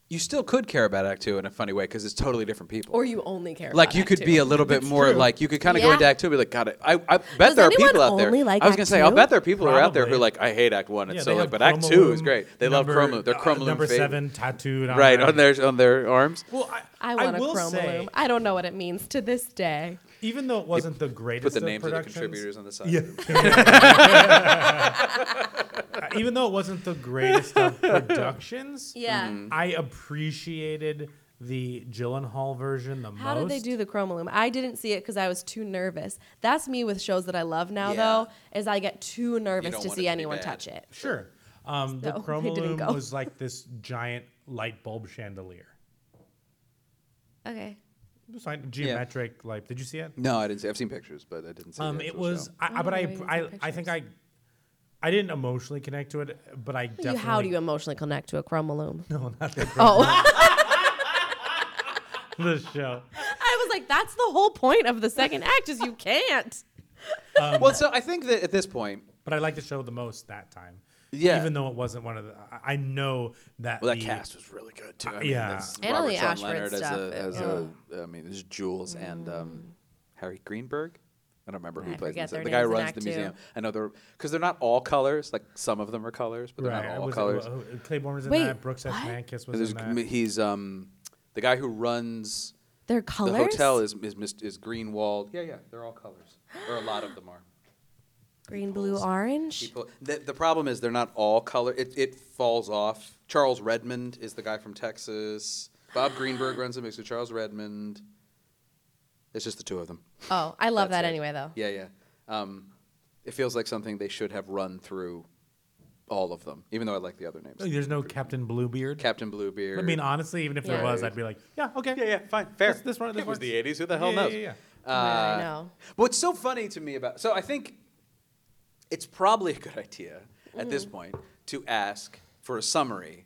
Speaker 3: you still could care about Act Two in a funny way because it's totally different people.
Speaker 4: Or you only care
Speaker 3: like
Speaker 4: about
Speaker 3: you
Speaker 4: Act
Speaker 3: could
Speaker 4: Two.
Speaker 3: be a little bit more like you could kind of go
Speaker 4: Yeah.
Speaker 3: into Act Two and be like, God, I, I, I bet
Speaker 4: Does
Speaker 3: there are
Speaker 4: anyone
Speaker 3: people out there.
Speaker 4: only like
Speaker 3: I was
Speaker 4: Act
Speaker 3: gonna say, I'll
Speaker 4: Two?
Speaker 3: bet there are people who are out there who are like,
Speaker 2: Probably.
Speaker 3: I hate Act One.
Speaker 2: Yeah,
Speaker 3: It's
Speaker 2: they
Speaker 3: so like,
Speaker 2: have
Speaker 3: but Act Two is
Speaker 2: chromaloom
Speaker 3: great. They love
Speaker 2: number-
Speaker 3: Chroma. They're
Speaker 2: uh,
Speaker 3: Chromaloom
Speaker 2: number
Speaker 3: fade.
Speaker 2: seven uh, tattooed on
Speaker 3: right
Speaker 2: my-
Speaker 3: on their on their arms.
Speaker 2: Well, I,
Speaker 4: I want a
Speaker 2: will
Speaker 4: chroma
Speaker 2: say,
Speaker 4: loom. I don't know what it means to this day.
Speaker 2: even though it wasn't the
Speaker 3: Put
Speaker 2: greatest,
Speaker 3: the
Speaker 2: of
Speaker 3: names of the
Speaker 2: productions-
Speaker 3: contributors on the side.
Speaker 2: Yeah. (laughs) even though it wasn't the greatest of productions,
Speaker 4: Yeah.
Speaker 3: Mm-hmm.
Speaker 2: I appreciated the Gyllenhaal version the
Speaker 4: How
Speaker 2: most.
Speaker 4: did they do the chromaloom? I didn't see it because I was too nervous. That's me with shows that I love now,
Speaker 3: Yeah.
Speaker 4: though, is I get too nervous
Speaker 3: don't want
Speaker 4: to
Speaker 3: it
Speaker 4: see
Speaker 3: to be
Speaker 4: anyone
Speaker 3: bad.
Speaker 4: touch it.
Speaker 2: Sure. Um, the
Speaker 4: So, they didn't
Speaker 2: chromaloom
Speaker 4: go.
Speaker 2: was like this giant light bulb chandelier.
Speaker 4: Okay.
Speaker 2: It was like geometric light. Did you see it?
Speaker 3: No, I didn't see. I've seen pictures, but I didn't see.
Speaker 2: Um,
Speaker 3: the
Speaker 2: it
Speaker 3: actual
Speaker 2: was.
Speaker 3: show.
Speaker 2: I, I- but
Speaker 4: Oh,
Speaker 2: I,
Speaker 4: you didn't see
Speaker 2: I, I think I, I didn't emotionally connect to it, but I
Speaker 4: You-
Speaker 2: definitely.
Speaker 4: how do you emotionally connect to a chromaloom?
Speaker 2: No,
Speaker 4: (laughs)
Speaker 2: not the,
Speaker 4: Oh,
Speaker 2: (laughs) the show.
Speaker 4: I was like, that's the whole point of the second act is you can't.
Speaker 2: um,
Speaker 3: Well, so I think that at this point,
Speaker 2: But I like the show the most that time.
Speaker 3: Yeah.
Speaker 2: Even though it wasn't one of the, I- I know that.
Speaker 3: Well, that
Speaker 2: the-
Speaker 3: cast was really good too. I
Speaker 2: yeah.
Speaker 3: that's
Speaker 4: And all
Speaker 3: Robert
Speaker 4: the
Speaker 3: Sean
Speaker 4: Ashford
Speaker 3: Leonard
Speaker 4: stuff,
Speaker 3: as a,
Speaker 4: it-
Speaker 3: as a I mean, there's Jules and um, Harry Greenberg. I don't remember who
Speaker 4: I
Speaker 3: plays
Speaker 4: forget
Speaker 3: this. the
Speaker 4: their
Speaker 3: guy who
Speaker 4: names in
Speaker 3: runs
Speaker 4: Act
Speaker 3: the
Speaker 4: Two.
Speaker 3: museum. I know they're because they're not all colors. Like some of them are colors, but they're
Speaker 2: Right.
Speaker 3: not all
Speaker 2: was it-
Speaker 3: colors.
Speaker 2: who- who- Claiborne was in
Speaker 4: Wait,
Speaker 2: that. Brooks S.
Speaker 4: what?
Speaker 2: Mankiss was
Speaker 3: There's-
Speaker 2: in that.
Speaker 3: he's um, the guy who runs
Speaker 4: They're colors.
Speaker 3: the hotel is is, mis- is Greenwald. Yeah, yeah, they're all colors, or a lot of them are.
Speaker 4: green, blue, orange.
Speaker 3: People, the, the problem is they're not all color. It, it falls off. Charles Redmond is the guy from Texas. Bob Greenberg runs a mix with Charles Redmond. It's just the two of them.
Speaker 4: Oh, I love
Speaker 3: That's
Speaker 4: that
Speaker 3: it.
Speaker 4: anyway, though.
Speaker 3: Yeah, yeah. Um, it feels like something they should have run through all of them, even though I like the other names.
Speaker 2: There's no Captain Bluebeard.
Speaker 3: Captain Bluebeard.
Speaker 2: Oh, I mean, honestly, even if there
Speaker 4: Yeah.
Speaker 2: was, I'd be like, yeah, okay.
Speaker 3: yeah, yeah, fine, fair.
Speaker 2: This- this one- this
Speaker 3: it was
Speaker 2: one's-
Speaker 3: the '80s. Who the hell
Speaker 2: Yeah,
Speaker 3: knows?
Speaker 2: yeah, yeah.
Speaker 4: Yeah, I know.
Speaker 3: What's so funny to me about so I think it's probably a good idea at
Speaker 4: Mm-hmm.
Speaker 3: this point to ask for a summary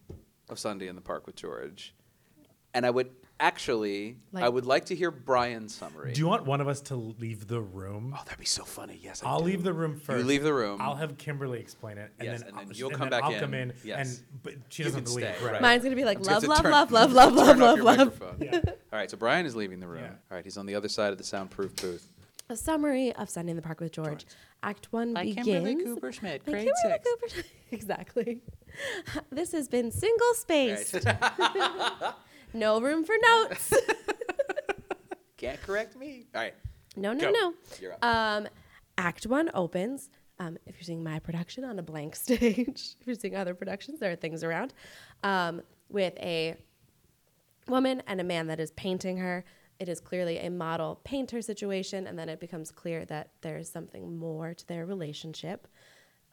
Speaker 3: of Sunday in the Park with George, and I would actually I
Speaker 4: Like-
Speaker 3: would like to hear Brian's summary.
Speaker 2: Do you want one of us to leave the room?
Speaker 3: oh, that'd be so funny. Yes, I
Speaker 2: I'll
Speaker 3: do.
Speaker 2: leave the room first.
Speaker 3: You leave the room.
Speaker 2: I'll have Kimberly explain it, and
Speaker 3: Yes,
Speaker 2: then
Speaker 3: and then
Speaker 2: I'll-
Speaker 3: you'll
Speaker 2: and
Speaker 3: come
Speaker 2: then
Speaker 3: back
Speaker 2: I'll
Speaker 3: in.
Speaker 2: come in,
Speaker 3: Yes.
Speaker 2: and but she
Speaker 3: You
Speaker 2: doesn't
Speaker 3: can
Speaker 2: leave.
Speaker 3: stay,
Speaker 2: Right.
Speaker 3: right.
Speaker 4: Mine's going to be like,
Speaker 3: You have
Speaker 4: love,
Speaker 3: to
Speaker 4: love,
Speaker 3: turn-
Speaker 4: love, love, love, love,
Speaker 3: turn off
Speaker 4: love,
Speaker 3: your
Speaker 4: love.
Speaker 3: microphone. All right, so Brian is leaving the room.
Speaker 2: Yeah.
Speaker 3: All right, he's on the other side of the soundproof booth.
Speaker 4: A summary of Sunday in the Park with George. Act one
Speaker 5: By
Speaker 4: begins.
Speaker 5: Kimberly Cooper Schmidt,
Speaker 4: by
Speaker 5: grade
Speaker 4: Kimberly
Speaker 5: six.
Speaker 4: Cooper Schmidt- (laughs) exactly. this has been single spaced. (laughs) no room for notes.
Speaker 3: Can't correct me. All right.
Speaker 4: No,
Speaker 3: Go.
Speaker 4: no, no.
Speaker 3: You're up.
Speaker 4: Um, act one opens. Um, if you're seeing my production on a blank (laughs) stage, if you're seeing other productions, there are things around um, with a woman and a man that is painting her. It is clearly a model painter situation, and then it becomes clear that there is something more to their relationship.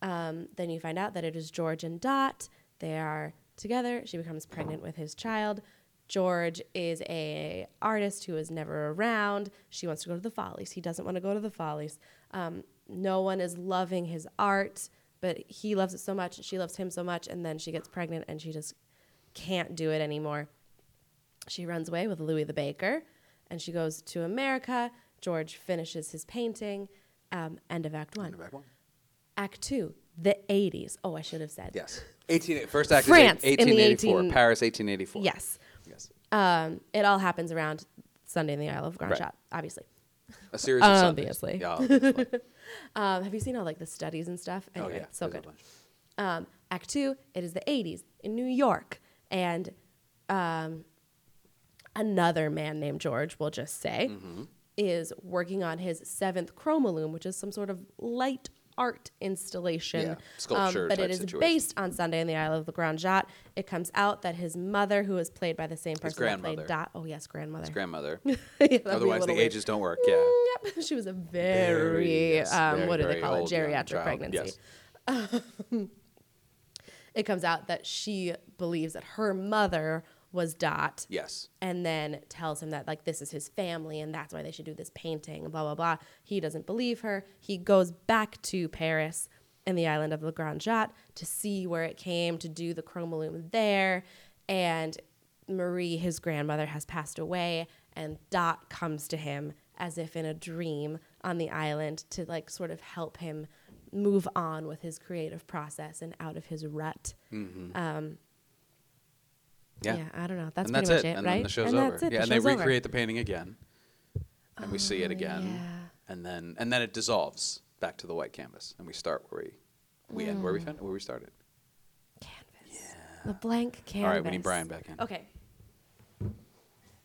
Speaker 4: Um, then you find out that it is George and Dot. They are together. She becomes pregnant with his child. George is a artist who is never around. She wants to go to the Follies. He doesn't want to go to the Follies. Um, no one is loving his art, but he loves it so much. She loves him so much, and then she gets pregnant, and she just can't do it anymore she runs away with Louis the Baker and she goes to America. George finishes his painting. Um, end of Act One.
Speaker 3: Back one.
Speaker 4: Act Two, the 80s. Oh, I should have said.
Speaker 3: Yes. 18, first act
Speaker 4: France
Speaker 3: is
Speaker 4: in
Speaker 3: eight-
Speaker 4: the
Speaker 3: 1884.
Speaker 4: 18
Speaker 3: Paris 1884.
Speaker 4: Yes.
Speaker 3: Yes.
Speaker 4: Um, it all happens around Sunday in the Isle of Grand
Speaker 3: Right.
Speaker 4: Shot, obviously.
Speaker 3: A series of Sundays.
Speaker 4: Obviously.
Speaker 3: Yeah, obviously.
Speaker 4: Um, have you seen all like the studies and stuff?
Speaker 3: oh,
Speaker 4: Anyway,
Speaker 3: yeah.
Speaker 4: so
Speaker 3: there's a
Speaker 4: good.
Speaker 3: bunch.
Speaker 4: Um, act two, it is the 80s in New York. And um, another man named George, we'll
Speaker 3: Mm-hmm.
Speaker 4: just say, is working on his seventh chromaloom, which is some sort of light art installation. Um,
Speaker 3: Yeah, sculpture
Speaker 4: but
Speaker 3: type
Speaker 4: it is
Speaker 3: situation.
Speaker 4: based on Sunday in the Isle of the Grand Jat. It comes out that his mother, who is played by the same person that
Speaker 3: grandmother.
Speaker 4: played Dot, oh yes, grandmother. (laughs)
Speaker 3: grandmother.
Speaker 4: Yeah, that'd be a
Speaker 3: Otherwise, the
Speaker 4: little weird.
Speaker 3: ages don't work. Yeah.
Speaker 4: Mm, Yep, (laughs) she was a very,
Speaker 3: yes,
Speaker 4: um,
Speaker 3: very,
Speaker 4: what do
Speaker 3: very
Speaker 4: they call it?
Speaker 3: old young
Speaker 4: Geriatric
Speaker 3: child,
Speaker 4: pregnancy.
Speaker 3: yes.
Speaker 4: It comes out that she believes that her mother was Dot.
Speaker 3: Yes.
Speaker 4: and then tells him that like this is his family and that's why they should do this painting and blah blah blah he doesn't believe her he goes back to paris and the island of le grand jatte to see where it came to do the chromaloom there and marie his grandmother has passed away and dot comes to him as if in a dream on the island to like sort of help him move on with his creative process and out of his rut
Speaker 3: Mm, Yeah.
Speaker 4: i don't know that's
Speaker 3: and that's
Speaker 4: pretty much
Speaker 3: it.
Speaker 4: it,
Speaker 3: and
Speaker 4: right
Speaker 3: then the show's
Speaker 4: and
Speaker 3: over.
Speaker 4: that's it
Speaker 3: Yeah,
Speaker 4: the
Speaker 3: and they
Speaker 4: show's over. Oh,
Speaker 3: recreate the painting again, and we see it again,
Speaker 4: yeah.
Speaker 3: and then and then it dissolves back to the white canvas, and we start where we we end
Speaker 4: Hmm.
Speaker 3: where we fin- where we started.
Speaker 4: canvas. The blank canvas.
Speaker 3: All right, we need Brian back in. (laughs)
Speaker 4: Okay.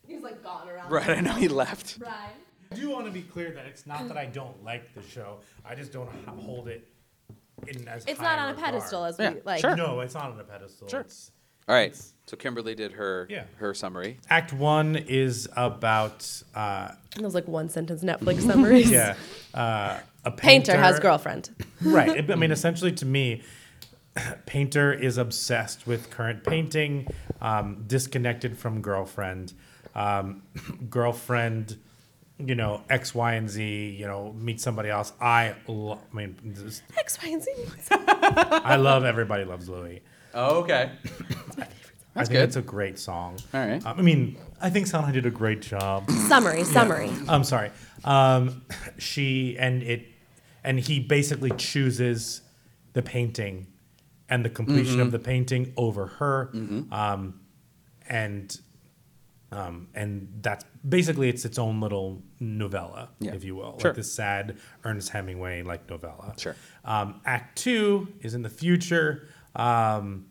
Speaker 8: He's like gone around.
Speaker 3: Right, I know he left.
Speaker 8: Brian.
Speaker 2: I do want to be clear that it's not
Speaker 4: Mm.
Speaker 2: that I don't like the show. I just don't h- hold it in as
Speaker 4: It's
Speaker 2: high
Speaker 4: not on a
Speaker 2: regard.
Speaker 4: pedestal as
Speaker 3: Yeah,
Speaker 4: we like.
Speaker 3: sure.
Speaker 2: No, it's not on a pedestal.
Speaker 3: Sure.
Speaker 2: It's-
Speaker 3: All right, so Kimberly did her
Speaker 2: Yeah.
Speaker 3: her summary.
Speaker 2: Act one is about uh,
Speaker 4: And those like one sentence Netflix (laughs) summaries.
Speaker 2: yeah, uh, a painter,
Speaker 4: Painter, has girlfriend.
Speaker 2: (laughs) right. I mean, essentially, to me, (clears throat) painter is obsessed with current painting, um, disconnected from girlfriend. Um, (clears throat) girlfriend, you know, X, Y, and Z. You know, meet somebody else. I, lo- I mean, this-
Speaker 4: X, Y, and Z.
Speaker 2: I love everybody loves Louis.
Speaker 3: Oh, okay.
Speaker 2: I
Speaker 3: That's
Speaker 2: think
Speaker 3: good.
Speaker 2: it's a great song.
Speaker 3: All right.
Speaker 2: Um, I mean, I think Sondheim did a
Speaker 3: (laughs)
Speaker 2: great job.
Speaker 4: summary, summary.
Speaker 2: I'm sorry. Um, she and it, and he basically chooses the painting and the completion
Speaker 3: Mm-hmm.
Speaker 2: of the painting over her, um, and um, and that's basically it's its own little novella,
Speaker 3: Yeah.
Speaker 2: if you will,
Speaker 3: Sure.
Speaker 2: like this sad Ernest Hemingway like novella.
Speaker 3: Sure.
Speaker 2: Um, act two is in the future, um,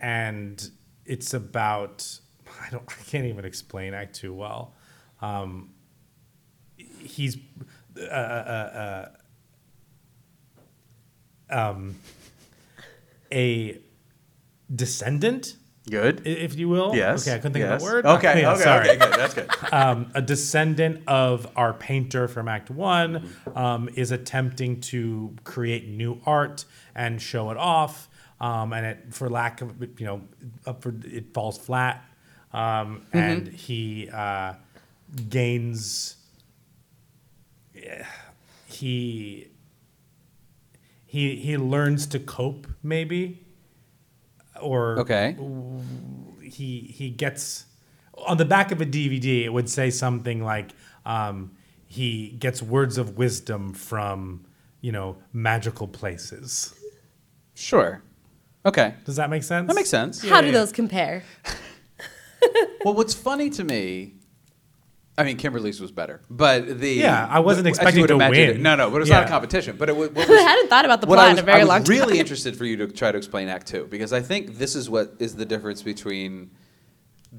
Speaker 2: and it's about I don't I can't even explain Act two well. Um, he's uh, uh, um, a descendant, i-
Speaker 3: Good.
Speaker 2: if you will.
Speaker 3: yes.
Speaker 2: Okay, I couldn't think
Speaker 3: yes.
Speaker 2: of a word.
Speaker 3: Okay.
Speaker 2: (laughs) Yeah,
Speaker 3: okay.
Speaker 2: sorry.
Speaker 3: Okay. Good. That's good.
Speaker 2: Um, a descendant of our painter from Act One um, is attempting to create new art and show it off, um, and it, for lack of you know, up for it falls flat, um, and he uh, gains. He he he learns to cope maybe, or
Speaker 3: Okay.
Speaker 2: he he gets on the back of a DVD. It would say something like um, he gets words of wisdom from you know magical places.
Speaker 3: Sure. Okay.
Speaker 2: Does that make sense?
Speaker 3: That makes sense.
Speaker 4: How do those compare?
Speaker 3: Well, what's funny to me, I mean, Kimberly's was better, but the
Speaker 2: Yeah, I wasn't
Speaker 3: as you
Speaker 2: expecting
Speaker 3: would
Speaker 2: to
Speaker 3: imagine
Speaker 2: win.
Speaker 3: It, no, no, but it's not
Speaker 2: Yeah.
Speaker 3: a competition. But it was.
Speaker 4: (laughs)
Speaker 3: What
Speaker 4: I
Speaker 3: was
Speaker 4: hadn't thought about the
Speaker 3: what
Speaker 4: plot
Speaker 3: I was,
Speaker 4: in a very
Speaker 3: I was
Speaker 4: long time.
Speaker 3: really interested for you to try to explain Act Two because I think this is what is the difference between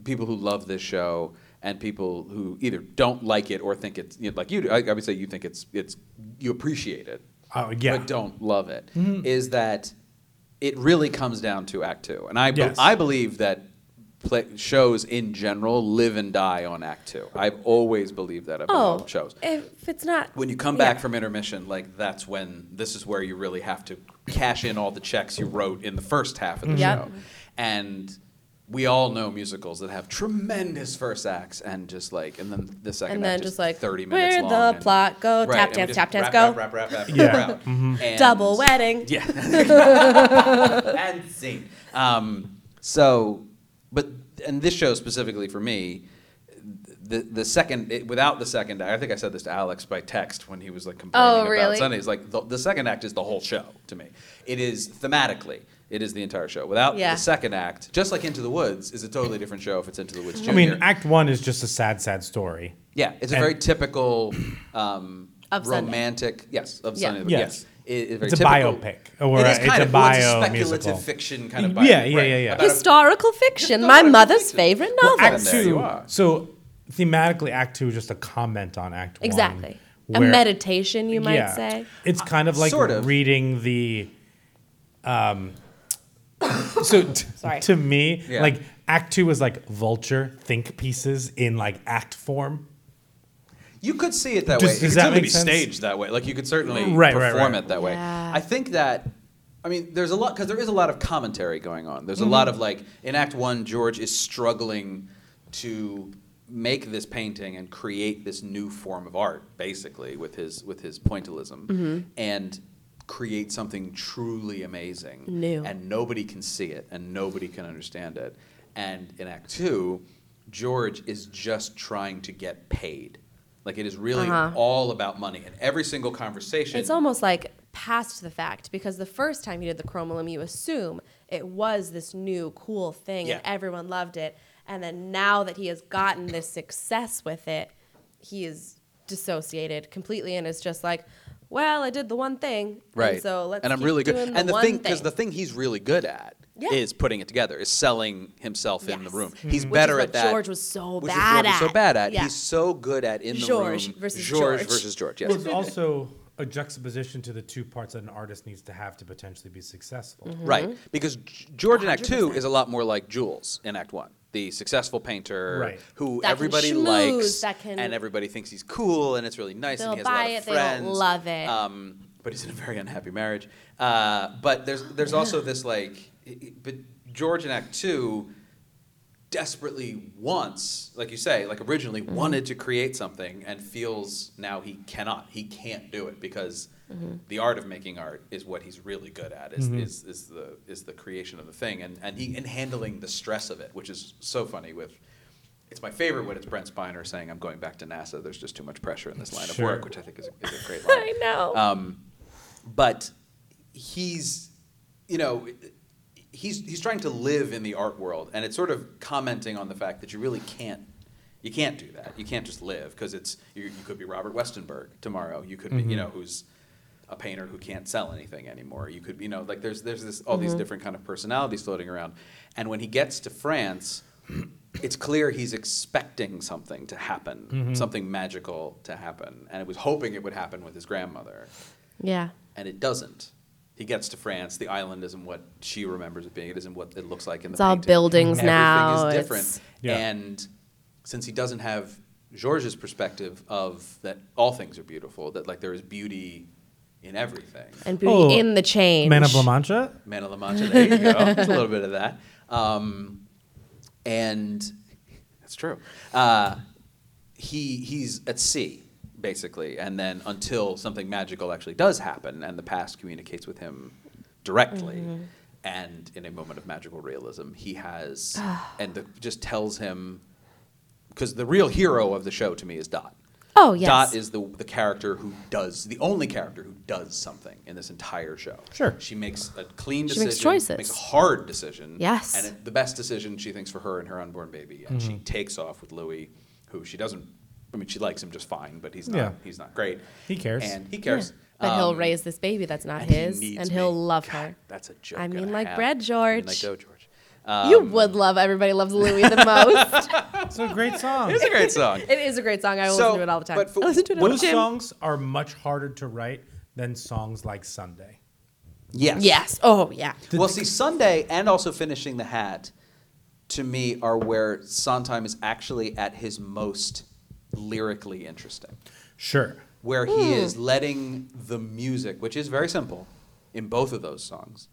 Speaker 3: people who love this show and people who either don't like it or think it's you know, like you. do. I, I would say you think it's it's you appreciate it,
Speaker 2: Oh, yeah. Mm-hmm.
Speaker 3: but don't love it. Is that it really comes down to Act Two, and I be-
Speaker 2: Yes.
Speaker 3: I believe that. Play, shows in general live and die on Act Two. I've always believed that about
Speaker 4: oh,
Speaker 3: shows
Speaker 4: if it's not
Speaker 3: when you come back from intermission, like that's when this is where you really have to cash in all the checks you wrote in the first half of the
Speaker 4: Yep.
Speaker 3: show. And we all know musicals that have tremendous first acts and just like, and then the second
Speaker 4: And
Speaker 3: act
Speaker 4: then
Speaker 3: is
Speaker 4: just like,
Speaker 3: 30 minutes
Speaker 4: where
Speaker 3: long.
Speaker 4: the
Speaker 3: and-
Speaker 4: plot go,
Speaker 3: Right,
Speaker 4: Oh, tap
Speaker 3: and we
Speaker 4: dance,
Speaker 3: just
Speaker 4: tap
Speaker 3: wrap,
Speaker 4: dance, go.
Speaker 3: Wrap, wrap, wrap, wrap,
Speaker 2: Yeah. Mm-hmm.
Speaker 3: wrap. And-
Speaker 4: double wedding.
Speaker 3: yeah. and scene. Um, so, but and this show specifically for me, the the second it, without the second act, I think I said this to Alex by text when he was like complaining
Speaker 4: Oh,
Speaker 3: about
Speaker 4: really?
Speaker 3: Sundays. Like the, the second act is the whole show to me. It is thematically. It is the entire show. Without
Speaker 4: Yeah.
Speaker 3: the second act, just like Into the Woods is a totally different show if it's Into the Woods Junior.
Speaker 2: I mean, Act One is just a sad, sad story.
Speaker 3: Yeah, it's a
Speaker 2: And-
Speaker 3: very typical um,
Speaker 4: Of Sunday.
Speaker 3: romantic. Yes, of
Speaker 4: Yeah.
Speaker 3: Sunday.
Speaker 2: Yes.
Speaker 3: Yes, It- very
Speaker 2: It's a
Speaker 3: typical-
Speaker 2: biopic, or
Speaker 3: it is
Speaker 2: a-
Speaker 3: kind
Speaker 2: it's a
Speaker 3: of well, it's
Speaker 2: bio
Speaker 3: speculative
Speaker 2: musical.
Speaker 3: fiction kind of
Speaker 2: Y-
Speaker 3: biopic.
Speaker 2: yeah, yeah,
Speaker 3: right,
Speaker 2: yeah, yeah.
Speaker 3: about a-
Speaker 4: (laughs) Historical fiction,
Speaker 3: Historical
Speaker 4: my mother's
Speaker 3: fiction.
Speaker 4: favorite
Speaker 3: Well,
Speaker 4: novel.
Speaker 3: Act
Speaker 2: Act
Speaker 3: There you
Speaker 2: Two.
Speaker 3: are.
Speaker 2: So thematically, Act Two is just a comment on Act One.
Speaker 4: Exactly. A
Speaker 2: where-
Speaker 4: meditation, you might say.
Speaker 2: It's kind of like
Speaker 3: Uh, Sort of.
Speaker 2: reading the. Um, (coughs) so t-
Speaker 4: Sorry.
Speaker 2: to me,
Speaker 3: Yeah.
Speaker 2: like Act Two is like vulture think pieces in like act form.
Speaker 3: You could see it that
Speaker 2: Does-
Speaker 3: way.
Speaker 2: does
Speaker 3: it could
Speaker 2: that
Speaker 3: certainly
Speaker 2: make
Speaker 3: be
Speaker 2: sense?
Speaker 3: staged that way. Like you could certainly
Speaker 2: Right, right,
Speaker 3: perform
Speaker 2: right.
Speaker 3: it that way.
Speaker 4: Yeah.
Speaker 3: I think that. I mean, there's a lot because there is a lot of commentary going on. There's a
Speaker 4: Mm-hmm.
Speaker 3: lot of like in Act One, George is struggling to make this painting and create this new form of art, basically with his with his pointillism,
Speaker 4: Mm-hmm.
Speaker 3: and create something truly amazing.
Speaker 4: New.
Speaker 3: And and nobody can see it and nobody can understand it. And in Act Two, George is just trying to get paid. Like it is really all about money. And every single conversation,
Speaker 4: Uh-huh. It's almost like past the fact because the first time you did the chromalum, you assume it was this new cool thing and
Speaker 3: Yeah.
Speaker 4: everyone loved it. And then now that he has gotten this success with it, he is dissociated completely and is just like, well, I did the one thing.
Speaker 3: right?
Speaker 4: And so let's
Speaker 3: and I'm
Speaker 4: keep
Speaker 3: really good.
Speaker 4: doing
Speaker 3: and the
Speaker 4: one
Speaker 3: thing, because the thing he's really good at
Speaker 4: Yeah.
Speaker 3: is putting it together, is selling himself in the
Speaker 4: Yes.
Speaker 3: room. He's
Speaker 4: Hmm. Which
Speaker 3: better at
Speaker 4: is what
Speaker 3: that.
Speaker 4: George was so
Speaker 3: which is
Speaker 4: bad
Speaker 3: George was so
Speaker 4: at.
Speaker 3: bad at.
Speaker 4: Yeah.
Speaker 3: He's so good at in the
Speaker 4: George
Speaker 3: room.
Speaker 4: versus
Speaker 3: George,
Speaker 4: George.
Speaker 3: versus George. Yes.
Speaker 2: Well, it's also a juxtaposition to the two parts that an artist needs to have to potentially be successful.
Speaker 4: Mm-hmm.
Speaker 3: Right. Because G- George in Act Two is a lot more like Jules in Act One, the successful painter
Speaker 2: Right.
Speaker 3: who
Speaker 4: That can
Speaker 3: everybody
Speaker 4: schmooze,
Speaker 3: likes
Speaker 4: that can-
Speaker 3: and everybody thinks he's cool and it's really nice and he
Speaker 4: They'll
Speaker 3: has a lot
Speaker 4: buy
Speaker 3: of
Speaker 4: it, they don't
Speaker 3: friends.
Speaker 4: love it.
Speaker 3: Um, but he's in a very unhappy marriage. Uh, but there's there's also this like, i- i- but George in Act Two desperately wants, like you say, like originally wanted to create something and feels now he cannot, he can't do it because the art of making art is what he's really good at, is, is, is the is the creation of the thing and, and he and handling the stress of it, which is so funny with it's my favorite when it's Brent Spiner saying, I'm going back to NASA, there's just too much pressure in this line of
Speaker 2: Sure.
Speaker 3: work, which I think is a, is a great line
Speaker 4: (laughs) (laughs) I know.
Speaker 3: Um, but he's you know he's he's trying to live in the art world and it's sort of commenting on the fact that you really can't you can't do that you can't just live because it's you, you could be robert westenberg tomorrow you could be you know who's a painter who can't sell anything anymore you could you know like there's there's this all these different kind of personalities floating around and when he gets to france (clears throat) it's clear he's expecting something to happen something magical to happen and it was hoping it would happen with his grandmother
Speaker 4: yeah.
Speaker 3: and it doesn't. He gets to France. The island isn't what she remembers it being. It isn't what it looks like in the.
Speaker 4: It's all
Speaker 3: painting.
Speaker 4: buildings
Speaker 3: Everything
Speaker 4: now,
Speaker 3: is different.
Speaker 4: it's-
Speaker 2: Yeah.
Speaker 3: And since he doesn't have Georges' perspective of that all things are beautiful, that like there is beauty in everything.
Speaker 4: And beauty
Speaker 2: Oh,
Speaker 4: in the change.
Speaker 2: Man of La Mancha.
Speaker 3: Man of La Mancha. There you
Speaker 4: (laughs)
Speaker 3: go. There's a little bit of that. Um, and that's true. Uh, he he's at sea basically, and then until something magical actually does happen, and the past communicates with him directly.
Speaker 4: Mm-hmm.
Speaker 3: And in a moment of magical realism, he
Speaker 4: (sighs)
Speaker 3: has, and the, just tells him, because the real hero of the show to me is Dot.
Speaker 4: Oh, yes.
Speaker 3: Dot is the the character who does the only character who does something in this entire show.
Speaker 2: Sure.
Speaker 3: She makes a clean
Speaker 4: She
Speaker 3: decision.
Speaker 4: makes
Speaker 3: Makes
Speaker 4: choices.
Speaker 3: a hard decision.
Speaker 4: Yes.
Speaker 3: And it- the best decision she thinks for her and her unborn baby, and she
Speaker 2: Mm-hmm.
Speaker 3: takes off with Louis, who she doesn't. I mean, she likes him just fine, but he's not.
Speaker 2: Yeah.
Speaker 3: He's not great.
Speaker 2: He cares.
Speaker 3: And he cares.
Speaker 4: But he'll
Speaker 3: Um,
Speaker 4: raise this baby that's not
Speaker 3: and he
Speaker 4: his,
Speaker 3: needs
Speaker 4: and he'll
Speaker 3: me.
Speaker 4: love
Speaker 3: God,
Speaker 4: her.
Speaker 3: That's a joke.
Speaker 4: I
Speaker 3: and
Speaker 4: mean,
Speaker 3: a
Speaker 4: like
Speaker 3: half. I
Speaker 4: Brad
Speaker 3: mean, like
Speaker 4: George.
Speaker 3: Doe George.
Speaker 4: you
Speaker 3: Um,
Speaker 4: would love Everybody Loves
Speaker 3: (laughs)
Speaker 4: Louie the most.
Speaker 2: It's a
Speaker 4: (laughs)
Speaker 2: great song.
Speaker 3: It's a great song.
Speaker 4: it is a great song. I will
Speaker 3: So,
Speaker 4: listen to it all the time.
Speaker 3: but for-
Speaker 4: I listen to it all
Speaker 2: Those
Speaker 4: the time.
Speaker 2: songs are much harder to write than songs like Sunday.
Speaker 3: yes.
Speaker 4: Yes. Oh, yeah.
Speaker 3: Well, see, Sunday and also finishing the hat to me are where Sondheim is actually at his most lyrically interesting.
Speaker 2: Sure.
Speaker 3: where he
Speaker 4: Hmm.
Speaker 3: is letting the music, which is very simple in both of those songs,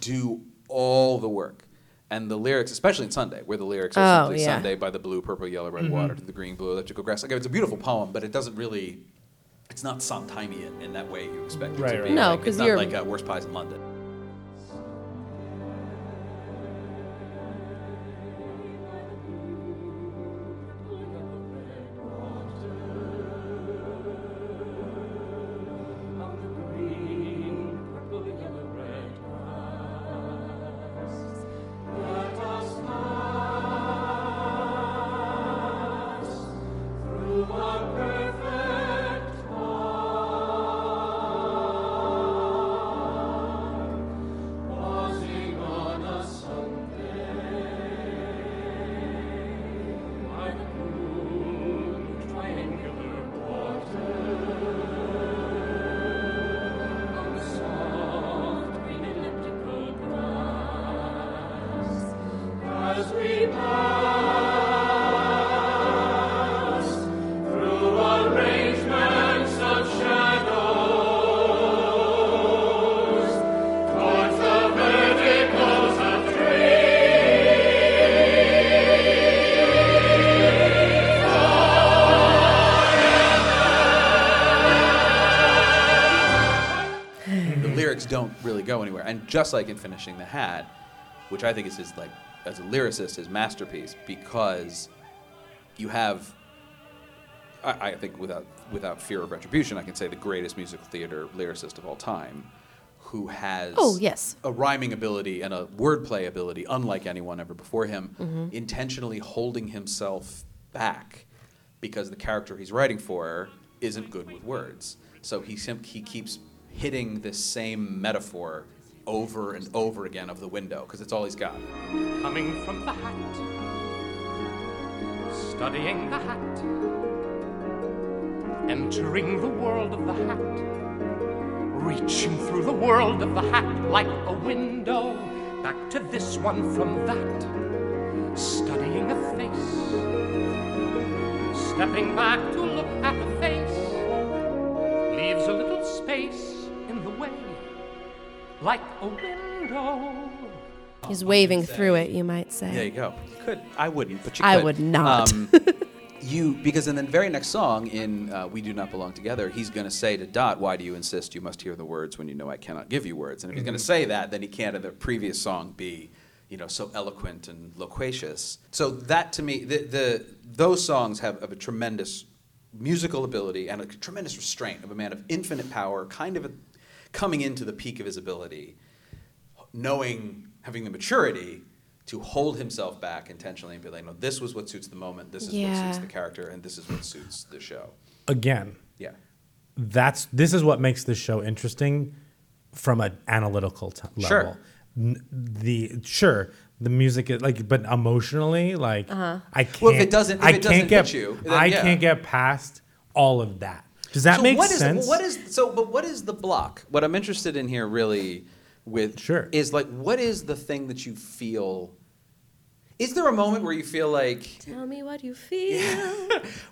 Speaker 3: do all the work. And the lyrics, especially in Sunday, where the lyrics are
Speaker 4: Oh,
Speaker 3: simply
Speaker 4: yeah. Mm-hmm.
Speaker 3: Sunday by the blue, purple, yellow, red water to the green, blue, electrical grass. Like, it's a beautiful poem, but it doesn't really, it's not Sondheimian in that way you expect it
Speaker 2: Right,
Speaker 3: to
Speaker 2: right.
Speaker 3: be.
Speaker 4: No,
Speaker 3: Like,
Speaker 4: 'cause
Speaker 3: It's not
Speaker 4: you're-
Speaker 3: like uh, Worst Pies in London.
Speaker 7: Let
Speaker 3: the lyrics don't really go anywhere. And just like in finishing the hat, which I think is his like as a lyricist his masterpiece, because you have, I, I think without without fear of retribution, I can say the greatest musical theater lyricist of all time, who has
Speaker 4: Oh, yes.
Speaker 3: a rhyming ability and a wordplay ability unlike anyone ever before him,
Speaker 4: Mm-hmm.
Speaker 3: intentionally holding himself back because the character he's writing for isn't good with words. So he sim- he keeps hitting this same metaphor over and over again of the window because it's all he's got.
Speaker 7: Coming from the hat, studying the hat, entering the world of the hat, reaching through the world of the hat like a window, back to this one from that, studying a face, stepping back to look at a face, leaves a little space in the way, like a window.
Speaker 4: He's waving through it, you might say.
Speaker 3: There you go. You could. I wouldn't, but you could.
Speaker 4: I would not. (laughs)
Speaker 3: Um, you because in the very next song in uh, "We Do Not Belong Together," he's going to say to Dot, "Why do you insist you must hear the words when you know I cannot give you words?" And if he's going to say that, then he can't in the previous song be, you know, so eloquent and loquacious. So that to me, the, the those songs have, have a tremendous musical ability and a tremendous restraint of a man of infinite power, kind of a, coming into the peak of his ability knowing, having the maturity to hold himself back intentionally and be like, no, this was what suits the moment, this is what
Speaker 4: Yeah.
Speaker 3: suits the character, and this is what suits the show.
Speaker 2: Again,
Speaker 3: Yeah.
Speaker 2: that's this is what makes this show interesting from an analytical t- level.
Speaker 3: Sure.
Speaker 2: N- the sure the music is like, but emotionally, like I can't.
Speaker 3: Well, if it doesn't- if
Speaker 2: I
Speaker 3: it doesn't
Speaker 2: can't get
Speaker 3: hit you, then
Speaker 2: I
Speaker 3: yeah.
Speaker 2: can't get past all of that. Does that
Speaker 3: so
Speaker 2: make
Speaker 3: what is-
Speaker 2: sense?
Speaker 3: what is so? But what is the block? What I'm interested in here really with
Speaker 2: Sure.
Speaker 3: is like, what is the thing that you feel? Is there a moment where you feel like?
Speaker 4: Tell me what you feel.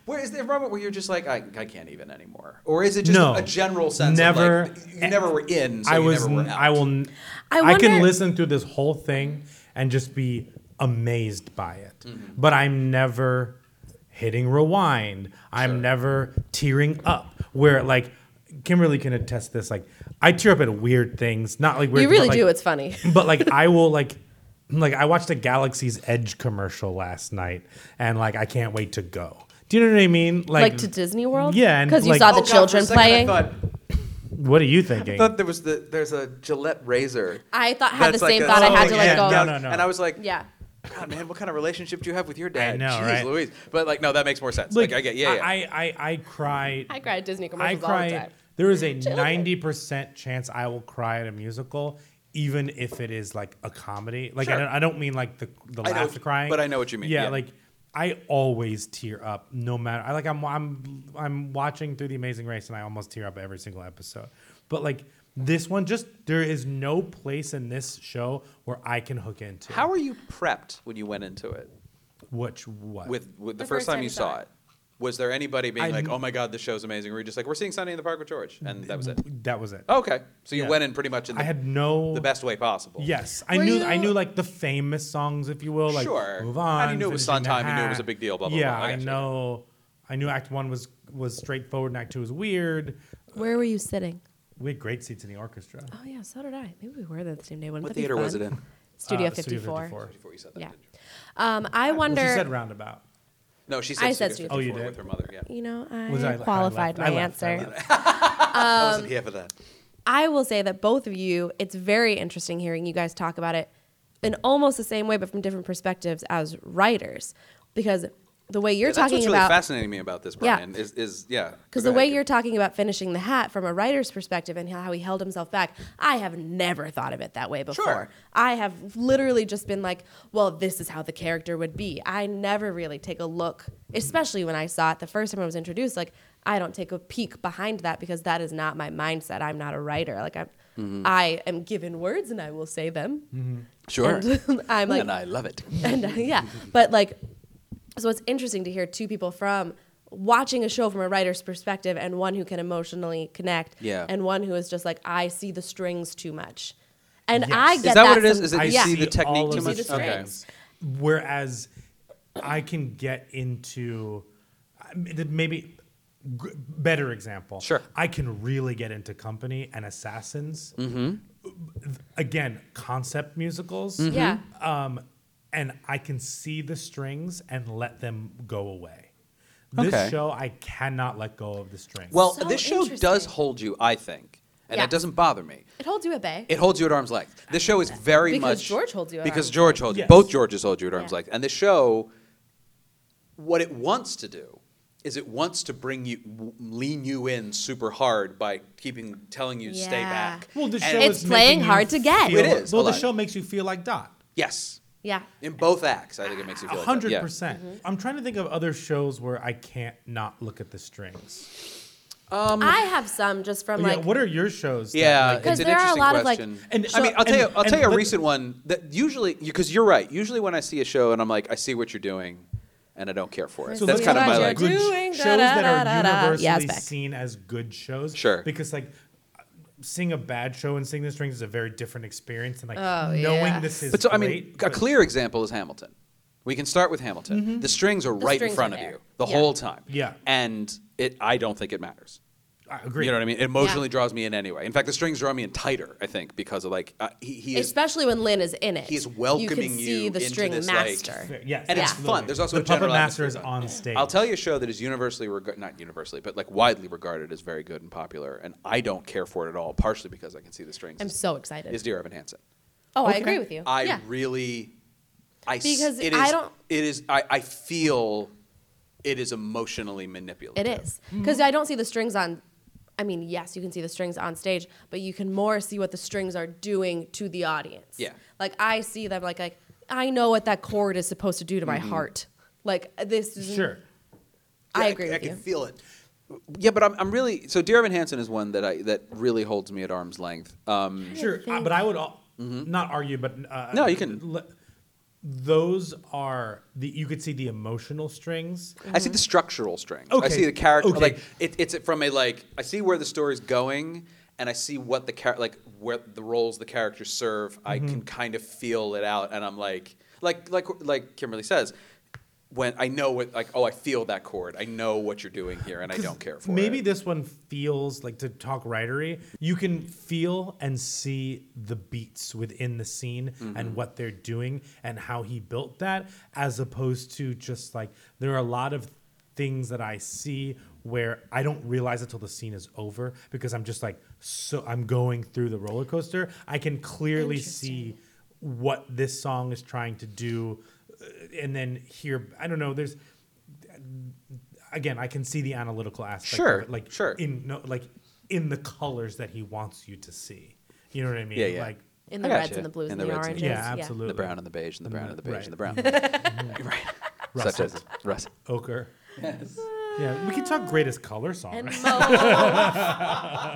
Speaker 3: Where is there a moment where you're just like, I, I can't even anymore? Or is it just
Speaker 2: No.
Speaker 3: a general sense
Speaker 2: Never.
Speaker 3: of like, you never were in, so
Speaker 2: I
Speaker 3: you
Speaker 2: was.
Speaker 3: never were
Speaker 2: n-
Speaker 3: out?
Speaker 2: I will. n-
Speaker 4: I
Speaker 2: I can
Speaker 4: wonder-
Speaker 2: listen through this whole thing and just be amazed by it,
Speaker 3: Mm-hmm.
Speaker 2: but I'm never hitting rewind. I'm never tearing up. Where like Kimberly can attest this. Like I tear up at weird things. Not like weird.
Speaker 4: You
Speaker 2: but,
Speaker 4: really
Speaker 2: like-
Speaker 4: do. It's
Speaker 2: (laughs)
Speaker 4: funny.
Speaker 2: but like
Speaker 4: (laughs)
Speaker 2: I will like like I watched a Galaxy's Edge commercial last night and like I can't wait to go. Do you know what I mean?
Speaker 4: Like, to Disney World?
Speaker 2: Yeah, and,
Speaker 4: Because you
Speaker 2: like-
Speaker 4: saw the
Speaker 2: Oh,
Speaker 3: God, for a
Speaker 4: children
Speaker 3: second I
Speaker 4: playing. I
Speaker 3: thought-
Speaker 2: What are you thinking?
Speaker 3: thought there was the there's a Gillette razor.
Speaker 4: thought had the
Speaker 3: That's like
Speaker 4: same
Speaker 3: a-
Speaker 4: thought. I had
Speaker 2: Oh,
Speaker 4: to
Speaker 2: yeah,
Speaker 4: let go.
Speaker 2: no, no, no.
Speaker 3: And I was like,
Speaker 4: Yeah.
Speaker 3: God, man, what kind of relationship do you have with your dad?
Speaker 2: I know,
Speaker 3: Jeez
Speaker 2: right?
Speaker 3: Louise. But like, no, that makes more sense. Like, I get, yeah, yeah.
Speaker 2: I, I, I, I cry.
Speaker 4: I cry at Disney
Speaker 2: I
Speaker 4: commercials all the
Speaker 2: cry.
Speaker 4: time.
Speaker 2: There is a ninety percent chance I will cry at a musical, even if it is like a comedy. Like
Speaker 3: Sure.
Speaker 2: I, don't, I don't mean like the the
Speaker 3: I know
Speaker 2: laugh
Speaker 3: what-
Speaker 2: crying,
Speaker 3: but I know what you mean,
Speaker 2: Yeah,
Speaker 3: yeah.
Speaker 2: like I always tear up, no matter. I like I'm I'm I'm watching through the Amazing Race, and I almost tear up every single episode. But like this one, just there is no place in this show where I can hook into.
Speaker 3: How were you prepped when you went into it?
Speaker 2: Which what
Speaker 3: With, with the, first time you saw it, was there anybody being
Speaker 2: I-
Speaker 3: like, "Oh my God, this show's amazing"? Were you just like, "We're seeing Sunday in the Park with George," and that was it?
Speaker 2: that was it.
Speaker 3: Okay, so you
Speaker 2: Yeah.
Speaker 3: went in pretty much in the,
Speaker 2: I had no
Speaker 3: Oh. the best way possible.
Speaker 2: Yes, I
Speaker 4: Were
Speaker 2: knew I
Speaker 4: you-
Speaker 2: knew like the famous songs, if you will, like
Speaker 3: Sure.
Speaker 2: "Move On."
Speaker 3: And you knew it was
Speaker 2: finishing
Speaker 3: Sondheim,
Speaker 2: the
Speaker 3: you knew it was
Speaker 2: Hat.
Speaker 3: a big deal, blah, blah,
Speaker 2: yeah,
Speaker 3: blah. I
Speaker 2: I,
Speaker 3: gotcha.
Speaker 2: know. I knew Act One was was straightforward, and Act Two was weird.
Speaker 4: Where were you sitting?
Speaker 2: We had great seats in the orchestra.
Speaker 4: Oh yeah, so did I. Maybe we were there the same day. Wouldn't
Speaker 3: What
Speaker 4: that be
Speaker 3: theater was it
Speaker 4: fun?
Speaker 3: in?
Speaker 4: Studio
Speaker 2: Uh,
Speaker 4: Fifty Four.
Speaker 2: 54.
Speaker 3: Before you said that,
Speaker 4: Yeah.
Speaker 3: didn't you?
Speaker 4: Um, I
Speaker 2: Well,
Speaker 4: wonder.
Speaker 2: she said roundabout.
Speaker 3: No, she said.
Speaker 4: I said
Speaker 3: Studio
Speaker 4: Studio
Speaker 2: Oh, you
Speaker 3: 54 With
Speaker 2: did?
Speaker 3: her mother, yeah.
Speaker 4: you know, I
Speaker 2: Was I- I
Speaker 4: qualified
Speaker 2: left. I
Speaker 4: my
Speaker 2: left. I
Speaker 4: answer.
Speaker 3: I
Speaker 4: Um,
Speaker 3: wasn't here for that.
Speaker 4: I will say that both of you, it's very interesting hearing you guys talk about it in almost the same way, but from different perspectives as writers, because the way
Speaker 3: Yeah,
Speaker 4: you're
Speaker 3: that's
Speaker 4: talking
Speaker 3: what's really
Speaker 4: about
Speaker 3: fascinating me about this,
Speaker 4: Yeah.
Speaker 3: Brian. Is, is yeah.
Speaker 4: Because
Speaker 3: Go
Speaker 4: the way
Speaker 3: ahead.
Speaker 4: you're talking about finishing the hat from a writer's perspective and how he held himself back, I have never thought of it that way before.
Speaker 3: Sure.
Speaker 4: I have literally just been like, well, this is how the character would be. I never really take a look, especially when I saw it the first time I was introduced. Like, I don't take a peek behind that because that is not my mindset. I'm not a writer. Like, I'm,
Speaker 3: Mm-hmm.
Speaker 4: I am given words and I will say them.
Speaker 3: Sure.
Speaker 4: And (laughs) I'm like,
Speaker 3: and I love it.
Speaker 4: and uh, yeah, but like, so it's interesting to hear two people from watching a show from a writer's perspective and one who can emotionally connect,
Speaker 3: Yeah.
Speaker 4: and one who is just like, I see the strings too much, and
Speaker 2: Yes.
Speaker 4: I
Speaker 2: Is
Speaker 4: get
Speaker 3: Is that what it
Speaker 4: some-
Speaker 3: is? Is it you
Speaker 4: yeah.
Speaker 3: see the
Speaker 2: See all
Speaker 3: technique
Speaker 2: of
Speaker 3: too
Speaker 2: the
Speaker 3: much? Okay.
Speaker 4: strings.
Speaker 2: Whereas I can get into I mean, maybe g- better example.
Speaker 3: Sure.
Speaker 2: I can really get into Company and Assassins.
Speaker 3: Mm-hmm.
Speaker 2: Again, concept musicals.
Speaker 3: Mm-hmm.
Speaker 4: Mm-hmm. yeah,
Speaker 2: Um, and I can see the strings and let them go away. This
Speaker 3: Okay.
Speaker 2: show, I cannot let go of the strings.
Speaker 3: Well,
Speaker 4: So
Speaker 3: this show does
Speaker 4: interesting.
Speaker 3: hold you, I think, and
Speaker 4: Yeah.
Speaker 3: that doesn't bother me.
Speaker 4: it holds you at bay.
Speaker 3: It holds you at arm's length. This show is very
Speaker 4: Because
Speaker 3: much
Speaker 4: George holds you at
Speaker 3: because
Speaker 4: arm's
Speaker 3: George holds you.
Speaker 2: Yes.
Speaker 3: Both Georges hold you at arm's
Speaker 4: Yeah.
Speaker 3: length, and the show, what it wants to do is it wants to bring you w- lean you in super hard by keeping telling you to stay
Speaker 4: Yeah.
Speaker 3: back.
Speaker 2: Well, the
Speaker 3: And-
Speaker 2: show
Speaker 4: It's
Speaker 2: is making
Speaker 4: playing
Speaker 2: you
Speaker 4: hard to get.
Speaker 2: feel-
Speaker 3: It is,
Speaker 2: Well,
Speaker 3: a
Speaker 2: the
Speaker 3: lot.
Speaker 2: show makes you feel like Dot.
Speaker 3: yes,
Speaker 4: yeah,
Speaker 3: in both acts, I think it makes you feel like that.
Speaker 2: hundred
Speaker 3: Yeah.
Speaker 2: percent.
Speaker 4: Mm-hmm.
Speaker 2: I'm trying to think of other shows where I can't not look at the strings.
Speaker 4: I have some just from
Speaker 2: Um, yeah,
Speaker 4: like
Speaker 2: what are your shows? that,
Speaker 3: Yeah,
Speaker 2: like,
Speaker 3: it's
Speaker 4: Because
Speaker 3: an
Speaker 4: there are a
Speaker 3: interesting
Speaker 4: lot of, like-
Speaker 3: question.
Speaker 2: And
Speaker 3: I
Speaker 2: so-
Speaker 3: mean, I'll tell
Speaker 2: and-
Speaker 3: you, I'll
Speaker 2: and-
Speaker 3: tell you a
Speaker 2: but-
Speaker 3: recent one that usually, because you're right. Usually, when I see a show and I'm like, I see what you're doing, and I don't care for it.
Speaker 2: so
Speaker 3: That's
Speaker 2: those
Speaker 3: kind
Speaker 2: are
Speaker 3: of my
Speaker 4: what
Speaker 3: like.
Speaker 4: you're
Speaker 2: good sh-
Speaker 4: doing,
Speaker 2: shows that
Speaker 4: da-da-da-da-da.
Speaker 2: are
Speaker 4: Yeah, it's
Speaker 2: universally
Speaker 4: back.
Speaker 2: seen as good shows.
Speaker 3: Sure.
Speaker 2: because like. Seeing a bad show and seeing the strings is a very different experience, and like
Speaker 4: Oh,
Speaker 2: knowing
Speaker 4: yeah.
Speaker 2: this is
Speaker 3: But so, I mean,
Speaker 2: great.
Speaker 3: a clear example is Hamilton. We can start with Hamilton. The strings are right
Speaker 4: strings
Speaker 3: in
Speaker 4: are
Speaker 3: front of
Speaker 4: there.
Speaker 3: you the
Speaker 4: Yeah.
Speaker 3: whole time.
Speaker 2: Mm-hmm. Yeah.
Speaker 3: and it. I don't think it matters.
Speaker 2: I agree.
Speaker 3: You know what I mean? It emotionally draws me in anyway. In fact, the strings draw me in tighter. I think because of like uh, he, he is
Speaker 4: especially when Lynn is in it.
Speaker 3: he's
Speaker 4: You can
Speaker 3: welcoming
Speaker 4: see
Speaker 3: you
Speaker 4: the
Speaker 3: into
Speaker 4: string
Speaker 3: this, like-
Speaker 4: master.
Speaker 2: Fair- Yes,
Speaker 3: and it's
Speaker 2: absolutely.
Speaker 3: fun. There's also
Speaker 2: the
Speaker 3: a general
Speaker 2: puppet master is
Speaker 3: atmosphere.
Speaker 2: on stage.
Speaker 3: I'll tell you a show that is universally reg- not universally, but like widely regarded as very good and popular, and I don't care for it at all, partially because I can see the strings.
Speaker 4: I'm so excited.
Speaker 3: Is Dear Evan Hansen?
Speaker 4: oh, I agree with you.
Speaker 3: I
Speaker 4: yeah.
Speaker 3: really, I s-
Speaker 4: Because
Speaker 3: it is,
Speaker 4: I don't-
Speaker 3: It is. I, I feel it is emotionally manipulative.
Speaker 4: It is
Speaker 3: Mm-hmm.
Speaker 4: because I don't see the strings on. I mean, yes, you can see the strings on stage, but you can more see what the strings are doing to the audience.
Speaker 3: Yeah.
Speaker 4: like I see them. Like, like I know what that chord is supposed to do to my
Speaker 3: Mm-hmm.
Speaker 4: heart. Like this is.
Speaker 2: sure.
Speaker 4: I
Speaker 3: Yeah,
Speaker 4: agree
Speaker 3: I,
Speaker 4: with
Speaker 3: I
Speaker 4: you.
Speaker 3: can feel it. Yeah, but I'm, I'm really so. Dear Evan Hansen is one that I that really holds me at arm's length.
Speaker 4: Mm-hmm.
Speaker 3: Um,
Speaker 2: Sure, uh, but I would al-
Speaker 3: Mm-hmm.
Speaker 2: not argue, but uh,
Speaker 3: No, you can-
Speaker 2: le- those are the you could see the emotional strings.
Speaker 3: I see the structural strings. I
Speaker 2: Mm-hmm. Okay,
Speaker 3: see the character.
Speaker 2: okay.
Speaker 3: Like it, it's from a like I see where the story's going, and I see what the char- like where the roles the characters serve. I
Speaker 2: Mm-hmm.
Speaker 3: can kind of feel it out, and I'm like, like, like, like Kimberly says, when I know what like, oh, I feel that chord. I know what you're doing here, and I don't care for
Speaker 2: Maybe
Speaker 3: it.
Speaker 2: this one feels like to talk writery. You can feel and see the beats within the scene
Speaker 3: Mm-hmm.
Speaker 2: and what they're doing and how he built that, as opposed to just like there are a lot of things that I see where I don't realize it till the scene is over because I'm just like so I'm going through the roller coaster. I can clearly see what this song is trying to do, uh, and then here I don't know. There's again, I can see the analytical aspect.
Speaker 3: Sure,
Speaker 2: of it, like
Speaker 3: sure.
Speaker 2: in no, like in the colors that he wants you to see. You know what I mean?
Speaker 3: Yeah, yeah.
Speaker 2: Like
Speaker 4: in
Speaker 3: I
Speaker 4: the
Speaker 3: gotcha.
Speaker 4: reds and the blues
Speaker 3: In
Speaker 4: and
Speaker 3: the
Speaker 4: the,
Speaker 3: reds and
Speaker 4: oranges.
Speaker 3: the
Speaker 2: yeah, absolutely.
Speaker 3: the brown and the beige and the brown and the beige and the brown. (laughs) right. Such
Speaker 2: Russell.
Speaker 3: as Russ.
Speaker 2: ochre. Yes. (laughs) Yeah, we could talk greatest color song.
Speaker 4: And oh,
Speaker 3: (laughs)
Speaker 2: right?
Speaker 4: Mo,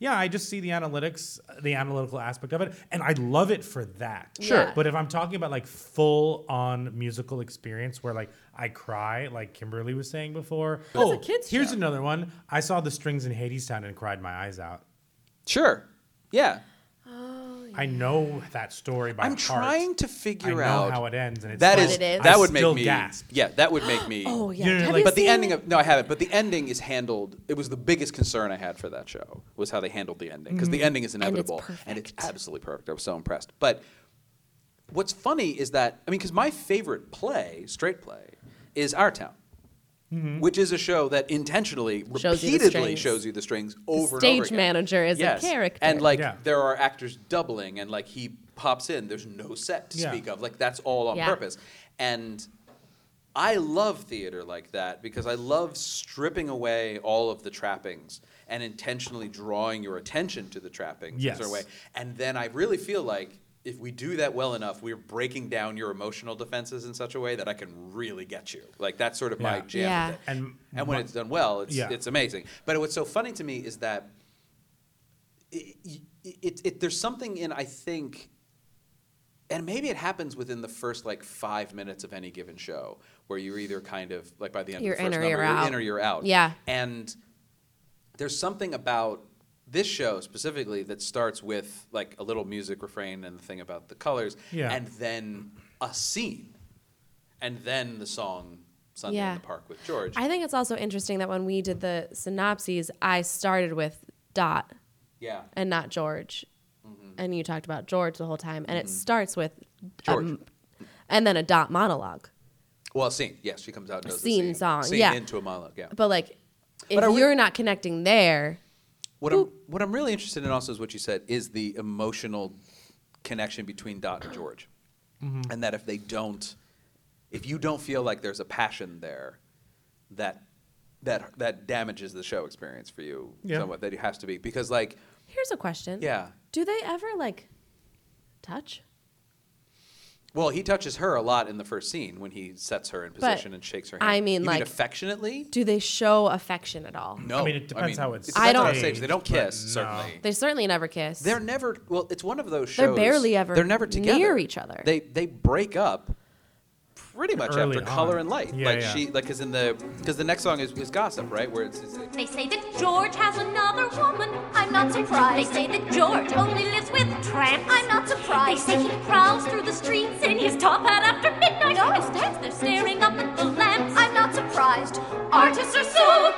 Speaker 2: Yeah, I just see the analytics, the analytical aspect of it, and I love it for that.
Speaker 4: Sure. Yeah.
Speaker 2: But if I'm talking about like full on musical experience where like I cry, like Kimberly was saying before.
Speaker 4: That's
Speaker 2: oh,
Speaker 4: a kid's
Speaker 2: here's
Speaker 4: show.
Speaker 2: another one. I saw the strings in Hades Town and cried my eyes out.
Speaker 3: Sure. Yeah.
Speaker 2: I know that story by
Speaker 3: I'm
Speaker 2: heart.
Speaker 3: trying to
Speaker 2: I know
Speaker 3: figure out
Speaker 2: how it ends, and it's
Speaker 3: That
Speaker 2: still-
Speaker 4: But
Speaker 3: is
Speaker 4: it is.
Speaker 3: that
Speaker 2: I
Speaker 3: would make
Speaker 2: still
Speaker 3: me
Speaker 2: gasp.
Speaker 3: Yeah, that would make me.
Speaker 4: (gasps) oh yeah.
Speaker 2: You know,
Speaker 4: Have
Speaker 2: like-
Speaker 4: you
Speaker 3: But the
Speaker 4: seen-
Speaker 3: ending of no, I haven't. But the ending is handled. It was the biggest concern I had for that show was how they handled the ending because the
Speaker 4: Mm.
Speaker 3: ending is inevitable and it's absolutely perfect. I was so impressed. But what's funny is that I mean, because my favorite play, straight play, is Our Town, which is a show that intentionally,
Speaker 4: Mm-hmm. Shows you the
Speaker 3: repeatedly
Speaker 4: strings.
Speaker 3: shows you the strings over and over
Speaker 4: stage
Speaker 3: again.
Speaker 4: manager is a
Speaker 3: Yes.
Speaker 4: character.
Speaker 3: and like
Speaker 2: Yeah.
Speaker 3: there are actors doubling, and like he pops in. There's no set to
Speaker 2: Yeah.
Speaker 3: speak of. Like that's all on
Speaker 4: Yeah.
Speaker 3: purpose, and. I love theater like that because I love stripping away all of the trappings and intentionally drawing your attention to the trappings in a
Speaker 2: Yes.
Speaker 3: certain way. And then I really feel like if we do that well enough, we're breaking down your emotional defenses in such a way that I can really get you. Like that's sort of my
Speaker 2: Yeah.
Speaker 3: jam.
Speaker 4: Yeah.
Speaker 3: With it. And,
Speaker 2: And
Speaker 3: when
Speaker 2: my-
Speaker 3: it's done well, it's
Speaker 2: Yeah.
Speaker 3: it's amazing. But what's so funny to me is that it, it, it, there's something in I think, and maybe it happens within the first like five minutes of any given show where you're either kind of like by the end
Speaker 4: You're
Speaker 3: of the first
Speaker 4: in
Speaker 3: number,
Speaker 4: or you're
Speaker 3: you're
Speaker 4: out.
Speaker 3: in or you're out.
Speaker 4: Yeah.
Speaker 3: And there's something about this show specifically that starts with like a little music refrain and the thing about the colors,
Speaker 2: Yeah.
Speaker 3: and then a scene, and then the song "Sunday
Speaker 4: Yeah.
Speaker 3: in the Park" with George.
Speaker 4: I think it's also interesting that when we did the synopses, I started with Dot
Speaker 3: yeah.
Speaker 4: and not George.
Speaker 3: Mm-hmm.
Speaker 4: And you talked about George the whole time. And it starts with um,
Speaker 3: George.
Speaker 4: and then a Dot monologue.
Speaker 3: Well, scene. Yes, she comes out and does the
Speaker 4: Scene
Speaker 3: scene
Speaker 4: song,
Speaker 3: Scene
Speaker 4: yeah.
Speaker 3: into a monologue. Yeah.
Speaker 4: But like, if
Speaker 3: I would-
Speaker 4: you're not connecting there,
Speaker 3: What I'm what I'm really interested in also is what you said is the emotional connection between Dot and George,
Speaker 2: Mm-hmm.
Speaker 3: and that if they don't, if you don't feel like there's a passion there, that that that damages the show experience for you
Speaker 2: Yeah.
Speaker 3: somewhat. That it has to be because like
Speaker 4: here's a question.
Speaker 3: yeah,
Speaker 4: Do they ever like touch?
Speaker 3: well he touches her a lot in the first scene when he sets her in position and shakes her hand.
Speaker 4: I mean,
Speaker 3: you
Speaker 4: like-
Speaker 3: affectionately.
Speaker 4: Do they show affection at all?
Speaker 3: No,
Speaker 2: I mean, it depends how it's
Speaker 3: depends
Speaker 4: I don't-
Speaker 3: how it's staged. They don't
Speaker 2: staged, but
Speaker 3: kiss
Speaker 2: no.
Speaker 3: certainly.
Speaker 4: They certainly never kiss.
Speaker 3: They're never well. It's one of those shows.
Speaker 4: They're barely ever
Speaker 3: They're never together
Speaker 4: near each other.
Speaker 3: They they break up pretty much
Speaker 2: Early
Speaker 3: after Color
Speaker 2: on.
Speaker 3: and Light.
Speaker 2: Yeah,
Speaker 3: like
Speaker 2: yeah.
Speaker 3: she like is in the because the next song is, is Gossip, right? Where it's, it's
Speaker 6: They say that George has another woman. I'm not surprised. They say that George only lives with tramps. I'm not surprised. They say he prowls through the streets in his top hat after midnight. No. And stands there staring up at the lamps. I'm not surprised. Artists are so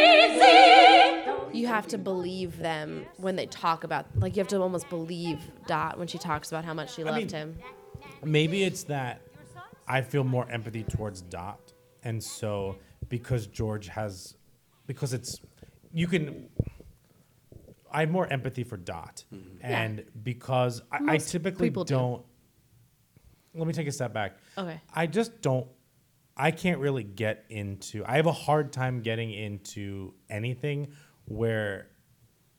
Speaker 6: crazy.
Speaker 4: you have to believe them when they talk about like you have to almost believe Dot when she talks about how much she loved
Speaker 2: mean-
Speaker 4: him.
Speaker 2: Maybe it's that I feel more empathy towards Dot, and so because George has, because it's, you can. I have more empathy for Dot, and because I, I
Speaker 4: Most
Speaker 2: typically
Speaker 4: people do.
Speaker 2: don't. Let me take a step back.
Speaker 4: Okay.
Speaker 2: I just don't. I can't really get into. I have a hard time getting into anything where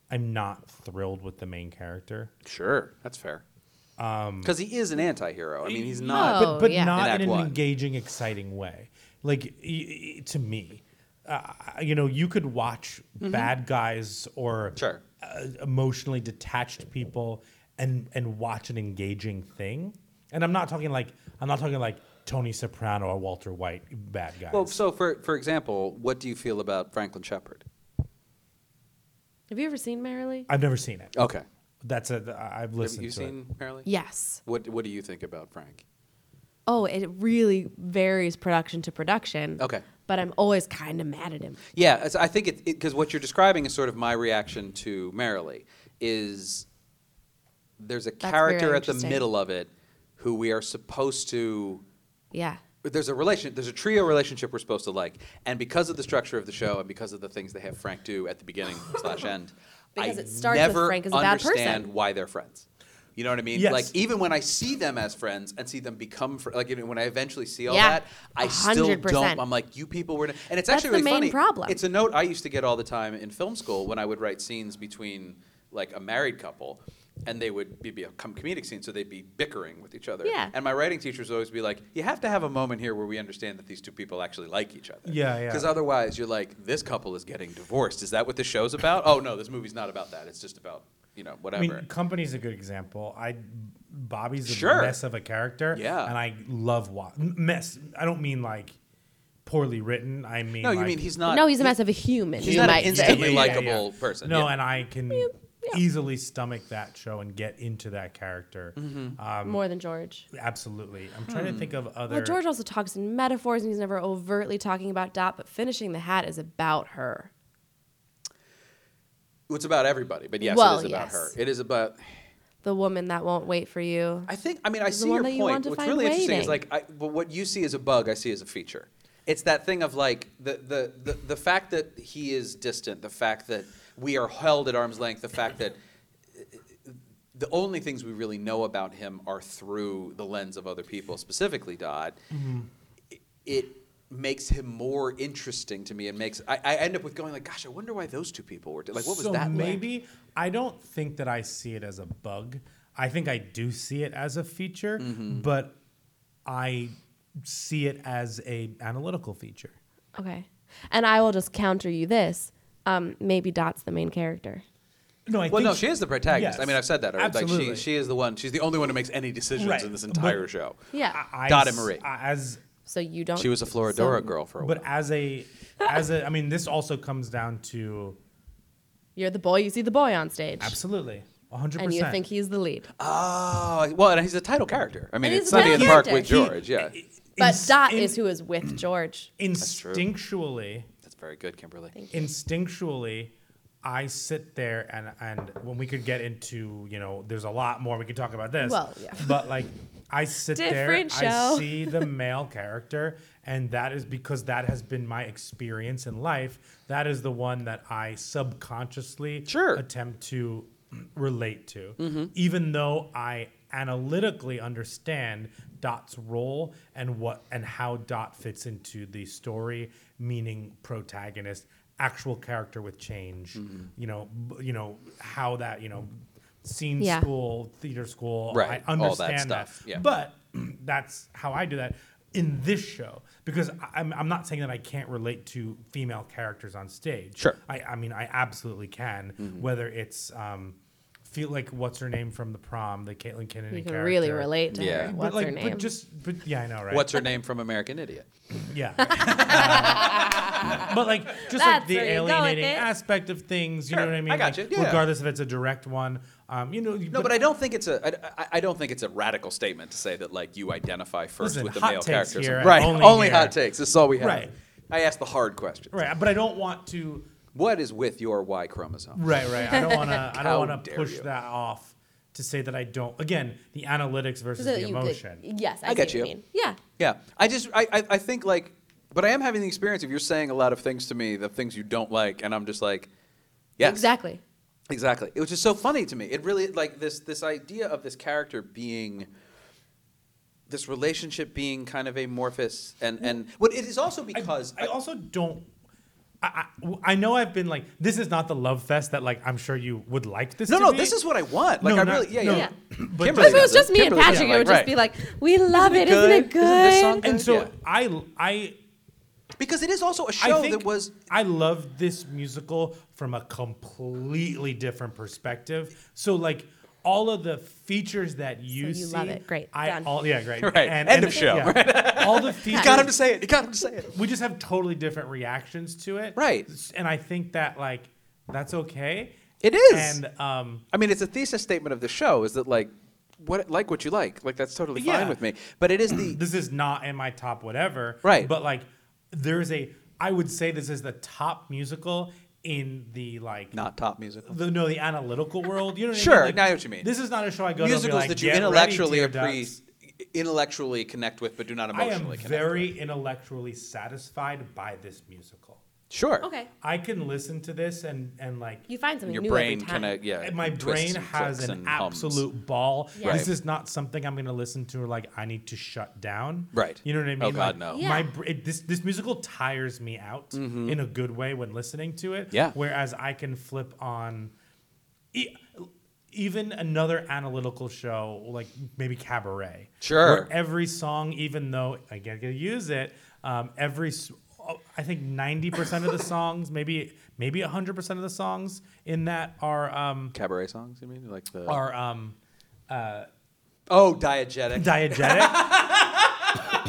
Speaker 2: I'm not thrilled with the main character.
Speaker 3: sure that's fair.
Speaker 2: Um,
Speaker 3: Because he is an anti-hero. I mean, he's
Speaker 4: Oh,
Speaker 3: not.
Speaker 2: but, but
Speaker 4: yeah.
Speaker 2: not
Speaker 3: In
Speaker 2: in,
Speaker 3: Act
Speaker 2: an
Speaker 3: One.
Speaker 2: engaging, exciting way. Like y- y- to me, uh, you know, you could watch
Speaker 4: Mm-hmm.
Speaker 2: bad guys or
Speaker 3: Sure.
Speaker 2: uh, emotionally detached people and and watch an engaging thing. And I'm not talking like I'm not talking like Tony Soprano or Walter White bad guys.
Speaker 3: Well, so for for example, what do you feel about Franklin Shepard?
Speaker 4: Have you ever seen Marilee?
Speaker 2: I've never seen it.
Speaker 3: Okay.
Speaker 2: That's a I've
Speaker 3: Have
Speaker 2: listened
Speaker 3: you
Speaker 2: to
Speaker 3: seen Marilyn?
Speaker 4: Yes.
Speaker 3: What What do you think about Frank?
Speaker 4: Oh, it really varies production to production.
Speaker 3: Okay.
Speaker 4: But I'm always kind of mad at him.
Speaker 3: Yeah, it's- I think it because what you're describing is sort of my reaction to Merrily is there's a
Speaker 4: very
Speaker 3: character at the
Speaker 4: interesting.
Speaker 3: middle of it who we are supposed to
Speaker 4: Yeah.
Speaker 3: there's a relation there's a trio relationship we're supposed to like and because of the structure of the show and because of the things they have Frank do at the
Speaker 4: (laughs)
Speaker 3: beginning slash end
Speaker 4: Because
Speaker 3: I
Speaker 4: it starts with
Speaker 3: never
Speaker 4: Frank is a bad person.
Speaker 3: understand why they're friends. You know what I mean?
Speaker 2: Yes.
Speaker 3: Like even when I see them as friends and see them become fr- like even when I eventually see all
Speaker 4: Yeah.
Speaker 3: that, I
Speaker 4: A
Speaker 3: still don't.
Speaker 4: hundred percent.
Speaker 3: I'm like, you people were, and it's
Speaker 4: That's
Speaker 3: actually really
Speaker 4: the main
Speaker 3: funny.
Speaker 4: problem.
Speaker 3: It's a note I used to get all the time in film school when I would write scenes between like a married couple, and they would be, be a com- comedic scene, so they'd be bickering with each other.
Speaker 4: Yeah.
Speaker 3: And my writing teachers would always be like, you have to have a moment here where we understand that these two people actually like each other.
Speaker 2: Yeah, yeah.
Speaker 3: Because otherwise, you're like, this couple is getting divorced. Is that what the show's about? oh no, this movie's not about that. It's just about you know
Speaker 2: I
Speaker 3: whatever.
Speaker 2: mean, Company's a good example. I Bobby's a
Speaker 3: Sure.
Speaker 2: mess of a character.
Speaker 3: Yeah.
Speaker 2: and I love wa- m- mess. I don't mean like poorly written. I mean
Speaker 3: no, you
Speaker 2: like-
Speaker 3: mean he's not.
Speaker 4: no, he's a mess of a human.
Speaker 3: he's
Speaker 4: you
Speaker 3: not an
Speaker 4: might say.
Speaker 3: instantly likable person.
Speaker 2: No,
Speaker 3: yeah.
Speaker 2: and I can easily stomach that show and get into that character.
Speaker 3: Mm-hmm.
Speaker 2: Uh,
Speaker 4: More than George.
Speaker 2: Absolutely. I'm trying to think of other.
Speaker 4: Hmm. Well, George also talks in metaphors and he's never overtly talking about Dot, but finishing the hat is about her.
Speaker 3: it's about everybody, but yes,
Speaker 4: Well,
Speaker 3: it is about
Speaker 4: yes.
Speaker 3: her. It is about.
Speaker 4: The woman that won't wait for you.
Speaker 3: I think. I mean, I
Speaker 4: the
Speaker 3: see
Speaker 4: one
Speaker 3: your
Speaker 4: that you want
Speaker 3: point.
Speaker 4: to
Speaker 3: What's
Speaker 4: find
Speaker 3: really interesting is like,
Speaker 4: waiting.
Speaker 3: I, but what you see as a bug, I see as a feature. It's that thing of like the the, the the fact that he is distant, the fact that we are held at arm's length, the fact that the only things we really know about him are through the lens of other people, specifically Dodd.
Speaker 4: Mm-hmm.
Speaker 3: It, it makes him more interesting to me, and makes I, I end up with going like, "Gosh, I wonder why those two people were di- like, what was
Speaker 2: so
Speaker 3: that?" like?"
Speaker 2: maybe I don't think that I see it as a bug. I think I do see it as a feature,
Speaker 3: Mm-hmm.
Speaker 2: but I see it as a analytical feature.
Speaker 4: Okay. And I will just counter you this. Um, maybe Dot's the main character.
Speaker 2: No, I
Speaker 3: Well,
Speaker 2: think
Speaker 3: no, she is the protagonist.
Speaker 2: Yes.
Speaker 3: I mean, I've said that already. Like
Speaker 2: Absolutely.
Speaker 3: she, she is the one. She's the only one who makes any decisions
Speaker 2: Right,
Speaker 3: in this
Speaker 2: but-
Speaker 3: entire show.
Speaker 4: Yeah.
Speaker 2: I-
Speaker 3: Dottie Marie.
Speaker 2: I- As
Speaker 4: so you don't.
Speaker 3: She was a Floridora
Speaker 4: so
Speaker 3: girl for a while.
Speaker 2: but as a as a I mean, this also comes down to
Speaker 4: You're the boy. You see the boy on stage,
Speaker 2: absolutely 100.
Speaker 4: and you think he's the lead.
Speaker 3: Oh, well, and he's a title character. I mean,
Speaker 4: And
Speaker 3: it's
Speaker 4: he's a
Speaker 3: Sunny in
Speaker 4: title
Speaker 3: the Park with
Speaker 4: character.
Speaker 3: George. Yeah,
Speaker 4: But Dot is who is
Speaker 2: (clears throat)
Speaker 4: with George.
Speaker 3: true.
Speaker 2: instinctually.
Speaker 3: that's very good, Kimberly.
Speaker 2: instinctually I sit there and and when we could get into you know there's a lot more we could talk about this
Speaker 4: Well, yeah.
Speaker 2: but like I sit
Speaker 4: Different
Speaker 2: there I
Speaker 4: show.
Speaker 2: see the male character and that is because that has been my experience in life that is the one that I subconsciously
Speaker 3: Sure.
Speaker 2: attempt to relate to
Speaker 3: Mm-hmm.
Speaker 2: even though I analytically understand Dot's role and what and how Dot fits into the story meaning protagonist actual character with change
Speaker 3: Mm-hmm.
Speaker 2: you know b- you know how that you know scene
Speaker 4: Yeah.
Speaker 2: school theater school
Speaker 3: Right,
Speaker 2: I
Speaker 3: all that
Speaker 2: understand that,
Speaker 3: stuff, yeah.
Speaker 2: but that's how I do that in this show because I- I'm, I'm not saying that I can't relate to female characters on stage.
Speaker 3: Sure. Mm-hmm.
Speaker 2: I, I mean, I absolutely can, whether it's um, feel like what's her name from the prom, the Caitlin Kennedy
Speaker 4: You can
Speaker 2: character.
Speaker 4: really relate to
Speaker 3: Yeah.
Speaker 4: her.
Speaker 3: But,
Speaker 4: What's
Speaker 2: but like,
Speaker 4: her name?
Speaker 2: But just, but yeah, I know, right?
Speaker 3: What's her name from American Idiot?
Speaker 4: (laughs)
Speaker 2: Yeah. Um, but like just
Speaker 4: That's
Speaker 2: like the
Speaker 4: where you go with
Speaker 2: alienating
Speaker 4: it.
Speaker 2: aspect of things, you
Speaker 3: Sure,
Speaker 2: know what I
Speaker 3: I
Speaker 2: mean?
Speaker 3: got
Speaker 2: Like,
Speaker 3: you, yeah.
Speaker 2: Regardless if it's a direct one, um, you know.
Speaker 3: No, but I don't think it's a. I, I- I don't think it's a radical statement to say that like you identify first
Speaker 2: Listen,
Speaker 3: with the
Speaker 2: hot
Speaker 3: male
Speaker 2: takes
Speaker 3: characters.
Speaker 2: here and
Speaker 3: right,
Speaker 2: only
Speaker 3: only,
Speaker 2: here.
Speaker 3: hot takes. This is all we have.
Speaker 2: Right.
Speaker 3: I asked the hard question.
Speaker 2: right, but I don't want to.
Speaker 3: What is with your Y chromosome?
Speaker 2: Right, right. I don't
Speaker 3: (laughs)
Speaker 2: want to. I
Speaker 3: How
Speaker 2: don't want to
Speaker 3: dare
Speaker 2: push
Speaker 3: you.
Speaker 2: that off to say that I don't. Again, the analytics versus
Speaker 4: So
Speaker 2: the
Speaker 4: you could-
Speaker 2: emotion.
Speaker 4: yes, I,
Speaker 3: I
Speaker 4: see
Speaker 3: get
Speaker 4: what
Speaker 3: you.
Speaker 4: mean. Yeah.
Speaker 3: Yeah, I just I, I I think like, but I am having the experience of you're saying a lot of things to me, the things you don't like, and I'm just like, yes,
Speaker 4: Exactly.
Speaker 3: Exactly. It was just so funny to me. It really like this this idea of this character being this relationship being kind of amorphous and and what it is also because
Speaker 2: I, also don't. I, I, I know I've been like this is not the love fest that like I'm sure you would like this.
Speaker 3: no
Speaker 2: to
Speaker 3: no
Speaker 2: be.
Speaker 3: this is what I want like
Speaker 2: No,
Speaker 3: I
Speaker 2: not-
Speaker 3: really yeah
Speaker 2: no.
Speaker 3: yeah. Kimberly
Speaker 2: But
Speaker 4: If
Speaker 2: just-
Speaker 4: it was
Speaker 3: does it.
Speaker 4: just me and
Speaker 3: Kimberly does
Speaker 4: Patrick,
Speaker 3: it,
Speaker 4: it would
Speaker 3: like,
Speaker 4: just be
Speaker 3: right.
Speaker 4: like, "We love
Speaker 3: it
Speaker 4: it, isn't it
Speaker 3: good? Isn't this
Speaker 4: good?"
Speaker 3: song
Speaker 2: And so
Speaker 3: Yeah.
Speaker 2: I I
Speaker 3: because it is also a
Speaker 2: I
Speaker 3: show
Speaker 2: think
Speaker 3: that was
Speaker 2: I loved this musical from a completely different perspective. So like all of the features that you,
Speaker 4: you
Speaker 2: see,
Speaker 4: love it. Great.
Speaker 2: I
Speaker 4: Done.
Speaker 2: all yeah great
Speaker 3: (laughs) Right. End of show.
Speaker 2: yeah.
Speaker 3: (laughs)
Speaker 2: all the features
Speaker 3: got him to say it. You got him to say it.
Speaker 2: we just have totally different reactions to it.
Speaker 3: Right.
Speaker 2: And I think that like that's okay.
Speaker 3: It is.
Speaker 2: And um
Speaker 3: I mean, it's a thesis statement of the show is that like what like what you like like that's totally fine
Speaker 2: Yeah.
Speaker 3: with me. But it is the
Speaker 2: this is not in my top whatever.
Speaker 3: Right.
Speaker 2: But like there is a I would say this is the top musical in the
Speaker 3: (clears throat)
Speaker 2: like
Speaker 3: not top musical.
Speaker 2: the no the analytical world. You know what I
Speaker 3: Sure,
Speaker 2: mean? Like,
Speaker 3: now I know what you mean.
Speaker 2: This is not a show I go to and
Speaker 3: musicals
Speaker 2: be like,
Speaker 3: that you
Speaker 2: "Get ready,
Speaker 3: intellectually
Speaker 2: Tear
Speaker 3: appre-
Speaker 2: Ducts."
Speaker 3: intellectually connect with, but do not
Speaker 2: I am
Speaker 3: emotionally connect. with.
Speaker 2: very intellectually satisfied by this musical.
Speaker 3: sure.
Speaker 4: Okay.
Speaker 2: I can listen to this and and like
Speaker 4: You find something
Speaker 3: Your
Speaker 4: new
Speaker 3: brain
Speaker 4: every time.
Speaker 3: connect. Yeah.
Speaker 2: And my
Speaker 3: twists
Speaker 2: brain
Speaker 3: and
Speaker 2: has
Speaker 3: flicks
Speaker 2: an
Speaker 3: and hums.
Speaker 2: absolute ball.
Speaker 4: Yeah.
Speaker 3: Right.
Speaker 2: This is not something I'm going to listen to. Or like I need to shut down.
Speaker 3: Right.
Speaker 2: You know what I mean?
Speaker 3: Oh, God,
Speaker 2: Like,
Speaker 3: no. Mm-hmm.
Speaker 4: Yeah.
Speaker 2: My br- it, this this musical tires me out in a good way when listening to it.
Speaker 3: Yeah.
Speaker 2: Whereas I can flip on. E- even another analytical show like maybe cabaret
Speaker 3: Sure.
Speaker 2: where every song even though i gotta use it um, every s- oh, i think 90% of the songs maybe maybe 100% of the songs in that are um,
Speaker 3: cabaret songs. You mean like the
Speaker 2: are um,
Speaker 3: oh diegetic?
Speaker 2: (laughs) diegetic. I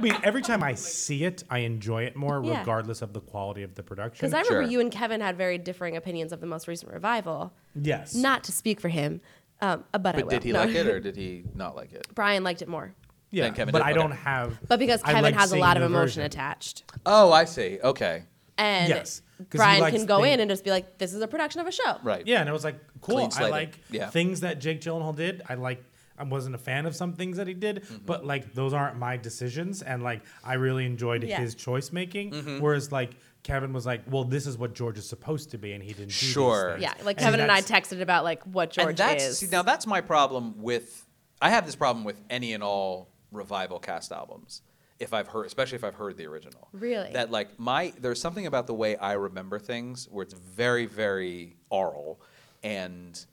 Speaker 2: mean, every time I see it, I enjoy it more,
Speaker 4: Yeah.
Speaker 2: regardless of the quality of the production.
Speaker 4: Because I remember
Speaker 3: Sure.
Speaker 4: you and Kevin had very differing opinions of the most recent revival.
Speaker 2: yes,
Speaker 4: Not to speak for him, um, but, I
Speaker 3: but
Speaker 4: will.
Speaker 3: did he
Speaker 4: No.
Speaker 3: like it or did he not like it?
Speaker 4: (laughs) Brian liked it more,
Speaker 2: yeah,
Speaker 3: Then Kevin
Speaker 2: but
Speaker 3: did-
Speaker 2: I
Speaker 3: okay.
Speaker 2: don't have.
Speaker 4: but because
Speaker 2: I
Speaker 4: Kevin
Speaker 2: like
Speaker 4: has a
Speaker 2: seeing
Speaker 4: lot of
Speaker 2: the
Speaker 4: emotion
Speaker 2: version.
Speaker 4: attached,
Speaker 3: Oh, I see. Okay.
Speaker 4: and
Speaker 2: Yes, 'cause he
Speaker 4: Brian
Speaker 2: likes
Speaker 4: can go
Speaker 2: things-
Speaker 4: in and just be like, "This is a production of a show."
Speaker 3: Right.
Speaker 2: Yeah, and it was like cool.
Speaker 3: Clean
Speaker 2: I
Speaker 3: slated.
Speaker 2: like
Speaker 3: Yeah.
Speaker 2: things that Jake Gyllenhaal did. I like. I wasn't a fan of some things that he did,
Speaker 3: Mm-hmm.
Speaker 2: but like those aren't my decisions, and like I really enjoyed
Speaker 4: Yeah.
Speaker 2: his choice making.
Speaker 3: Mm-hmm.
Speaker 2: Whereas like Kevin was like, "Well, this is what George is supposed to be," and he didn't. do these
Speaker 3: Sure.
Speaker 2: things.
Speaker 4: Yeah, like
Speaker 2: And
Speaker 4: Kevin and I
Speaker 2: that's-
Speaker 4: texted about like what George
Speaker 3: and that's
Speaker 4: is.
Speaker 3: see, now that's my problem with I have this problem with any and all revival cast albums. If I've heard, especially if I've heard the original,
Speaker 4: Really?
Speaker 3: that like my there's something about the way I remember things where it's very very oral, and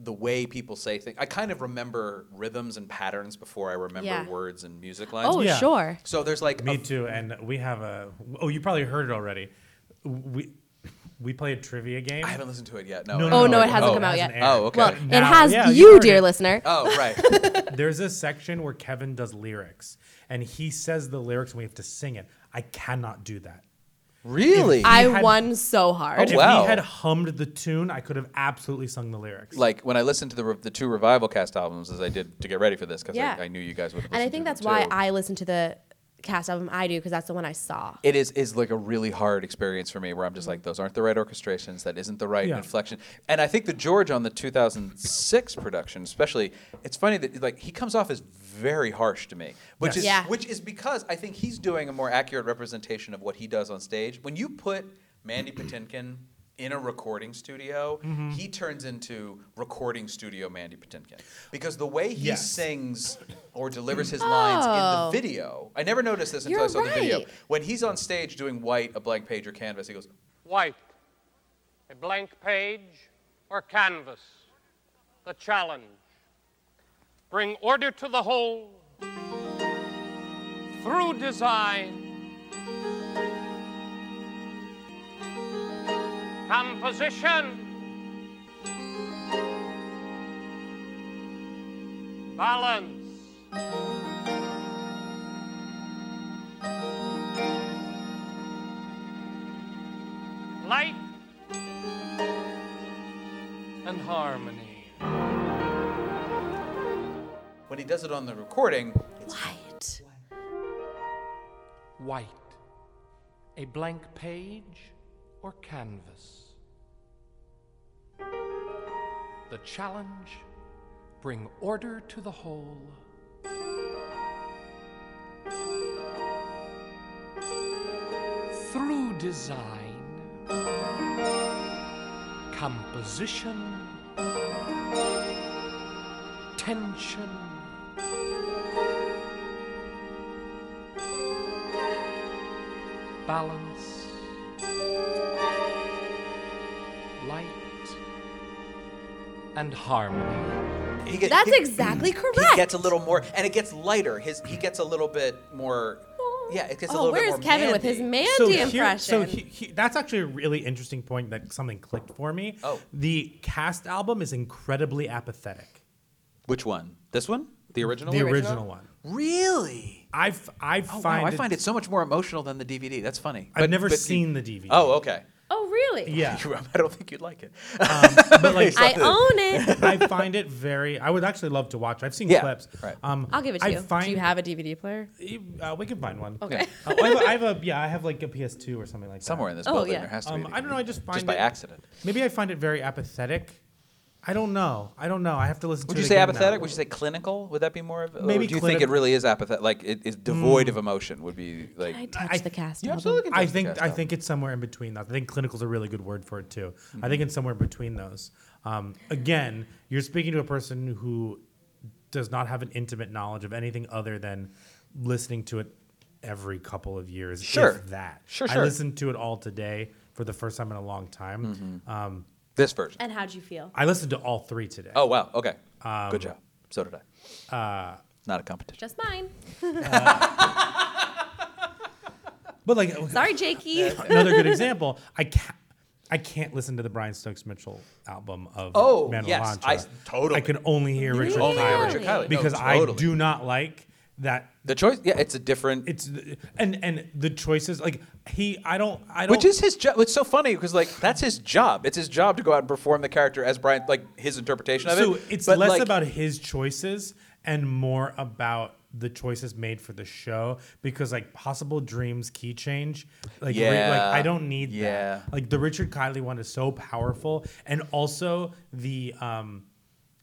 Speaker 3: the way people say things. I kind of remember rhythms and patterns before I remember
Speaker 4: Yeah.
Speaker 3: words and music lines.
Speaker 4: oh,
Speaker 2: Yeah.
Speaker 4: sure.
Speaker 3: so there's like
Speaker 2: Me
Speaker 3: a
Speaker 2: too. And we have a. Oh, you probably heard it already. We we play a trivia game.
Speaker 3: I haven't listened to it yet. No.
Speaker 2: No,
Speaker 3: I
Speaker 2: no,
Speaker 4: Oh,
Speaker 3: haven't.
Speaker 4: no, it hasn't
Speaker 3: Oh.
Speaker 4: come out
Speaker 2: hasn't
Speaker 4: yet.
Speaker 2: aired.
Speaker 3: Oh, okay.
Speaker 4: Well, it
Speaker 2: Now-
Speaker 4: has
Speaker 2: Yeah, you
Speaker 4: you,
Speaker 2: heard
Speaker 4: dear
Speaker 2: it.
Speaker 4: listener.
Speaker 3: Oh, right.
Speaker 2: There's a section where Kevin does lyrics, and he says the lyrics, and we have to sing it. I cannot do that.
Speaker 3: (laughs) really?
Speaker 4: I
Speaker 2: had-
Speaker 4: won so hard.
Speaker 3: Oh,
Speaker 2: If
Speaker 3: Wow.
Speaker 2: he had hummed the tune, I could have absolutely sung the lyrics.
Speaker 3: like when I listened to the re- the two revival cast albums as I did to get ready for this because
Speaker 4: Yeah.
Speaker 3: I, I knew you guys would.
Speaker 4: And I think that's why I listen to the cast album I do because that's the one I saw.
Speaker 3: It is is like a really hard experience for me where I'm just like those aren't the right orchestrations, that isn't the right
Speaker 2: Yeah.
Speaker 3: inflection. And I think the George on the 2006 production, especially, it's funny that like he comes off as very harsh to me, which
Speaker 2: Yes.
Speaker 3: is
Speaker 4: Yeah.
Speaker 3: which is because I think he's doing a more accurate representation of what he does on stage. When you put Mandy Patinkin in a recording studio,
Speaker 2: Mm-hmm.
Speaker 3: he turns into recording studio Mandy Patinkin because the way he
Speaker 2: Yes.
Speaker 3: sings or delivers his lines in
Speaker 4: Oh.
Speaker 3: the video, I never noticed this until
Speaker 4: You're
Speaker 3: I saw the video.
Speaker 4: right.
Speaker 3: When he's on stage doing white, a blank page, or canvas, he goes,
Speaker 10: White, a blank page, or canvas. The challenge. Bring order to the whole through design. Composition. Balance. Light and harmony.
Speaker 3: when he does it on the recording,
Speaker 4: What?
Speaker 7: White, a blank page or canvas. The challenge bring order to the whole. Through design, composition, tension. balance, light, and harmony.
Speaker 3: he gets
Speaker 4: That's
Speaker 3: he-
Speaker 4: exactly
Speaker 3: He
Speaker 4: correct.
Speaker 3: gets a little more, and it gets lighter. His he gets a little bit more. Yeah, it gets a
Speaker 4: Oh,
Speaker 3: little
Speaker 4: where's
Speaker 3: bit more.
Speaker 4: Kevin with his
Speaker 3: Mandy.
Speaker 4: Mandy
Speaker 2: here-
Speaker 4: impression?
Speaker 2: so he, he, that's actually a really interesting point that something clicked for me.
Speaker 3: Oh.
Speaker 2: The cast album is incredibly apathetic.
Speaker 3: Which one? This one? The original?
Speaker 2: The original one.
Speaker 3: Really?
Speaker 2: I've, I
Speaker 3: Oh,
Speaker 2: find
Speaker 3: wow, I
Speaker 2: it-
Speaker 3: find it so much more emotional than the DVD. That's funny.
Speaker 2: I've
Speaker 3: But-
Speaker 2: never
Speaker 3: but you-
Speaker 2: seen the DVD.
Speaker 3: (laughs) Oh, okay.
Speaker 4: oh, really?
Speaker 2: yeah.
Speaker 3: (laughs) I don't think you'd like it.
Speaker 2: but like
Speaker 4: I own
Speaker 2: (laughs)
Speaker 4: it.
Speaker 2: I find it very. I would actually love to watch. I've seen
Speaker 3: Yeah,
Speaker 2: clips.
Speaker 3: right.
Speaker 2: Um,
Speaker 4: I'll give it to
Speaker 2: I
Speaker 4: you.
Speaker 2: Find,
Speaker 4: Do you have a DVD player?
Speaker 2: Uh, we can find one.
Speaker 4: (laughs) Okay.
Speaker 2: Uh, I, have a, I have a. Yeah, I have like a PS2 or something like that.
Speaker 3: (laughs) Somewhere in this
Speaker 4: Oh,
Speaker 3: building,
Speaker 4: yeah.
Speaker 3: there has to
Speaker 2: Um,
Speaker 3: be. a
Speaker 2: I don't know. I
Speaker 3: DVD.
Speaker 2: just find
Speaker 3: just by
Speaker 2: it-
Speaker 3: accident.
Speaker 2: Maybe I find it very apathetic. I don't know. I don't know. I have to listen.
Speaker 3: Would
Speaker 2: to
Speaker 3: you
Speaker 2: it
Speaker 3: say
Speaker 2: again now.
Speaker 3: apathetic? Would you say clinical? Would that be more of?
Speaker 2: Maybe
Speaker 3: Maybe. Hmm. Do you think it
Speaker 2: clinic-
Speaker 3: really is apathetic? Like it is devoid of emotion? Would be like.
Speaker 4: I touch
Speaker 2: I-
Speaker 4: the cast
Speaker 3: You
Speaker 4: album.
Speaker 3: absolutely can
Speaker 2: I
Speaker 3: touch the
Speaker 2: think
Speaker 3: cast
Speaker 2: I
Speaker 3: album.
Speaker 2: think it's somewhere in between that. I think clinical's a really good word for it too. I
Speaker 3: Mm-hmm.
Speaker 2: think it's somewhere between those. Um, again, you're speaking to a person who does not have an intimate knowledge of anything other than listening to it every couple of years.
Speaker 3: Sure.
Speaker 2: If that.
Speaker 3: Sure,
Speaker 2: I
Speaker 3: sure.
Speaker 2: listened to it all today for the first time in a long time.
Speaker 3: Mm-hmm.
Speaker 2: Um,
Speaker 3: this version.
Speaker 4: And how'd you feel?
Speaker 2: I listened to all three today.
Speaker 3: Oh wow. Okay. Good job. So did I. uh, Not a competition.
Speaker 4: Just mine.
Speaker 2: But like
Speaker 4: Sorry, Jakey.
Speaker 2: (laughs) another good example, I can't. I can't listen to the Brian Stokes Mitchell album of
Speaker 3: Oh,
Speaker 2: Man
Speaker 3: yes,
Speaker 2: Lancha.
Speaker 3: I s- totally.
Speaker 2: I can only hear Richard
Speaker 3: Only hear
Speaker 2: Kiley
Speaker 3: Richard Kiley. No,
Speaker 2: because I
Speaker 3: totally.
Speaker 2: do not like that.
Speaker 3: The choice. Yeah, it's a different.
Speaker 2: It's and and the choices like he. I don't. I don't.
Speaker 3: which is his job. It's so funny because like that's his job. It's his job to go out and perform the character as Brian, like his interpretation of
Speaker 2: so
Speaker 3: it.
Speaker 2: it's
Speaker 3: But,
Speaker 2: less
Speaker 3: like,
Speaker 2: about his choices and more about the choices made for the show because like possible dreams key change like, re- like
Speaker 3: Yeah.
Speaker 2: i don't need
Speaker 3: Yeah.
Speaker 2: that like the richard kiley one is so powerful and also the um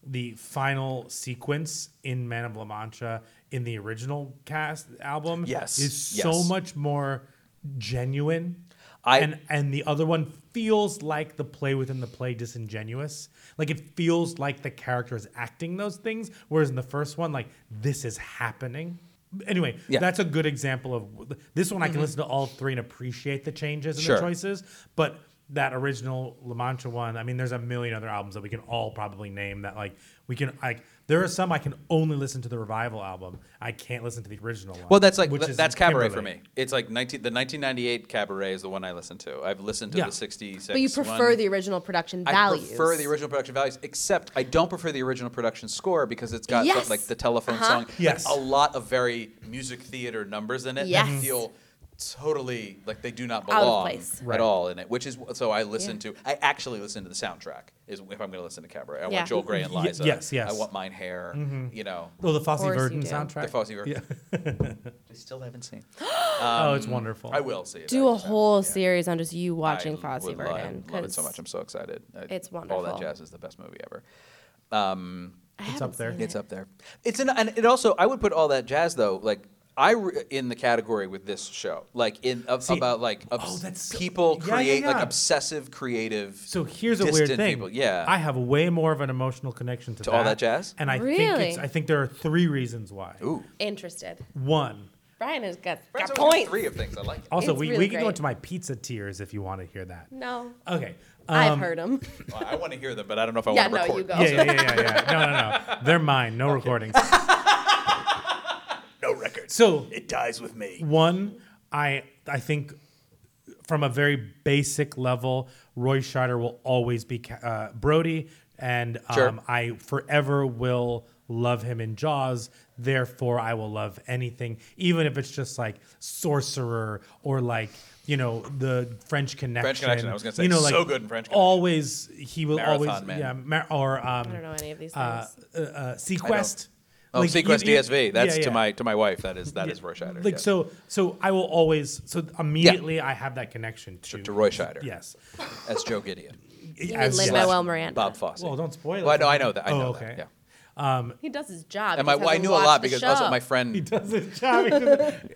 Speaker 2: the final sequence in man of la mancha in the original cast album
Speaker 3: Yes,
Speaker 2: is
Speaker 3: yes.
Speaker 2: so much more genuine
Speaker 3: I-
Speaker 2: and and the other one feels like the play within the play disingenuous like it feels like the character is acting those things whereas in the first one like this is happening anyway
Speaker 3: Yeah. Mm-hmm.
Speaker 2: that's a good example of this one i can listen to all three and appreciate the changes and
Speaker 3: Sure.
Speaker 2: the choices but that original la mancha one i mean there's a million other albums that we can all probably name that like we can like There are some I can only listen to the revival album. I can't listen to the original one.
Speaker 3: Well, that's like
Speaker 2: which
Speaker 3: th-
Speaker 2: is
Speaker 3: that's cabaret for
Speaker 2: Kimberly.
Speaker 3: me. It's like 19 the 1998 cabaret is the one I listen to. I've listened to
Speaker 2: Yeah.
Speaker 3: the 66
Speaker 4: But you prefer
Speaker 3: one.
Speaker 4: the original production
Speaker 3: I
Speaker 4: values.
Speaker 3: prefer the original production values, except I don't prefer the original production score because it's got
Speaker 4: Yes.
Speaker 3: like the telephone
Speaker 4: Uh-huh.
Speaker 3: song, like,
Speaker 2: Yes.
Speaker 3: a lot of very music theater numbers in it that
Speaker 4: Yes.
Speaker 3: feel totally like they do not
Speaker 4: Out of
Speaker 3: belong
Speaker 4: place.
Speaker 3: at
Speaker 2: Right.
Speaker 3: all in it. Which is so I listen to. I actually listen to the soundtrack. Is if I'm going to listen to Cabaret, I
Speaker 4: Yeah.
Speaker 3: want Joel Gray and
Speaker 2: Y-
Speaker 3: Liza.
Speaker 2: yes, yes.
Speaker 3: I want Mine Hair. You know,
Speaker 2: Oh, the Fosse
Speaker 4: Of course
Speaker 2: Verdon
Speaker 4: you do.
Speaker 2: soundtrack.
Speaker 3: the Fosse River.
Speaker 2: Yeah. (laughs)
Speaker 3: I still haven't seen.
Speaker 2: oh, it's wonderful.
Speaker 3: Um, I will see it.
Speaker 4: (gasps) Do
Speaker 3: I
Speaker 4: a
Speaker 3: just haven't.
Speaker 4: whole
Speaker 3: Yeah.
Speaker 4: series on just you watching
Speaker 3: I
Speaker 4: Fosse
Speaker 3: would
Speaker 4: Verdon.
Speaker 3: love- I love it so
Speaker 4: 'cause
Speaker 3: much. I'm so excited. I-
Speaker 4: it's
Speaker 3: All that
Speaker 4: wonderful.
Speaker 3: jazz is the best movie ever. Um,
Speaker 4: I
Speaker 2: It's
Speaker 4: haven't
Speaker 2: up there.
Speaker 4: seen
Speaker 3: it's
Speaker 4: it.
Speaker 3: up there. It's an, and it also I would put all that jazz though like I re- in the category with this show like in of,
Speaker 2: See,
Speaker 3: about like obs-
Speaker 2: oh, that's so-
Speaker 3: people
Speaker 2: yeah, yeah,
Speaker 3: create like
Speaker 2: yeah.
Speaker 3: obsessive creative.
Speaker 2: So here's a weird
Speaker 3: distant
Speaker 2: thing.
Speaker 3: People. Yeah.
Speaker 2: I have way more of an emotional connection to,
Speaker 3: To all that jazz?
Speaker 2: and I think it's,
Speaker 4: Really?
Speaker 2: I think there are three reasons why.
Speaker 3: Ooh.
Speaker 4: Interested.
Speaker 2: One,
Speaker 4: Brian has got,
Speaker 3: Friends
Speaker 4: got
Speaker 3: only
Speaker 4: points.
Speaker 3: Three of things I like.
Speaker 2: also
Speaker 4: It's
Speaker 2: we, we
Speaker 4: really
Speaker 2: can go
Speaker 4: great.
Speaker 2: into my pizza tears if you want to hear that.
Speaker 4: No.
Speaker 2: Okay. uh,
Speaker 4: I've heard him. (laughs)
Speaker 3: Well, I want to hear them, but I don't know if I
Speaker 4: Yeah,
Speaker 3: want to
Speaker 4: no,
Speaker 3: record.
Speaker 4: you go.
Speaker 2: Yeah, yeah, yeah, yeah, yeah. No, no, no. They're mine. No recordings.
Speaker 3: No records.
Speaker 2: So
Speaker 3: it dies with me.
Speaker 2: One, I I think from a very basic level, Roy Scheider will always be ca- uh, Brody, and um,
Speaker 3: Sure.
Speaker 2: I forever will love him in Jaws. Therefore, I will love anything, even if it's just like Sorcerer or like you know the French Connection.
Speaker 3: Connection, I was gonna say,
Speaker 2: you know, like,
Speaker 3: so good in French Connection.
Speaker 2: Always, he will
Speaker 3: Marathon
Speaker 2: always,
Speaker 3: Man.
Speaker 2: yeah, mar- or um,
Speaker 4: I don't know any of these things.
Speaker 2: uh, uh, uh, Sequest.
Speaker 3: Oh,
Speaker 2: Like, you-
Speaker 3: Sequest
Speaker 2: you-
Speaker 3: DSV. That's
Speaker 2: yeah,
Speaker 3: to
Speaker 2: yeah.
Speaker 3: my to my wife. That is that is Roy Scheider.
Speaker 2: Like
Speaker 3: yes.
Speaker 2: so, so I will always so immediately I have that connection to
Speaker 3: to Roy Scheider.
Speaker 2: Yes,
Speaker 3: as Joe Gideon.
Speaker 4: you mean
Speaker 2: as-
Speaker 4: Lin
Speaker 2: yes.
Speaker 4: Manuel Miranda.
Speaker 3: Bob Fosse.
Speaker 2: Well, don't spoil it
Speaker 3: Well,
Speaker 2: for
Speaker 3: no, I
Speaker 2: me.
Speaker 3: know that. I
Speaker 2: Oh,
Speaker 3: know
Speaker 2: okay.
Speaker 3: that. Yeah.
Speaker 4: He does his
Speaker 3: And
Speaker 4: job. he
Speaker 3: my,
Speaker 4: just
Speaker 3: well, I
Speaker 4: hasn't
Speaker 3: knew a
Speaker 4: watched
Speaker 3: lot
Speaker 4: the
Speaker 3: because also
Speaker 4: show.
Speaker 3: my friend.
Speaker 2: (laughs) Does it, Johnny?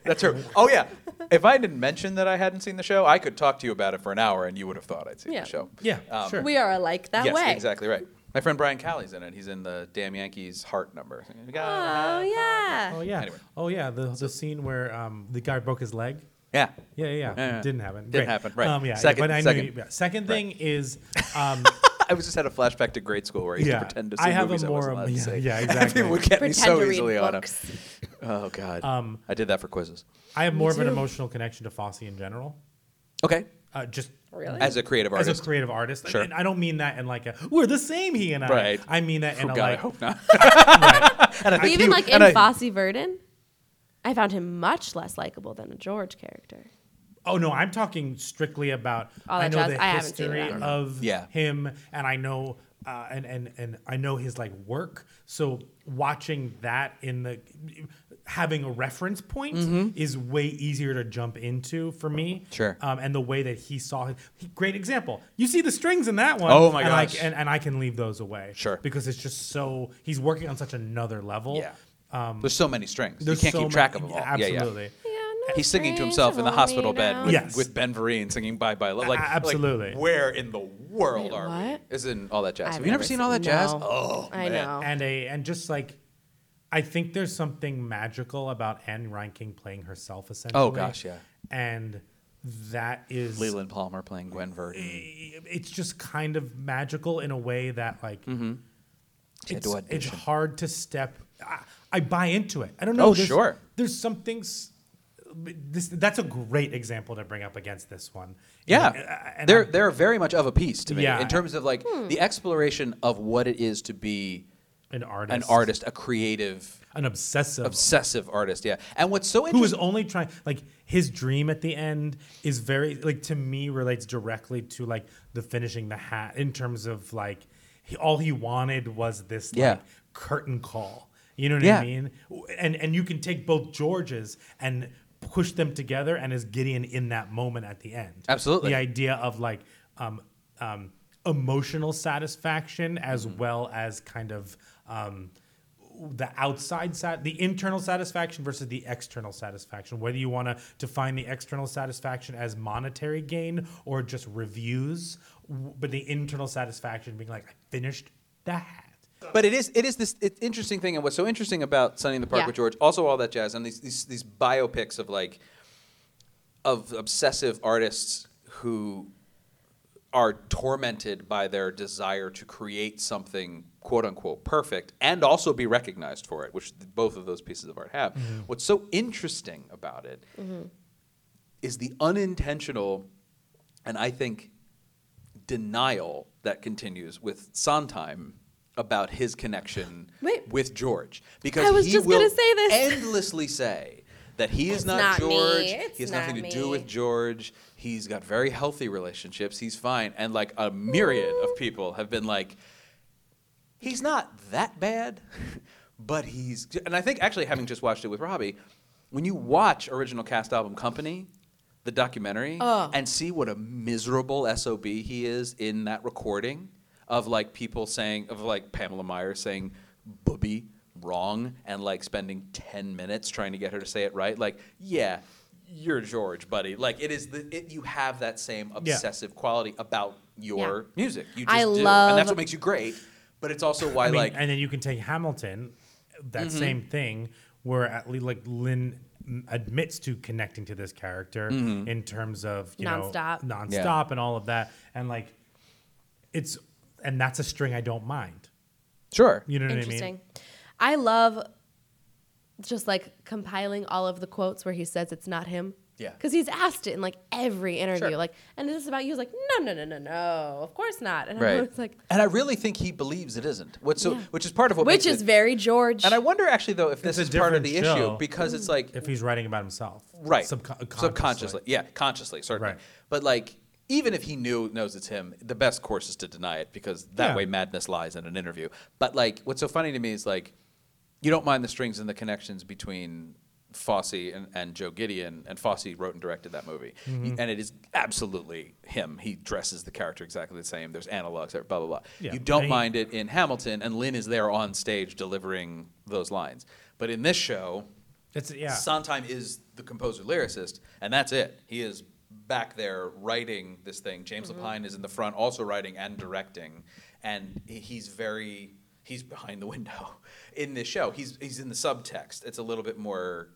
Speaker 3: That's true. Oh yeah. If I didn't mention that I hadn't seen the show, I could talk to you about it for an hour, and you would have thought I'd seen
Speaker 4: Yeah.
Speaker 3: the show. Um,
Speaker 2: yeah, sure.
Speaker 4: We are alike that
Speaker 3: yes,
Speaker 4: way.
Speaker 3: exactly right. My friend Brian Callie's in it. He's in the Damn Yankees Heart number. We got-
Speaker 4: Oh yeah.
Speaker 2: (laughs) oh yeah.
Speaker 3: Anyway.
Speaker 2: Oh yeah. The the scene where um the guy broke his leg.
Speaker 3: Yeah.
Speaker 2: Yeah, yeah, yeah.
Speaker 3: Yeah, yeah.
Speaker 2: Didn't happen.
Speaker 3: Didn't
Speaker 2: Great.
Speaker 3: happen, right.
Speaker 2: Um, yeah,
Speaker 3: Second-
Speaker 2: yeah, but I knew
Speaker 3: second-
Speaker 2: you- yeah. second thing is,
Speaker 3: (laughs)
Speaker 2: um,
Speaker 3: I was just had a flashback to grade school where I used
Speaker 2: Yeah.
Speaker 3: to pretend to see
Speaker 2: I have a
Speaker 3: movies
Speaker 2: more-
Speaker 3: I wasn't allowed
Speaker 2: yeah,
Speaker 3: to see.
Speaker 2: yeah, exactly.
Speaker 3: (laughs) People would get me
Speaker 4: Pretend
Speaker 3: so
Speaker 4: to read
Speaker 3: easily on 'em.
Speaker 4: books.
Speaker 3: Oh god. Um, I did that for quizzes.
Speaker 2: I have more of an emotional connection to Fosse in general.
Speaker 3: Okay.
Speaker 2: Uh, just
Speaker 4: Really?
Speaker 3: As a creative artist.
Speaker 2: as a creative artist,
Speaker 3: Sure.
Speaker 2: and I don't mean that in like a we're the same he and I.
Speaker 3: Right.
Speaker 2: I mean that
Speaker 3: Oh,
Speaker 2: in a
Speaker 3: God, I
Speaker 2: like
Speaker 3: hope not.
Speaker 4: But even
Speaker 3: you-
Speaker 4: like
Speaker 3: and
Speaker 4: in
Speaker 3: I-
Speaker 4: Fosse Verdon, I found him much less likable than a George character.
Speaker 2: Oh no, I'm talking strictly about
Speaker 4: All
Speaker 2: I
Speaker 4: Oh, that
Speaker 2: know
Speaker 4: jazz.
Speaker 2: the
Speaker 4: I haven't seen
Speaker 2: history
Speaker 4: that.
Speaker 2: of
Speaker 3: Yeah.
Speaker 2: him, and I know uh, and and and I know his like work. So watching that in the having a reference point is way easier to jump into for me.
Speaker 3: Mm-hmm. Sure.
Speaker 2: Um, and the way that he saw it, he, great example. You see the strings in that one.
Speaker 3: Oh, my
Speaker 2: and I
Speaker 3: gosh.
Speaker 2: c- and, and I can leave those away.
Speaker 3: Sure.
Speaker 2: Because it's just so he's working on such another level.
Speaker 3: (laughs) Yeah. there's so many strings. You
Speaker 2: Um, There's
Speaker 3: can't
Speaker 2: so
Speaker 3: keep
Speaker 2: many-
Speaker 3: track of them all. Yeah, yeah.
Speaker 2: Absolutely.
Speaker 4: Yeah, no
Speaker 3: He's singing to
Speaker 4: strings
Speaker 3: himself in the
Speaker 4: hold
Speaker 3: hospital
Speaker 4: me
Speaker 3: bed
Speaker 4: now.
Speaker 3: with,
Speaker 2: Yes.
Speaker 3: with Ben Vereen singing "Bye Bye Love." Like,
Speaker 2: A- absolutely.
Speaker 3: like, where in the world
Speaker 4: Wait,
Speaker 3: are
Speaker 4: what?
Speaker 3: we? Is in all that jazz?
Speaker 4: I've
Speaker 3: Have you never seen all that jazz?
Speaker 4: no.
Speaker 3: Oh,
Speaker 4: I
Speaker 3: man.
Speaker 4: know.
Speaker 2: and a and just like I think there's something magical about Anne Reinking playing herself essentially.
Speaker 3: Oh, gosh, yeah.
Speaker 2: And that is
Speaker 3: Leland Palmer playing Gwen Verdon.
Speaker 2: it's just kind of magical in a way that like
Speaker 3: She had
Speaker 2: it's,
Speaker 3: to
Speaker 2: it's
Speaker 3: Mm-hmm. audition.
Speaker 2: hard to step I, I buy into it. I don't know.
Speaker 3: Oh,
Speaker 2: there's-
Speaker 3: sure.
Speaker 2: There's some things this that's a great example to bring up against this one.
Speaker 3: Yeah,
Speaker 2: And- and
Speaker 3: they're
Speaker 2: I'm-
Speaker 3: they're very much of a piece to me
Speaker 2: Yeah.
Speaker 3: in terms of like
Speaker 4: Hmm.
Speaker 3: the exploration of what it is to be
Speaker 2: an artist.
Speaker 3: an artist, a creative,
Speaker 2: An obsessive
Speaker 3: obsessive artist. Yeah, and what's so
Speaker 2: who is
Speaker 3: interesting.
Speaker 2: only trying like his dream at the end is very like to me relates directly to like the finishing the hat in terms of like he, all he wanted was this
Speaker 3: Yeah.
Speaker 2: like curtain call you know what
Speaker 3: Yeah.
Speaker 2: i mean and and you can take both georges and push them together and is gideon in that moment at the end
Speaker 3: Absolutely.
Speaker 2: the idea of like um um emotional satisfaction as well as kind of um the outside sat the internal satisfaction versus the external satisfaction whether you want to define the external satisfaction as monetary gain or just reviews w- but the internal satisfaction being like i finished that
Speaker 3: But it is it is this it's interesting thing, and what's so interesting about Sunny in the Park
Speaker 4: Yeah.
Speaker 3: with George, also all that jazz, and these these, these biopics of like of obsessive artists who are tormented by their desire to create something quote unquote perfect and also be recognized for it, which th- both of those pieces of art have. What's so interesting about it is the unintentional and I think denial that continues with Sondheim about his connection
Speaker 4: Wait.
Speaker 3: with George because
Speaker 4: I was
Speaker 3: he
Speaker 4: just
Speaker 3: will
Speaker 4: gonna say this.
Speaker 3: endlessly say that he is
Speaker 4: It's
Speaker 3: not,
Speaker 4: not me.
Speaker 3: George.
Speaker 4: It's
Speaker 3: he has nothing to
Speaker 4: not
Speaker 3: do
Speaker 4: me.
Speaker 3: with George. He's got very healthy relationships. He's fine. And like a myriad of people have been like, he's not that bad, (laughs) but he's. And I think actually, having just watched it with Robbie, when you watch original cast album Company, the documentary,
Speaker 4: Oh.
Speaker 3: and see what a miserable SOB he is in that recording of like people saying, of like Pamela Myers saying, booby wrong and like spending 10 minutes trying to get her to say it right like yeah you're george buddy like it is the it, you have that same obsessive quality about your music you just
Speaker 4: I
Speaker 3: do and
Speaker 4: love-
Speaker 3: that's what makes you great but it's also why
Speaker 2: I mean,
Speaker 3: like Mm-hmm.
Speaker 2: and then you can take Hamilton, that same thing, where at least like Lynn m- admits to connecting to this character
Speaker 3: Mm-hmm.
Speaker 2: in terms of you
Speaker 4: Nonstop.
Speaker 2: know nonstop and all of that, and like it's and that's a string I don't mind.
Speaker 3: sure
Speaker 2: You know what I mean?
Speaker 4: Interesting. I love just like compiling all of the quotes where he says it's not him.
Speaker 3: Yeah.
Speaker 4: Because he's asked it in like every interview.
Speaker 3: Sure.
Speaker 4: Like, and is this about you? He's like, no, no, no, no, no. Of course not. And
Speaker 3: right
Speaker 4: I'm always like,
Speaker 3: and i really think he believes it isn't what's so
Speaker 4: Yeah.
Speaker 3: which is part of what makes
Speaker 4: which is
Speaker 3: it-
Speaker 4: very George.
Speaker 3: and i wonder actually though if this
Speaker 2: a
Speaker 3: is part of the
Speaker 2: different show.
Speaker 3: issue because
Speaker 4: Hmm.
Speaker 3: it's like
Speaker 2: If he's writing about himself,
Speaker 3: right
Speaker 2: subcon-
Speaker 3: subconsciously yeah consciously certainly
Speaker 2: uh, Right.
Speaker 3: but like even if he knew knows it's him the best course is to deny it because that
Speaker 2: Yeah.
Speaker 3: way madness lies in an interview but like what's so funny to me is like you don't mind the strings and the connections between Fosse and, and Joe Gideon, and Fosse wrote and directed that movie,
Speaker 2: Mm-hmm.
Speaker 3: and it is absolutely him. He dresses the character exactly the same. There's analogs there, blah blah blah.
Speaker 2: Yeah.
Speaker 3: You don't
Speaker 2: And he-
Speaker 3: mind it in Hamilton, and Lynn is there on stage delivering those lines. But in this show,
Speaker 2: It's yeah.
Speaker 3: Sondheim is the composer lyricist, and that's it. He is back there writing this thing. James
Speaker 2: Mm-hmm.
Speaker 3: Lapine is in the front, also writing and directing, and he- he's very he's behind the window (laughs) in this show. He's he's in the subtext. It's a little bit more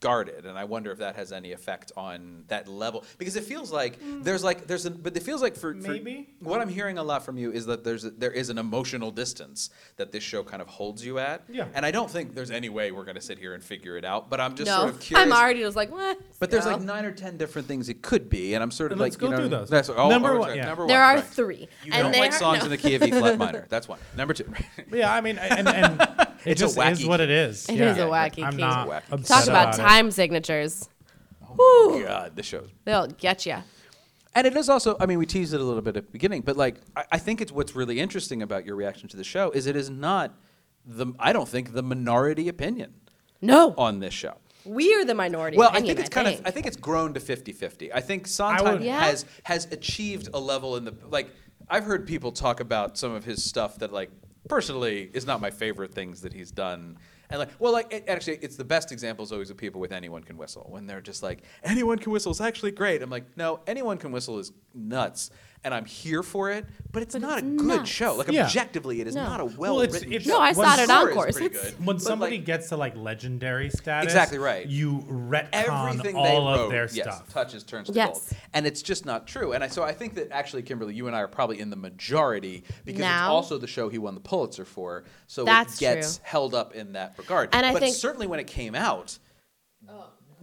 Speaker 3: guarded and i wonder if that has any effect on that level because it feels like there's like there's a but it feels like for, for-
Speaker 2: Mm. Maybe.
Speaker 3: what i'm hearing a lot from you is that there's a, there is an emotional distance that this show kind of holds you at
Speaker 2: Yeah.
Speaker 3: and i don't think there's any way we're going to sit here and figure it out but i'm just
Speaker 4: no.
Speaker 3: sort of curious
Speaker 4: (laughs) I'm already just like, what?
Speaker 3: but there's
Speaker 4: So-
Speaker 3: like nine or ten different things it could be, and I'm sort of
Speaker 2: Let's
Speaker 3: like,
Speaker 2: go
Speaker 3: you know,
Speaker 2: through those.
Speaker 3: That's all,
Speaker 2: Number
Speaker 3: all-
Speaker 2: one, yeah.
Speaker 3: number
Speaker 4: there
Speaker 3: one,
Speaker 4: are
Speaker 3: right.
Speaker 4: three.
Speaker 3: You
Speaker 4: and
Speaker 3: don't
Speaker 4: they
Speaker 3: like
Speaker 4: are-
Speaker 3: songs
Speaker 4: (laughs) no.
Speaker 3: in the key of E flat minor. That's one. Number two.
Speaker 2: yeah, I mean, I- and,
Speaker 3: (laughs)
Speaker 2: and it
Speaker 3: It's a
Speaker 2: just
Speaker 3: wacky
Speaker 2: is what
Speaker 3: key.
Speaker 2: it is.
Speaker 4: It
Speaker 2: yeah.
Speaker 4: is a wacky
Speaker 2: I'm
Speaker 4: key.
Speaker 2: not
Speaker 3: It's a wacky key.
Speaker 2: upset
Speaker 4: Talk about
Speaker 2: it.
Speaker 4: time signatures. Whew.
Speaker 3: Oh, God, this show's
Speaker 4: They'll get you.
Speaker 3: And it is also, I mean, we teased it a little bit at the beginning, but like, I, I think it's what's really interesting about your reaction to the show is it is not the, I don't think, the minority opinion
Speaker 4: No.
Speaker 3: on this show.
Speaker 4: we are the minority.
Speaker 3: Well,
Speaker 4: opinion,
Speaker 3: I think it's kind
Speaker 4: think.
Speaker 3: of, I think it's grown to 50 50. I think Sondheim
Speaker 2: would-
Speaker 4: Yeah.
Speaker 3: has, has achieved a level in the, like, I've heard people talk about some of his stuff that, like, personally is not my favorite things that he's done. And, like, well, like, it, actually, it's the best example is always of people with Anyone Can Whistle, when they're just like, Anyone Can Whistle is actually great. I'm like, no, Anyone Can Whistle is nuts. And I'm here for it, but it's not
Speaker 4: it's
Speaker 3: a good
Speaker 4: nuts.
Speaker 3: show. Like,
Speaker 2: Yeah.
Speaker 3: objectively, it is
Speaker 4: No.
Speaker 3: not a well
Speaker 2: Well, it's-
Speaker 3: written
Speaker 2: it's-
Speaker 3: show.
Speaker 4: No, I
Speaker 2: When
Speaker 4: saw it at
Speaker 3: Summer is
Speaker 4: Encores.
Speaker 3: pretty
Speaker 4: It's-
Speaker 3: good,
Speaker 2: when
Speaker 3: but,
Speaker 2: somebody
Speaker 3: like,
Speaker 2: gets to like legendary status,
Speaker 3: Exactly right.
Speaker 2: You retcon
Speaker 3: everything
Speaker 2: all
Speaker 3: they
Speaker 2: of
Speaker 3: wrote,
Speaker 2: their
Speaker 3: yes,
Speaker 2: stuff.
Speaker 3: touches turns to
Speaker 4: Yes.
Speaker 3: gold, and it's just not true. And I, so I think that actually, Kimberly, you and I are probably in the majority because it's
Speaker 4: Now?
Speaker 3: also the show he won the Pulitzer for, so
Speaker 4: That's
Speaker 3: it gets
Speaker 4: true.
Speaker 3: held up in that regard.
Speaker 4: And I
Speaker 3: but
Speaker 4: think-
Speaker 3: certainly when it came out.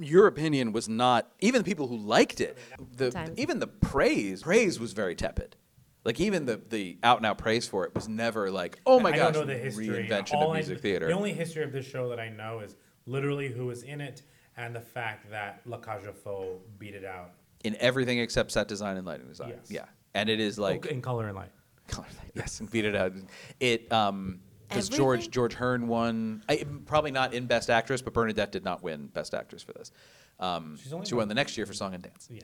Speaker 3: Your opinion was not even the people who liked it. The,
Speaker 4: Times.
Speaker 3: even the praise, praise was very tepid. Like even the the out and out praise for it was never like, oh my
Speaker 2: I
Speaker 3: gosh,
Speaker 2: don't know the history.
Speaker 3: reinvention
Speaker 2: All
Speaker 3: of
Speaker 2: I-
Speaker 3: music theater.
Speaker 2: The only history of this show that I know is literally who was in it and the fact that La Cage aux Folles beat it out
Speaker 3: in everything except set design and lighting design.
Speaker 2: Yes.
Speaker 3: Yeah, and it is like
Speaker 2: in Color and Light.
Speaker 3: Color Line, yes, and beat it out. It um because George
Speaker 4: Everything?
Speaker 3: George Hearn won, I, probably not in Best Actress, but Bernadette did not win Best Actress for this. Um,
Speaker 2: She's only
Speaker 3: she won the next year for Song and Dance. (laughs)
Speaker 2: Yeah.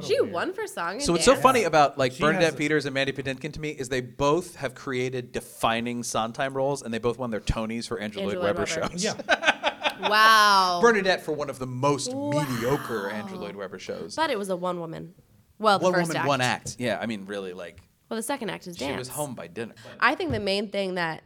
Speaker 4: She
Speaker 2: Oh,
Speaker 4: won for song. and
Speaker 3: So what's so
Speaker 4: dance.
Speaker 3: funny about like
Speaker 2: She
Speaker 3: Bernadette
Speaker 2: has a-
Speaker 3: Peters and Mandy Patinkin to me is they both have created defining Sondheim roles, and they both won their Tonys for Andrew Lloyd
Speaker 4: Andrew Lloyd
Speaker 3: Webber
Speaker 4: Webber. Oh.
Speaker 3: shows.
Speaker 2: Yeah.
Speaker 4: Wow.
Speaker 3: Bernadette for one of the most mediocre Andrew Lloyd Webber shows.
Speaker 4: But it was a one woman. Well, the
Speaker 3: one
Speaker 4: first
Speaker 3: woman,
Speaker 4: act.
Speaker 3: one act. Yeah, I mean, really, like
Speaker 4: Well, the second act is dance.
Speaker 3: she was home by dinner.
Speaker 4: I think the main thing that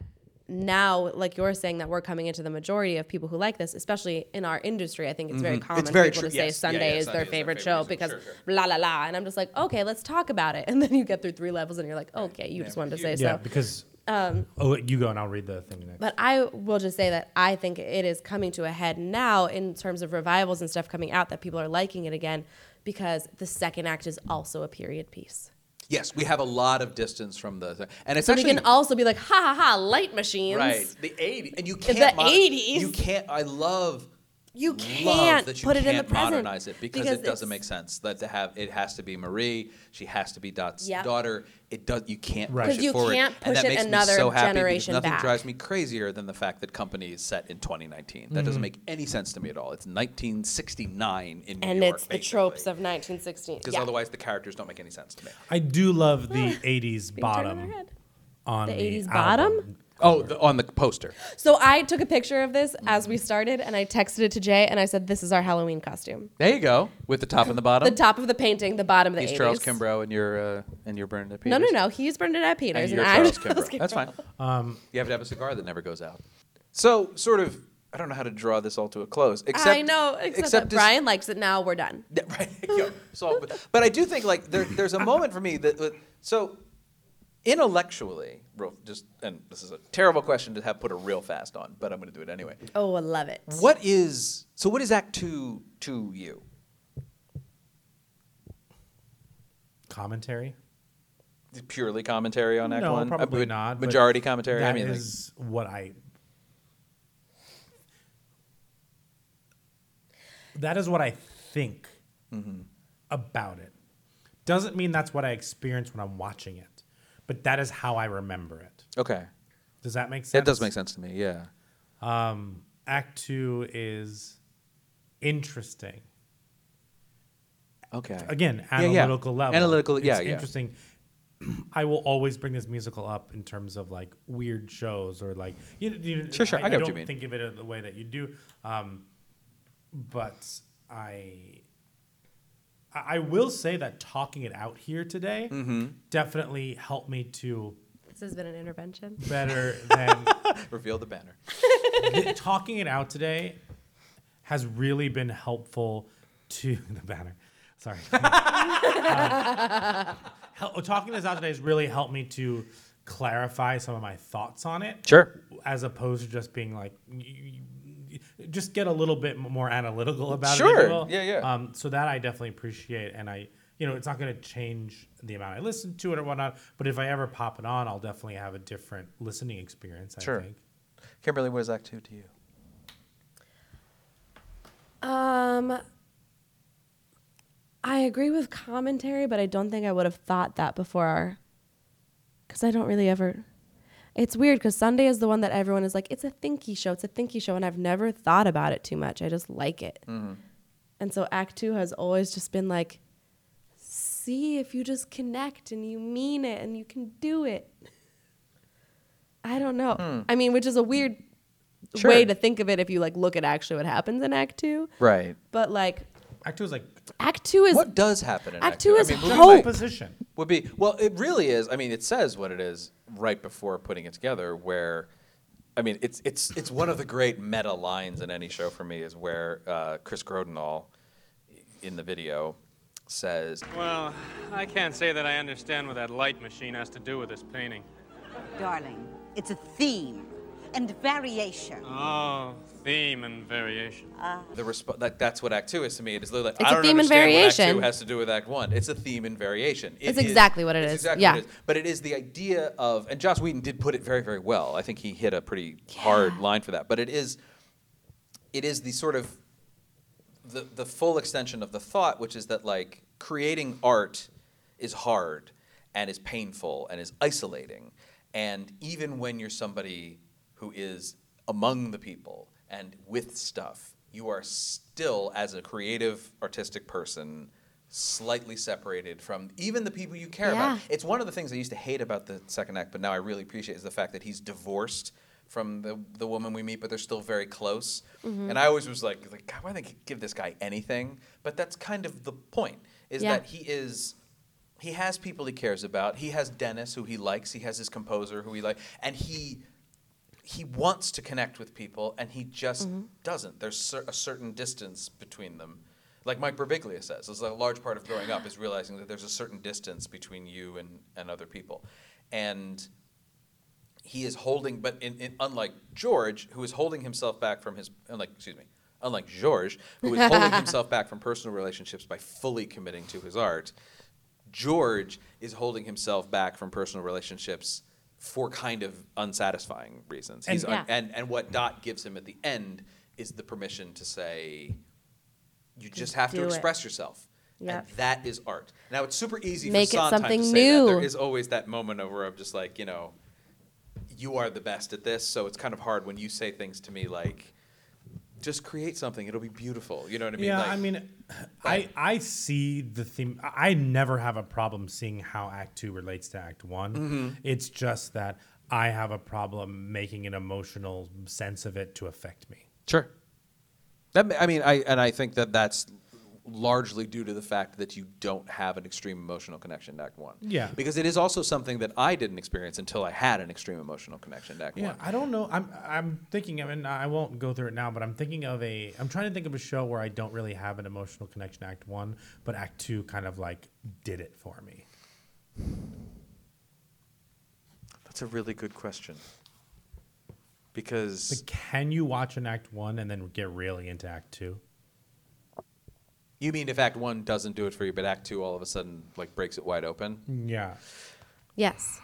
Speaker 4: now, like you're saying, that we're coming into the majority of people who like this, especially in our industry. I think it's very common
Speaker 3: Mm-hmm. very
Speaker 4: for people
Speaker 3: true.
Speaker 4: to say
Speaker 3: Yes. Yeah,
Speaker 4: Sunday
Speaker 3: yeah,
Speaker 4: is
Speaker 3: Sunday
Speaker 4: their
Speaker 3: is their
Speaker 4: favorite
Speaker 3: favorite
Speaker 4: show
Speaker 3: reason.
Speaker 4: because
Speaker 3: Sure, sure.
Speaker 4: la la la. And I'm just like, okay, let's talk about it. (laughs) And then you get through three levels, and you're like, okay, you just wanted to say
Speaker 2: Yeah,
Speaker 4: so.
Speaker 2: because.
Speaker 4: Um,
Speaker 2: oh, you go and I'll read the thing next.
Speaker 4: But I will just say that I think it is coming to a head now in terms of revivals and stuff coming out that people are liking it again because the second act is also a period piece.
Speaker 3: Yes, we have a lot of distance from the, and it's
Speaker 4: So
Speaker 3: actually
Speaker 4: we can also be like, ha ha ha, light machines.
Speaker 3: right the '80s, and you
Speaker 4: The
Speaker 3: can't mon-
Speaker 4: 80s.
Speaker 3: You can't. I love.
Speaker 4: You
Speaker 3: love
Speaker 4: can't
Speaker 3: that you
Speaker 4: put it in
Speaker 3: can't
Speaker 4: the present
Speaker 3: Modernize it because,
Speaker 4: because
Speaker 3: it doesn't
Speaker 4: it's-
Speaker 3: make sense. That to have it has to be Marie. She has to be Dot's
Speaker 4: Yep.
Speaker 3: daughter. It does. You can't
Speaker 2: Right.
Speaker 3: push
Speaker 2: 'Cause
Speaker 3: it
Speaker 4: you
Speaker 3: forward,
Speaker 4: can't
Speaker 3: and
Speaker 4: push
Speaker 3: that
Speaker 4: it
Speaker 3: makes
Speaker 4: another
Speaker 3: me so happy
Speaker 4: generation
Speaker 3: because nothing
Speaker 4: back.
Speaker 3: drives me crazier than the fact that Company is set in 2019. That doesn't make any sense to me at all. It's 1969 in New
Speaker 4: And
Speaker 3: York,
Speaker 4: it's the tropes
Speaker 3: basically.
Speaker 4: of 1916.
Speaker 3: Because
Speaker 4: Yeah.
Speaker 3: otherwise, the characters don't make any sense to me.
Speaker 2: I do
Speaker 4: (laughs)
Speaker 2: love the
Speaker 4: Being
Speaker 2: '80s
Speaker 4: turned on
Speaker 2: bottom
Speaker 4: their head.
Speaker 2: on
Speaker 4: The
Speaker 2: the
Speaker 4: 80s
Speaker 2: album.
Speaker 4: bottom?
Speaker 3: Oh, the, on the poster.
Speaker 4: So I took a picture of this as we started and I texted it to Jay and I said, This is our Halloween costume.
Speaker 3: There you go, with the top and the bottom.
Speaker 4: The top of the painting, the bottom of the
Speaker 3: He's
Speaker 4: 80s.
Speaker 3: Charles Kimbrough, and you're uh, and you're Bernadette
Speaker 4: No,
Speaker 3: Peters.
Speaker 4: no, no. He's Bernadette Peters
Speaker 3: And you're
Speaker 4: and, I'm (laughs)
Speaker 3: Charles Kimbrough. That's fine.
Speaker 2: Um,
Speaker 3: you have to have a cigar that never goes out. So, sort of, I don't know how to draw this all to a close. Except,
Speaker 4: I know, except, that
Speaker 3: this-
Speaker 4: Brian likes it now. We're done.
Speaker 3: (laughs) Yeah, right. (laughs) Yeah. So, but, but I do think like there, there's a moment for me that that- so intellectually, real, just and this is a terrible question to have put a real fast on, but I'm going to do it anyway.
Speaker 4: Oh, I love it.
Speaker 3: What is so? What is Act Two to you?
Speaker 2: commentary.
Speaker 3: Purely commentary on Act
Speaker 2: no,
Speaker 3: One? Uh,
Speaker 2: probably
Speaker 3: ma-
Speaker 2: not. but
Speaker 3: Majority commentary. I
Speaker 2: That
Speaker 3: mean, like-
Speaker 2: is what I. That is what I think
Speaker 3: Mm-hmm.
Speaker 2: about it. Doesn't mean that's what I experience when I'm watching it, but that is how I remember it.
Speaker 3: okay,
Speaker 2: Does that make sense?
Speaker 3: that does make sense to me. Yeah.
Speaker 2: Um, act two is interesting.
Speaker 3: Okay.
Speaker 2: again
Speaker 3: Yeah, yeah.
Speaker 2: analytical level.
Speaker 3: Analytical,
Speaker 2: It's
Speaker 3: yeah, yeah.
Speaker 2: interesting. I will always bring this musical up in terms of like weird shows or like you. you
Speaker 3: Sure, sure, I
Speaker 2: I
Speaker 3: get what you
Speaker 2: don't
Speaker 3: mean.
Speaker 2: think of it the way that you do, um, but I. I I will say that talking it out here today
Speaker 3: Mm-hmm.
Speaker 2: definitely helped me to
Speaker 4: This has been an intervention.
Speaker 2: better
Speaker 3: (laughs)
Speaker 2: than
Speaker 3: Reveal the banner.
Speaker 2: th- talking it out today has really been helpful to (laughs) the banner. Sorry. (laughs) Um, hel- talking this out today has really helped me to clarify some of my thoughts on it.
Speaker 3: Sure.
Speaker 2: As opposed to just being like, y- y- y- just get a little bit m- more analytical about it. if
Speaker 3: Sure.
Speaker 2: you will.
Speaker 3: Yeah, yeah.
Speaker 2: Um, so that I definitely appreciate, and I, you know, it's not going to change the amount I listen to it or whatnot. But if I ever pop it on, I'll definitely have a different listening experience. I
Speaker 3: Sure.
Speaker 2: think.
Speaker 3: Kimberly, what is Act Two to you?
Speaker 4: Um, I agree with commentary, but I don't think I would have thought that before. Because I don't really ever. It's weird because Sunday is the one that everyone is like, it's a thinky show, it's a thinky show. And I've never thought about it too much. I just like it. And so Act Two has always just been like, see if you just connect and you mean it and you can do it. I don't know. I mean, which is a weird way
Speaker 3: Sure.
Speaker 4: to think of it if you like look at actually what happens in Act Two.
Speaker 3: Right.
Speaker 4: But like
Speaker 2: Act two is like
Speaker 4: Act Two is
Speaker 3: What does happen in
Speaker 4: Act
Speaker 3: Act,
Speaker 4: Two is
Speaker 3: movies
Speaker 4: hope.
Speaker 3: like-
Speaker 2: position.
Speaker 3: would be well. It really is. I mean, it says what it is right before putting it together. Where, I mean, it's it's it's one of the great meta lines in any show for me is where uh, Chris Grodinall in the video says,
Speaker 10: Well, I can't say that I understand what that light machine has to do with this painting.
Speaker 5: (laughs) Darling, it's a theme and variation.
Speaker 10: Oh, theme and variation.
Speaker 3: the resp- that, that's what Act Two is to me. It is literally like,
Speaker 4: It's
Speaker 3: I
Speaker 4: a
Speaker 3: don't
Speaker 4: theme and
Speaker 3: understand what
Speaker 4: variation.
Speaker 3: Act Two has to do with Act One. It's a theme and variation. It
Speaker 4: It's exactly what it
Speaker 3: it's
Speaker 4: is.
Speaker 3: Exactly
Speaker 4: Yeah.
Speaker 3: what it is. But it is the idea of, and Joss Whedon did put it very, very well. I think he hit a pretty hard line for that. But it is, it is the sort of the, the full extension of the thought, which is that like creating art is hard and is painful and is isolating. And even when you're somebody who is among the people and with stuff, you are still, as a creative, artistic person, slightly separated from even the people you care
Speaker 4: Yeah.
Speaker 3: about. It's one of the things I used to hate about the second act, but now I really appreciate is the fact that he's divorced from the, the woman we meet, but they're still very close. And I always was like, like God, why didn't they give this guy anything? But that's kind of the point is
Speaker 4: Yeah.
Speaker 3: that he is he has people he cares about. He has Dennis who he likes. He has his composer who he likes, and he
Speaker 11: he wants to connect with people and he just doesn't. There's cer- a certain distance between them. Like Mike Birbiglia says, it's a large part of growing up is realizing that there's a certain distance between you and, and other people. And he is holding, but in, in, unlike George, who is holding himself back from his, unlike, excuse me, unlike George, who is
Speaker 4: (laughs)
Speaker 11: holding himself back from personal relationships by fully committing to his art, George is holding himself back from personal relationships for kind of unsatisfying reasons. He's
Speaker 4: And-
Speaker 11: un-
Speaker 4: Yeah.
Speaker 11: and, and what Dot gives him at the end is the permission to say, you just have to
Speaker 4: do it.
Speaker 11: express yourself.
Speaker 4: Yep.
Speaker 11: And that is art. Now it's super easy
Speaker 4: Make
Speaker 11: for
Speaker 4: it
Speaker 11: Sondheim
Speaker 4: something
Speaker 11: to say that. There
Speaker 4: new.
Speaker 11: is always that moment of where I'm just like, you know, you are the best at this, so it's kind of hard when you say things to me like, just create something, it'll be beautiful. You know what I mean?
Speaker 2: yeah,
Speaker 11: like,
Speaker 2: I mean, I I see the theme. I I never have a problem seeing how Act Two relates to Act One. It's just that I have a problem making an emotional sense of it to affect me.
Speaker 3: Sure. That ma- I mean, I and I think that that's largely due to the fact that you don't have an extreme emotional connection to Act One.
Speaker 2: Yeah.
Speaker 3: Because it is also something that I didn't experience until I had an extreme emotional connection to Act
Speaker 2: Yeah,
Speaker 3: One.
Speaker 2: I don't know. I'm I'm thinking. I mean, I won't go through it now, but I'm thinking of a. I'm trying to think of a show where I don't really have an emotional connection. to Act One, but Act Two kind of like did it for me.
Speaker 11: That's a really good question. Because
Speaker 2: But can you watch an Act One and then get really into Act Two?
Speaker 3: You mean if Act One doesn't do it for you, but Act Two all of a sudden like breaks it wide open?
Speaker 2: Yeah.
Speaker 4: Yes.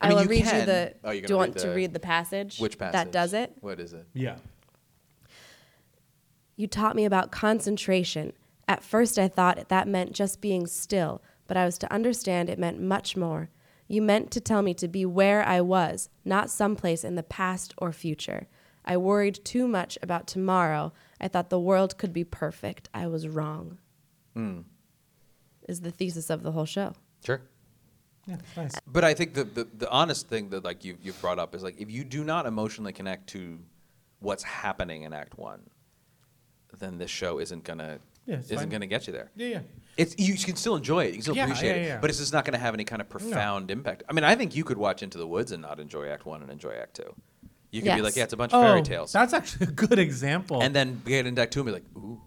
Speaker 3: I
Speaker 4: I,
Speaker 3: mean,
Speaker 4: will
Speaker 3: you
Speaker 4: read
Speaker 3: can-
Speaker 4: you the.
Speaker 3: Oh, you're
Speaker 4: do
Speaker 3: gonna
Speaker 4: you
Speaker 3: read
Speaker 4: want to
Speaker 3: the-
Speaker 4: read the passage?
Speaker 3: Which passage?
Speaker 4: That does it.
Speaker 3: What is it?
Speaker 2: Yeah.
Speaker 4: You taught me about concentration. At first, I thought that meant just being still, but I was to understand it meant much more. You meant to tell me to be where I was, not someplace in the past or future. I worried too much about tomorrow. I thought the world could be perfect. I was wrong.
Speaker 3: Hmm.
Speaker 4: Is the thesis of the whole show.
Speaker 3: Sure.
Speaker 2: Yeah. it's Nice.
Speaker 3: But I think the, the, the honest thing that like you you've brought up is like if you do not emotionally connect to what's happening in Act One, then this show isn't gonna
Speaker 2: Yeah, it's
Speaker 3: isn't
Speaker 2: fine.
Speaker 3: gonna get you there.
Speaker 2: Yeah. Yeah.
Speaker 3: It's you can still enjoy it, you can still
Speaker 2: Yeah,
Speaker 3: appreciate
Speaker 2: yeah,
Speaker 3: it,
Speaker 2: yeah.
Speaker 3: but it's just not gonna have any kind of profound impact. I mean, I think you could watch Into the Woods and not enjoy Act One and enjoy Act Two. You could be
Speaker 4: Yes.
Speaker 3: like, yeah, it's a bunch of fairy tales,
Speaker 2: Oh, That's actually a good example.
Speaker 3: and then get into Act Two and be like, ooh.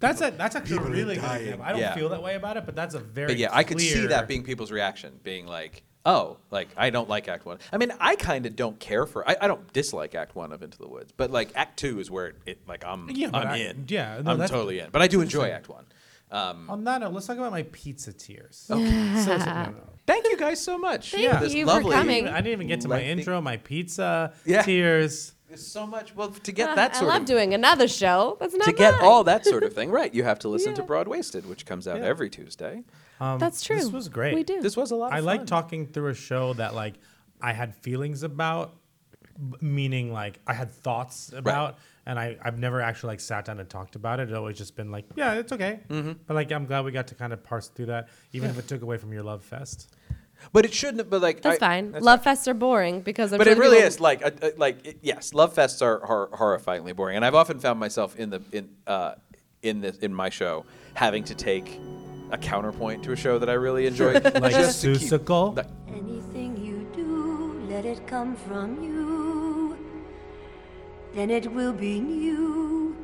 Speaker 2: that's a that's actually a really good example. I don't
Speaker 3: Yeah.
Speaker 2: feel that way about it, but that's a very
Speaker 3: But yeah, I could see
Speaker 2: clear-
Speaker 3: that being people's reaction, being like, "Oh, like I don't like Act One." I mean, I kind of don't care for. I, I don't dislike Act One of Into the Woods, but like Act Two is where it, it like I'm
Speaker 2: Yeah, but
Speaker 3: I'm
Speaker 2: I-
Speaker 3: in.
Speaker 2: yeah, no,
Speaker 3: I'm
Speaker 2: that's-
Speaker 3: totally in. But I do enjoy Act One.
Speaker 2: On that note, let's talk about my pizza tears. So-
Speaker 3: (laughs)
Speaker 2: so- no, no.
Speaker 3: Thank you guys so much.
Speaker 4: Thank
Speaker 3: for this
Speaker 4: you for
Speaker 3: lovely,
Speaker 4: coming.
Speaker 2: I didn't even get to my
Speaker 3: Lengthy-
Speaker 2: intro, my pizza
Speaker 3: Yeah.
Speaker 2: tears.
Speaker 3: There's so much. Well, to get
Speaker 4: Uh,
Speaker 3: that
Speaker 4: I
Speaker 3: sort
Speaker 4: love
Speaker 3: of
Speaker 4: doing another show. That's not
Speaker 3: to get
Speaker 4: mine.
Speaker 3: all that sort of thing, right? You have to listen to
Speaker 4: Yeah.
Speaker 3: Broad Wasted, which comes out
Speaker 2: Yeah.
Speaker 3: every Tuesday.
Speaker 4: That's true.
Speaker 2: Um, this was great.
Speaker 4: We do.
Speaker 3: This was a lot. Of
Speaker 2: I like
Speaker 3: fun.
Speaker 2: talking through a show that like I had feelings about, b- meaning like I had thoughts about, and I I've never actually like sat down and talked about it. It always just been like, yeah, it's okay.
Speaker 3: Mm-hmm.
Speaker 2: But like I'm glad we got to kind of parse through that, even if it took away from your love fest.
Speaker 3: but it shouldn't. have But like,
Speaker 4: That's
Speaker 3: I-
Speaker 4: fine. Love fests are boring because I'm
Speaker 3: but
Speaker 4: sure
Speaker 3: it
Speaker 4: the
Speaker 3: really
Speaker 4: people-
Speaker 3: is like a, a- like it- yes, love fests are hor- horrifyingly boring, and I've often found myself in the in uh, in this in my show having to take a counterpoint to a show that I really enjoy,
Speaker 2: Like
Speaker 3: just to keep-
Speaker 2: Susical?
Speaker 3: like-
Speaker 5: Anything you do, let it come from you. Then it will be new.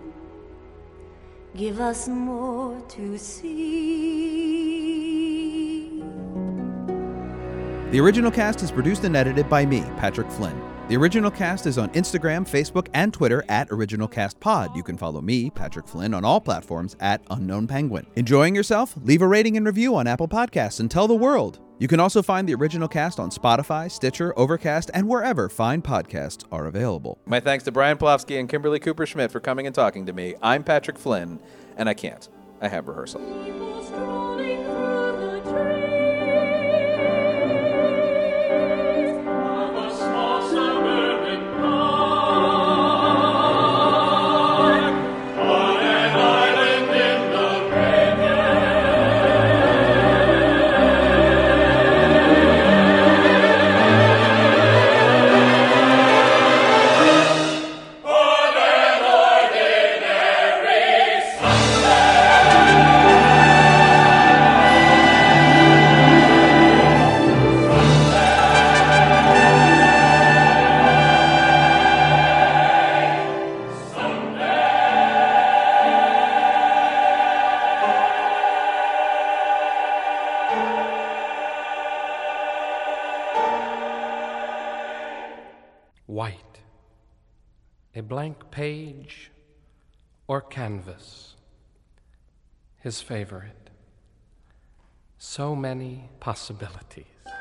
Speaker 5: Give us more to see.
Speaker 1: The original cast is produced and edited by me, Patrick Flynn. The original cast is on Instagram, Facebook, and Twitter at OriginalCastPod. You can follow me, Patrick Flynn, on all platforms at Unknown Penguin. Enjoying yourself? Leave a rating and review on Apple Podcasts and tell the world. You can also find the original cast on Spotify, Stitcher, Overcast, and wherever fine podcasts are available.
Speaker 3: my thanks to Brian Plofsky and Kimberly Cooper Schmidt for coming and talking to me. I'm Patrick Flynn, and I can't. I have rehearsal.
Speaker 6: People strolling through the trees.
Speaker 7: Of a small suburban
Speaker 12: a blank page or canvas. His favorite. So many possibilities.